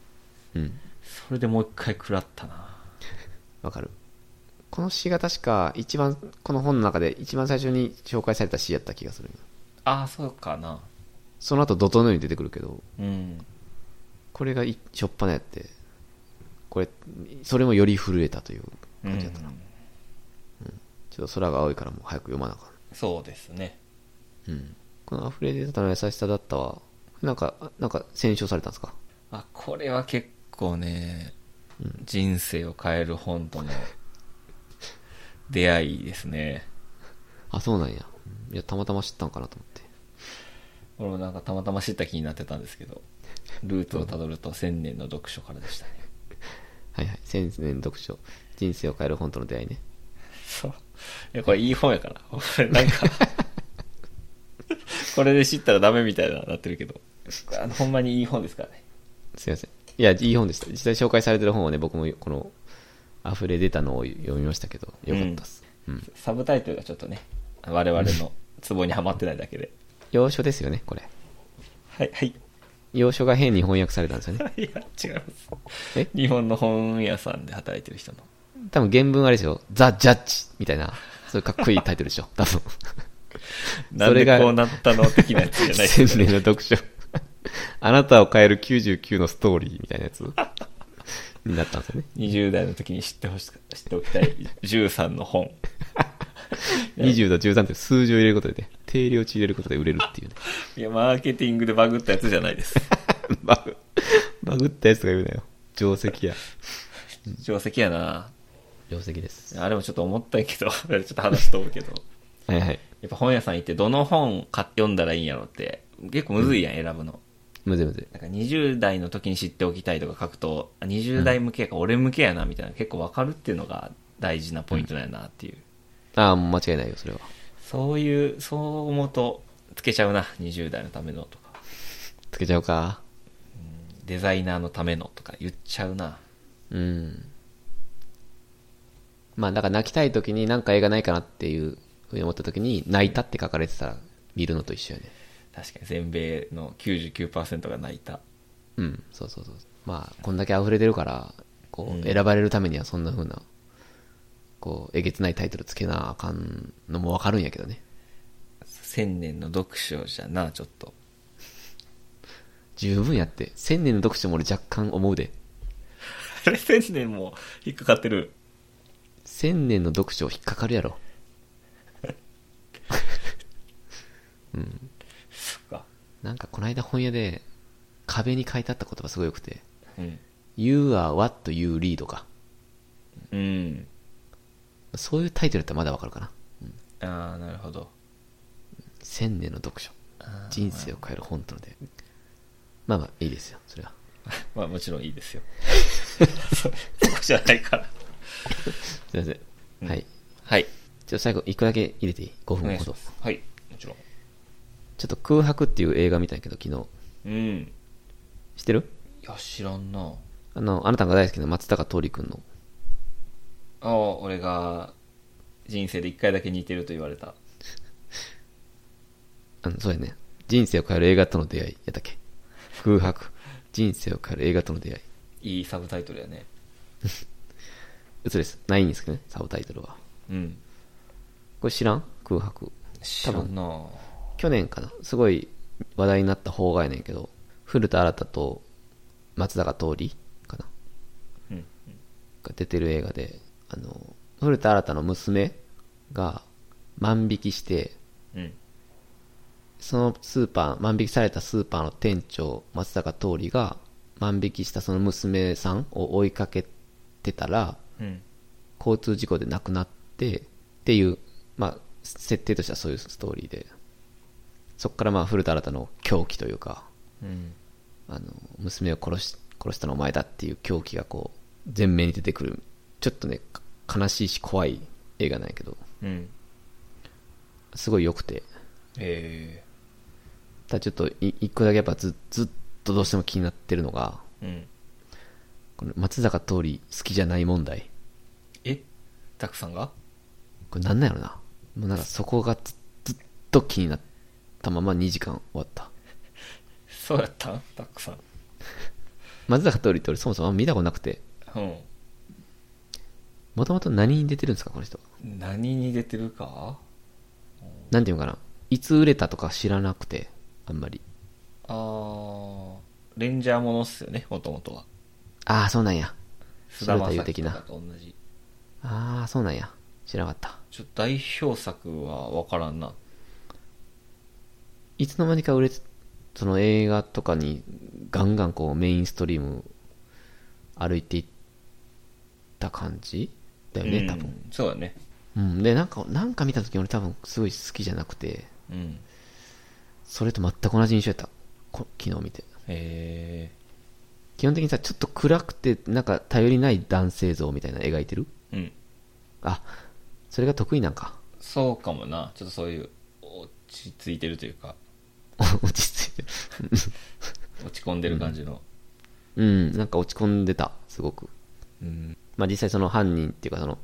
S1: うん。
S2: それでもう一回食らったな
S1: わかる。この詩が確か一番、この本の中で一番最初に紹介された詩やった気がする。
S2: ああ、そうかな。
S1: その後怒涛のように出てくるけど、
S2: うん。
S1: これがいしょっぱなやって、これ、それもより震えたという感じだったな。
S2: うん
S1: ちょっと空が青いからもう早く読まなあか
S2: そうですね。
S1: ん。うん。この溢れ出たの優しさだったは、なんか、あなんか、選書されたんですか
S2: あ、これは結構ね、人生を変える本との出会いですね。
S1: あ、そうなんや。いや、たまたま知ったんかなと思って。
S2: 俺もなんかたまたま知った気になってたんですけど、ルートをたどると千年の読書からでしたね。
S1: はいはい。千年読書。人生を変える本との出会いね。
S2: そう。いや、これいい本やから。 俺なんか、これで知ったらダメみたいななってるけど、あのほんまにいい本ですからね。
S1: すいません。いや、いい本でした。実際紹介されてる本はね、僕もこの、溢れ出たのを読みましたけど、よかったっす。うん。
S2: サブタイトルがちょっとね、我々のツボにはまってないだけで。
S1: 要所ですよね、これ。
S2: はい、はい。
S1: 要所が変に翻訳されたんですよね。
S2: いや、違います。
S1: え
S2: 日本の本屋さんで働いてる人の。
S1: 多分原文あれですよ。ザ・ジャッジみたいな、そういうかっこいいタイトルでし ょ。多分。
S2: なんでこうなったの的なやつじゃな い
S1: 千 年の読書。あなたを変える99のストーリーみたいなやつになったんですよね。
S2: 20代の時に知ってほしか知っておきたい13の本。
S1: 20と13って数字を入れることでね、定量値入れることで売れるっていうね。
S2: いや、マーケティングでバグ ったやつじゃないです。
S1: バグ、バグったやつが言うなよ。定石や。
S2: 定石やな
S1: 定石です。
S2: あれもちょっと思ったんやけど ちょっと話飛ぶけど
S1: はいはい。
S2: やっぱ本屋さん行ってどの本買って読んだらいいんやろって結構むずいやん、選ぶの
S1: むずむず。
S2: なんか20代の時に知っておきたいとか書くとあ20代向けやから俺向けやなみたいなの結構わかるっていうのが大事なポイントなんやなっていう、
S1: ああ、もう間違いないよ、それは。
S2: そういうそう思うとつけちゃうな20代のためのとか
S1: つけちゃうか。
S2: デザイナーのためのとか言っちゃうな
S1: うん。まあ、だから泣きたい時になんか映画ないかなっていうふうに思った時に、泣いたって書かれてたら見るのと一緒やね。
S2: 確かに全米の99%が泣いた
S1: うん、そうそうそう。まあ、こんだけ溢れてるから、こ
S2: う
S1: う、
S2: ん
S1: 選ばれるためにはそんな風な、こう、えげつないタイトルつけなあかんのもわかるんやけどね。
S2: 千年の読書じゃなちょっと
S1: 十分やって。千年の読書も俺若干思うで。
S2: それ 千年も引っかかってる
S1: 千年の読書引っかかるやろ。うん。
S2: そっか
S1: なんかこの間本屋で、壁に書いてあった言葉すごい良くて、
S2: うん、
S1: You are what you read か。
S2: うん、
S1: そういうタイトルだったらまだわかるかな。うん
S2: ああなるほど
S1: 千年の読書。
S2: あー
S1: 人生を変える本とので。まあまあ、いいですよ、それは。
S2: まあもちろんいい ですよそそうじゃないから
S1: すいませ
S2: うん
S1: ん。はい。
S2: はい
S1: ちょっと最後、一個だけ入れていい ?5
S2: お願
S1: 分
S2: い
S1: ほ
S2: し
S1: ど。
S2: ま
S1: ち
S2: すはいもちろん
S1: ょっと空白っていう映画見たんやけど、昨日。
S2: うん
S1: 知ってる
S2: いや知らんな
S1: あの、あなたが大好きな松坂桃李くんの。
S2: ああ俺が人生で一回だけ似てると言われた
S1: あの、そうやね。人生を変える映画との出会い。やったっけ空白。人生を変える映画との出会い。
S2: いいサブタイトルやね
S1: 嘘です。ないんですけどね、サブタイトルは。
S2: うん
S1: これ知らん空白。
S2: 知らんな
S1: 去年かな。すごい話題になった方がやねんけど、古田新太と松坂桃李かな。
S2: うん
S1: が出てる映画で、あの、古田新太の娘が万引きして、
S2: うん
S1: そのスーパー、万引きされたスーパーの店長、松坂桃李が、万引きしたその娘さんを追いかけてたら、
S2: うん
S1: 交通事故で亡くなって、っていう、まあ、設定としてはそういうストーリーで、そこからまあ、古田新太の狂気というか、
S2: うん
S1: あの、娘を殺し、殺したのお前だっていう狂気がこう、前面に出てくる。ちょっとね、か悲しいし怖い映画なんやけど、
S2: うん
S1: すごい良くて。
S2: え
S1: ただちょっとい、一個だけやっぱず、ずっとどうしても気になってるのが、
S2: えうん
S1: この松坂桃李好きじゃない問題。
S2: えたくさんが
S1: これなんなんやろな。もうなんかそこがずずっと気になったまま2時間終わった。
S2: そうやったたくさん
S1: 松坂桃李って俺そもそもあんま見たことなくて、
S2: うん
S1: もともと何に出てるんですか、この人。
S2: 何に出てるか
S1: なんていうのかな。いつ売れたとか知らなくて、あんまり。
S2: あーレンジャーものっすよねもともとは
S1: ああ、そうなんや。
S2: 菅田
S1: 田
S2: 将
S1: 優
S2: 暉
S1: 的
S2: と
S1: な
S2: かと同じ
S1: ああ、そうなんや。知らなかった。
S2: ちょっと代表作は分からんない
S1: つの間にか売れて、その映画とかにガンガンこうメインストリーム歩いていった感じだよ
S2: う
S1: ね、
S2: ん
S1: 多分。
S2: そうだね
S1: うん。で、なんか、なんか見た時俺多分すごい好きじゃなくて、
S2: うん
S1: それと全く同じ印象やった。こ昨日見て。
S2: え
S1: 基本的にさ、ちょっと暗くて、なんか頼りない男性像みたいなの描いてる
S2: ー、うん
S1: あ、それが得意なんか。
S2: そうかもなちょっとそういう落ち着いてるというか
S1: 落ち着いてる。
S2: 落ち込んでる感じの
S1: うん、なんか落ち込んでた、すごく。
S2: うん
S1: まあ、実際その犯人っていうかその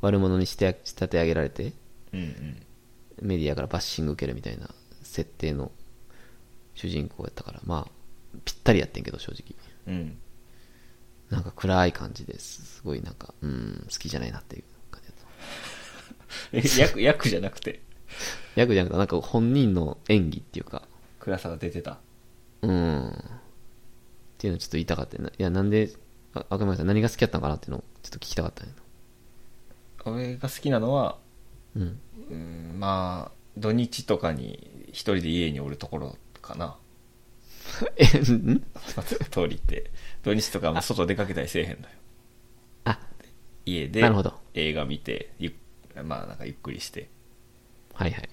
S1: 悪者にして仕立て上げられて
S2: うんうん
S1: メディアからバッシング受けるみたいな設定の主人公やったからまあぴったりやってんけど正直
S2: うん
S1: なんか暗い感じですすごいなんかうん好きじゃないなっていう感じだった
S2: え役役じゃなくて
S1: 役じゃなくてなんか本人の演技っていうか
S2: 暗さが出てた
S1: うんっていうのちょっと言いたかったよないやなんであ赤嶺さん何が好きやったのかなっていうのをちょっと聞きたかったんや
S2: 俺が好きなのは
S1: なうん
S2: うんまあ土日とかに一人で家におるところかな
S1: えん
S2: 松坂通りって土日とかも外出かけたりせえへんのよ
S1: あ
S2: 家で
S1: なるほど
S2: 映画見て、ゆっまあなんかゆっくりして、
S1: はいはい。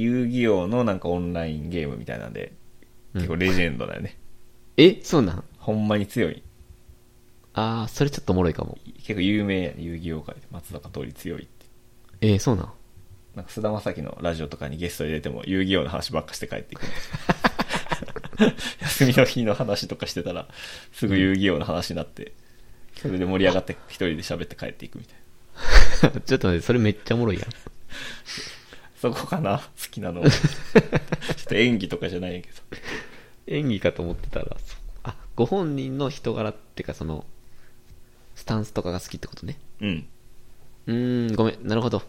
S2: 遊戯王のなんかオンラインゲームみたいなんで、
S1: うん
S2: 結構レジェンドだよね。
S1: え、そうなん
S2: ほんまに強い。
S1: あー、それちょっとおもろいかも。
S2: 結構有名やね遊戯王界で松坂通り強いって。
S1: えー、そうなん
S2: なんか菅田将暉のラジオとかにゲストで出ても遊戯王の話ばっかして帰 ってくる。休みの日の話とかしてたら、すぐ遊戯王の話になって、それで盛り上がって一人で喋って帰っていくみたいな。
S1: ちょっと待って、それめっちゃおもろいやん。
S2: そこかな好き なのは。ちょっと演技とかじゃないんやけど。
S1: 演技かと思ってたら、そうあ、ご本人の人柄ってかその、スタンスとかが好きってことね。
S2: うん。
S1: うーん、ごめん、なるほど。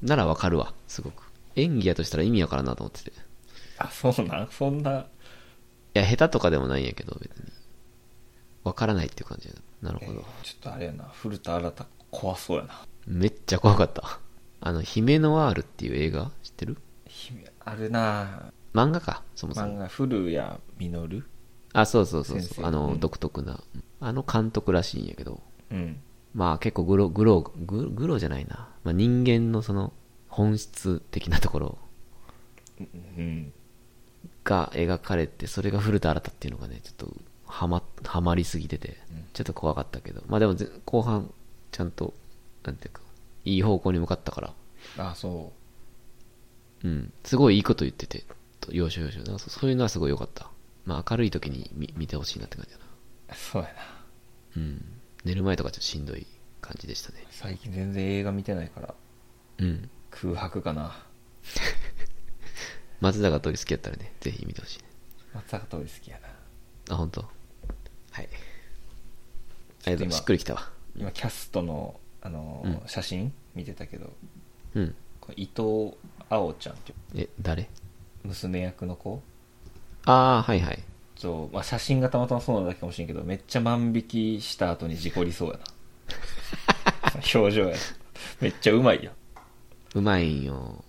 S1: ならわかるわ、すごく。演技やとしたら意味やからなと思ってて。い
S2: あ、そうなんそんな、
S1: や、下手とかでもないんやけど、別に。わからないっていう感じやな。なる
S2: え
S1: ほど。
S2: ちょっとあれやな、古田新太怖そうやな。
S1: めっちゃ怖かった。あの、姫のワールっていう映画知ってる
S2: 姫あるな
S1: 漫画か、そもそ
S2: 漫
S1: も。
S2: 画、古谷実
S1: あ、そうそうそうそ
S2: 先
S1: う。
S2: 生
S1: あの、
S2: うん
S1: 独特な。あの監督らしいんやけど。
S2: うん。
S1: まあ結構グロ、グロ、グログロじゃないな。まあ人間のその本質的なところ
S2: うん。
S1: が描かれて、それが古田新太っていうのがね、ちょっとはま、はまりすぎてて
S2: うん、
S1: ちょっと怖かったけど。まあでもぜ後半、ちゃんと、なんていうか、いい方向に向かったから、
S2: あ、そ
S1: うん、すごいいいこと言ってて、と要所要所。なんかそそういうのはすごい良かった。まあ明るい時に見見てほしいなって感じだな。
S2: う。そうやな。
S1: うん。寝る前とかちょっとしんどい感じでしたね。
S2: 最近全然映画見てないから、
S1: うん。
S2: 空白かな。
S1: 松坂通り好きやったらね、ぜひ見てほしいね。
S2: 松坂桃李好きやな。
S1: あ、本当。はい。あ
S2: ち
S1: り
S2: ょっと
S1: がとう。
S2: 今
S1: しっくりきたわ。
S2: 今、キャストの、あのー、写真見てたけど、
S1: うん。
S2: これ伊藤青ちゃんっていう
S1: え、誰
S2: 娘役の子
S1: ああ、はいはい。
S2: と、まあ、写真がたまたまそうなだけかもしれんけど、めっちゃ万引きした後に事故りそう やな。表情やな。めっちゃうまいやん。
S1: うまいんよ。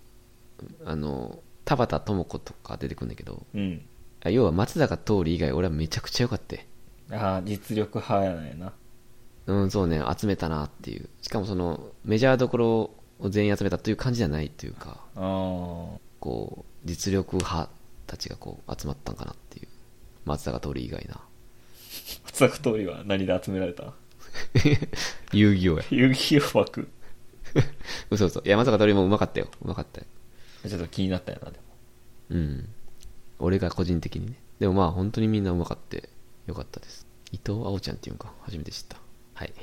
S1: あの、田畑智子とか出てくるんだけど、
S2: うん。
S1: あ要は松坂桃李以外俺はめちゃくちゃ良かった。
S2: ああ、実力派やないな。
S1: うん、そうね、集めたなっていう。しかもその、メジャーどころを全員集めたという感じじゃないというか、
S2: あー
S1: こう、実力派たちがこう、集まったんかなっていう。松坂桃李以外な。
S2: 松坂桃李は何で集められた
S1: 遊戯王や。
S2: 遊戯王枠。
S1: 嘘嘘。いや、松坂桃李もうまかったよ。うまかったよ。
S2: ちょっと気になったよな、でも。
S1: うん。俺が個人的にね。でもまあ本当にみんなうまかってよかったです。伊藤青ちゃんっていうんか、初めて知った。はい。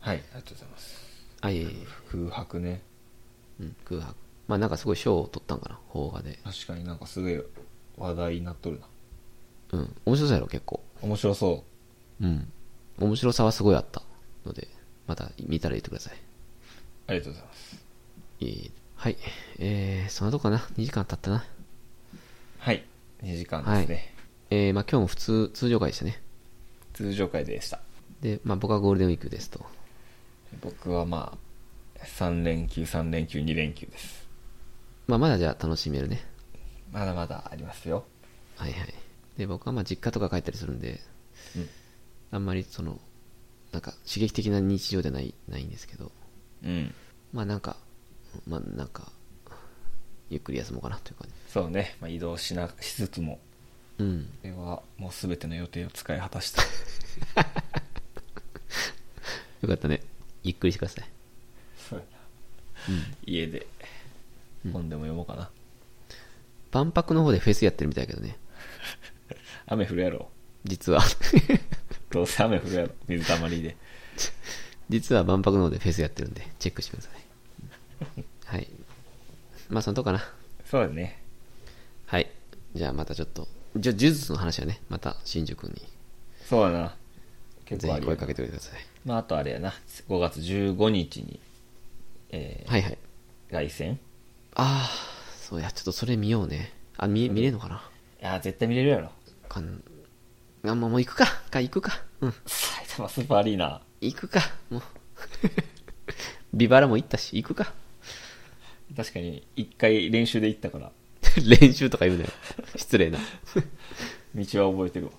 S2: はい、ありがとうございます。
S1: あ、いえいえ。
S2: 空白ね。
S1: うん、空白。まあなんかすごい賞を取ったんかな、邦画で。
S2: 確かになんかすごい話題になっとるな。
S1: うん。面白そうやろ、結構。
S2: 面白そ
S1: うん。面白さはすごいあったので、また見たら言ってください。
S2: う。ありがとうございます。
S1: いえいえはい。えー、そんなとこかな。2時間経ったな。
S2: はい、2時間ですね。
S1: はいえー、まあ今日も普通、通常回でしたね。
S2: 通常会でした。
S1: で、まあ僕はゴールデンウィークですと。
S2: 僕はまあ、3連休、3連休、2連休です。
S1: まあまだじゃあ楽しめるね。
S2: まだまだありますよ。
S1: はいはい。で、僕はまあ実家とか帰ったりするんで、
S2: うん。
S1: あんまりその、なんか刺激的な日常じゃない、ないんですけど、
S2: うん。
S1: まあなんか、まあなんか、ゆっくり休もうかなという感
S2: そうね、まあ、移動しな、しつつも、
S1: じ。うん。
S2: これはもうすべての予定を使い果たした。
S1: よかったね。ゆっくりしてください。
S2: そうやな
S1: うん。
S2: 家で、本でも読もうかな。
S1: 万博の方でフェスやってるみたいだけどね。
S2: 雨降るやろ。
S1: 実は。
S2: どうせ雨降るやろ。水たまりで。
S1: 実は万博の方でフェスやってるんで、チェックしてください。 はい。まあそのとこかな。
S2: そうだね。
S1: はい。じゃあまたちょっと、じゃあ呪術の話はね、また新宿に、
S2: そうだな。結
S1: ぜ
S2: 構あ
S1: ひ
S2: る
S1: 声
S2: よ
S1: かけておいてください。
S2: まあ、あとあれやな。5月15日に、えー、
S1: はいはい。
S2: 凱旋
S1: ああ、そうや、ちょっとそれ見ようね。あ、見、見れんのかな
S2: あやー、絶対見れるやろ。
S1: かん、あ、もうもう行くか。か、行くか。うん。
S2: 埼玉スーパーアリーナ。
S1: 行くか。もう。 ビバラも行ったし、行くか。
S2: 確かに、一回練習で行ったから、
S1: 練習とか言うなよ。失礼な。
S2: 道は覚えてるわ。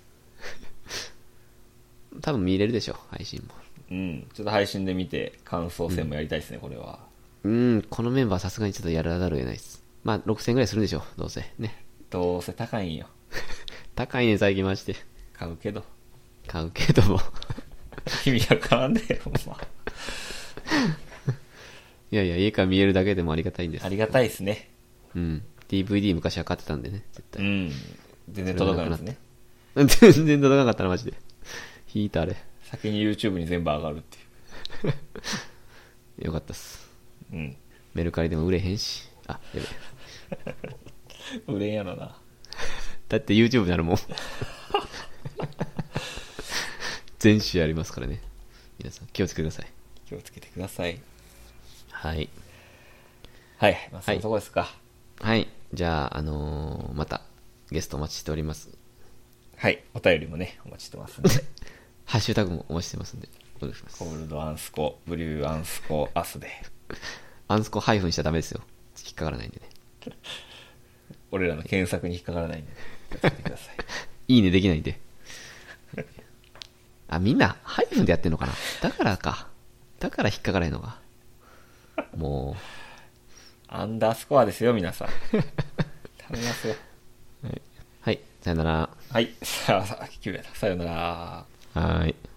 S1: 多分見れるでしょ、配信も。
S2: うん。ちょっと配信で見て、感想戦もやりたいですね、これは。
S1: うん、このメンバーさすがにちょっとやらざるを得ないです。まあ、6000円ぐらいするでしょ、どうせ。ね。
S2: どうせ高いんよ。
S1: 高いね、最近まして。
S2: 買うけど。
S1: 買うけども。
S2: 君は買わんで、ほんま。
S1: いやいや、家から見えるだけでもありがたいんです
S2: あ。りがたいですね。
S1: うん。DVD 昔は買ってたんでね、絶
S2: う
S1: 対。
S2: ん。全然届かないですね。
S1: 全然届かなかったな、マジで。引いたあれ。
S2: 先に YouTube に全部上がるってい
S1: よかったっす。
S2: う。
S1: メルカリでも売れへんし。あ、やべえ。
S2: うん。売れんやろな。
S1: だって YouTube なるもん。 全種ありますからね。皆さん気をつけてください。
S2: 気をつけてください。
S1: はい。
S2: はい。まあ、そ
S1: は
S2: ん
S1: い
S2: なとこですか。
S1: はい。じゃあ、あのーまたゲストお待ちしております。
S2: はい。お便りもね、お待ちしてますん で。
S1: ハッシュタグもお待ちしてますんで、お願いします
S2: コ。ールドアンスコ、ブリューアンスコ、アスで。
S1: アンスコハイフンしちゃダメですよ。引っかからないんでね。
S2: 俺らの検索に引っかからないんで、気をつけてくだ さ い。
S1: いいねできないんで。あ、みんな、ハイフンでやってんのかなだからか。だから引っかからないのが。も
S2: アンダースコアですよ、皆さん。 頼みますよ。
S1: う。はい。さよなら。
S2: はい。さあ、さあ、キュウやだ。さよなら。
S1: はーい。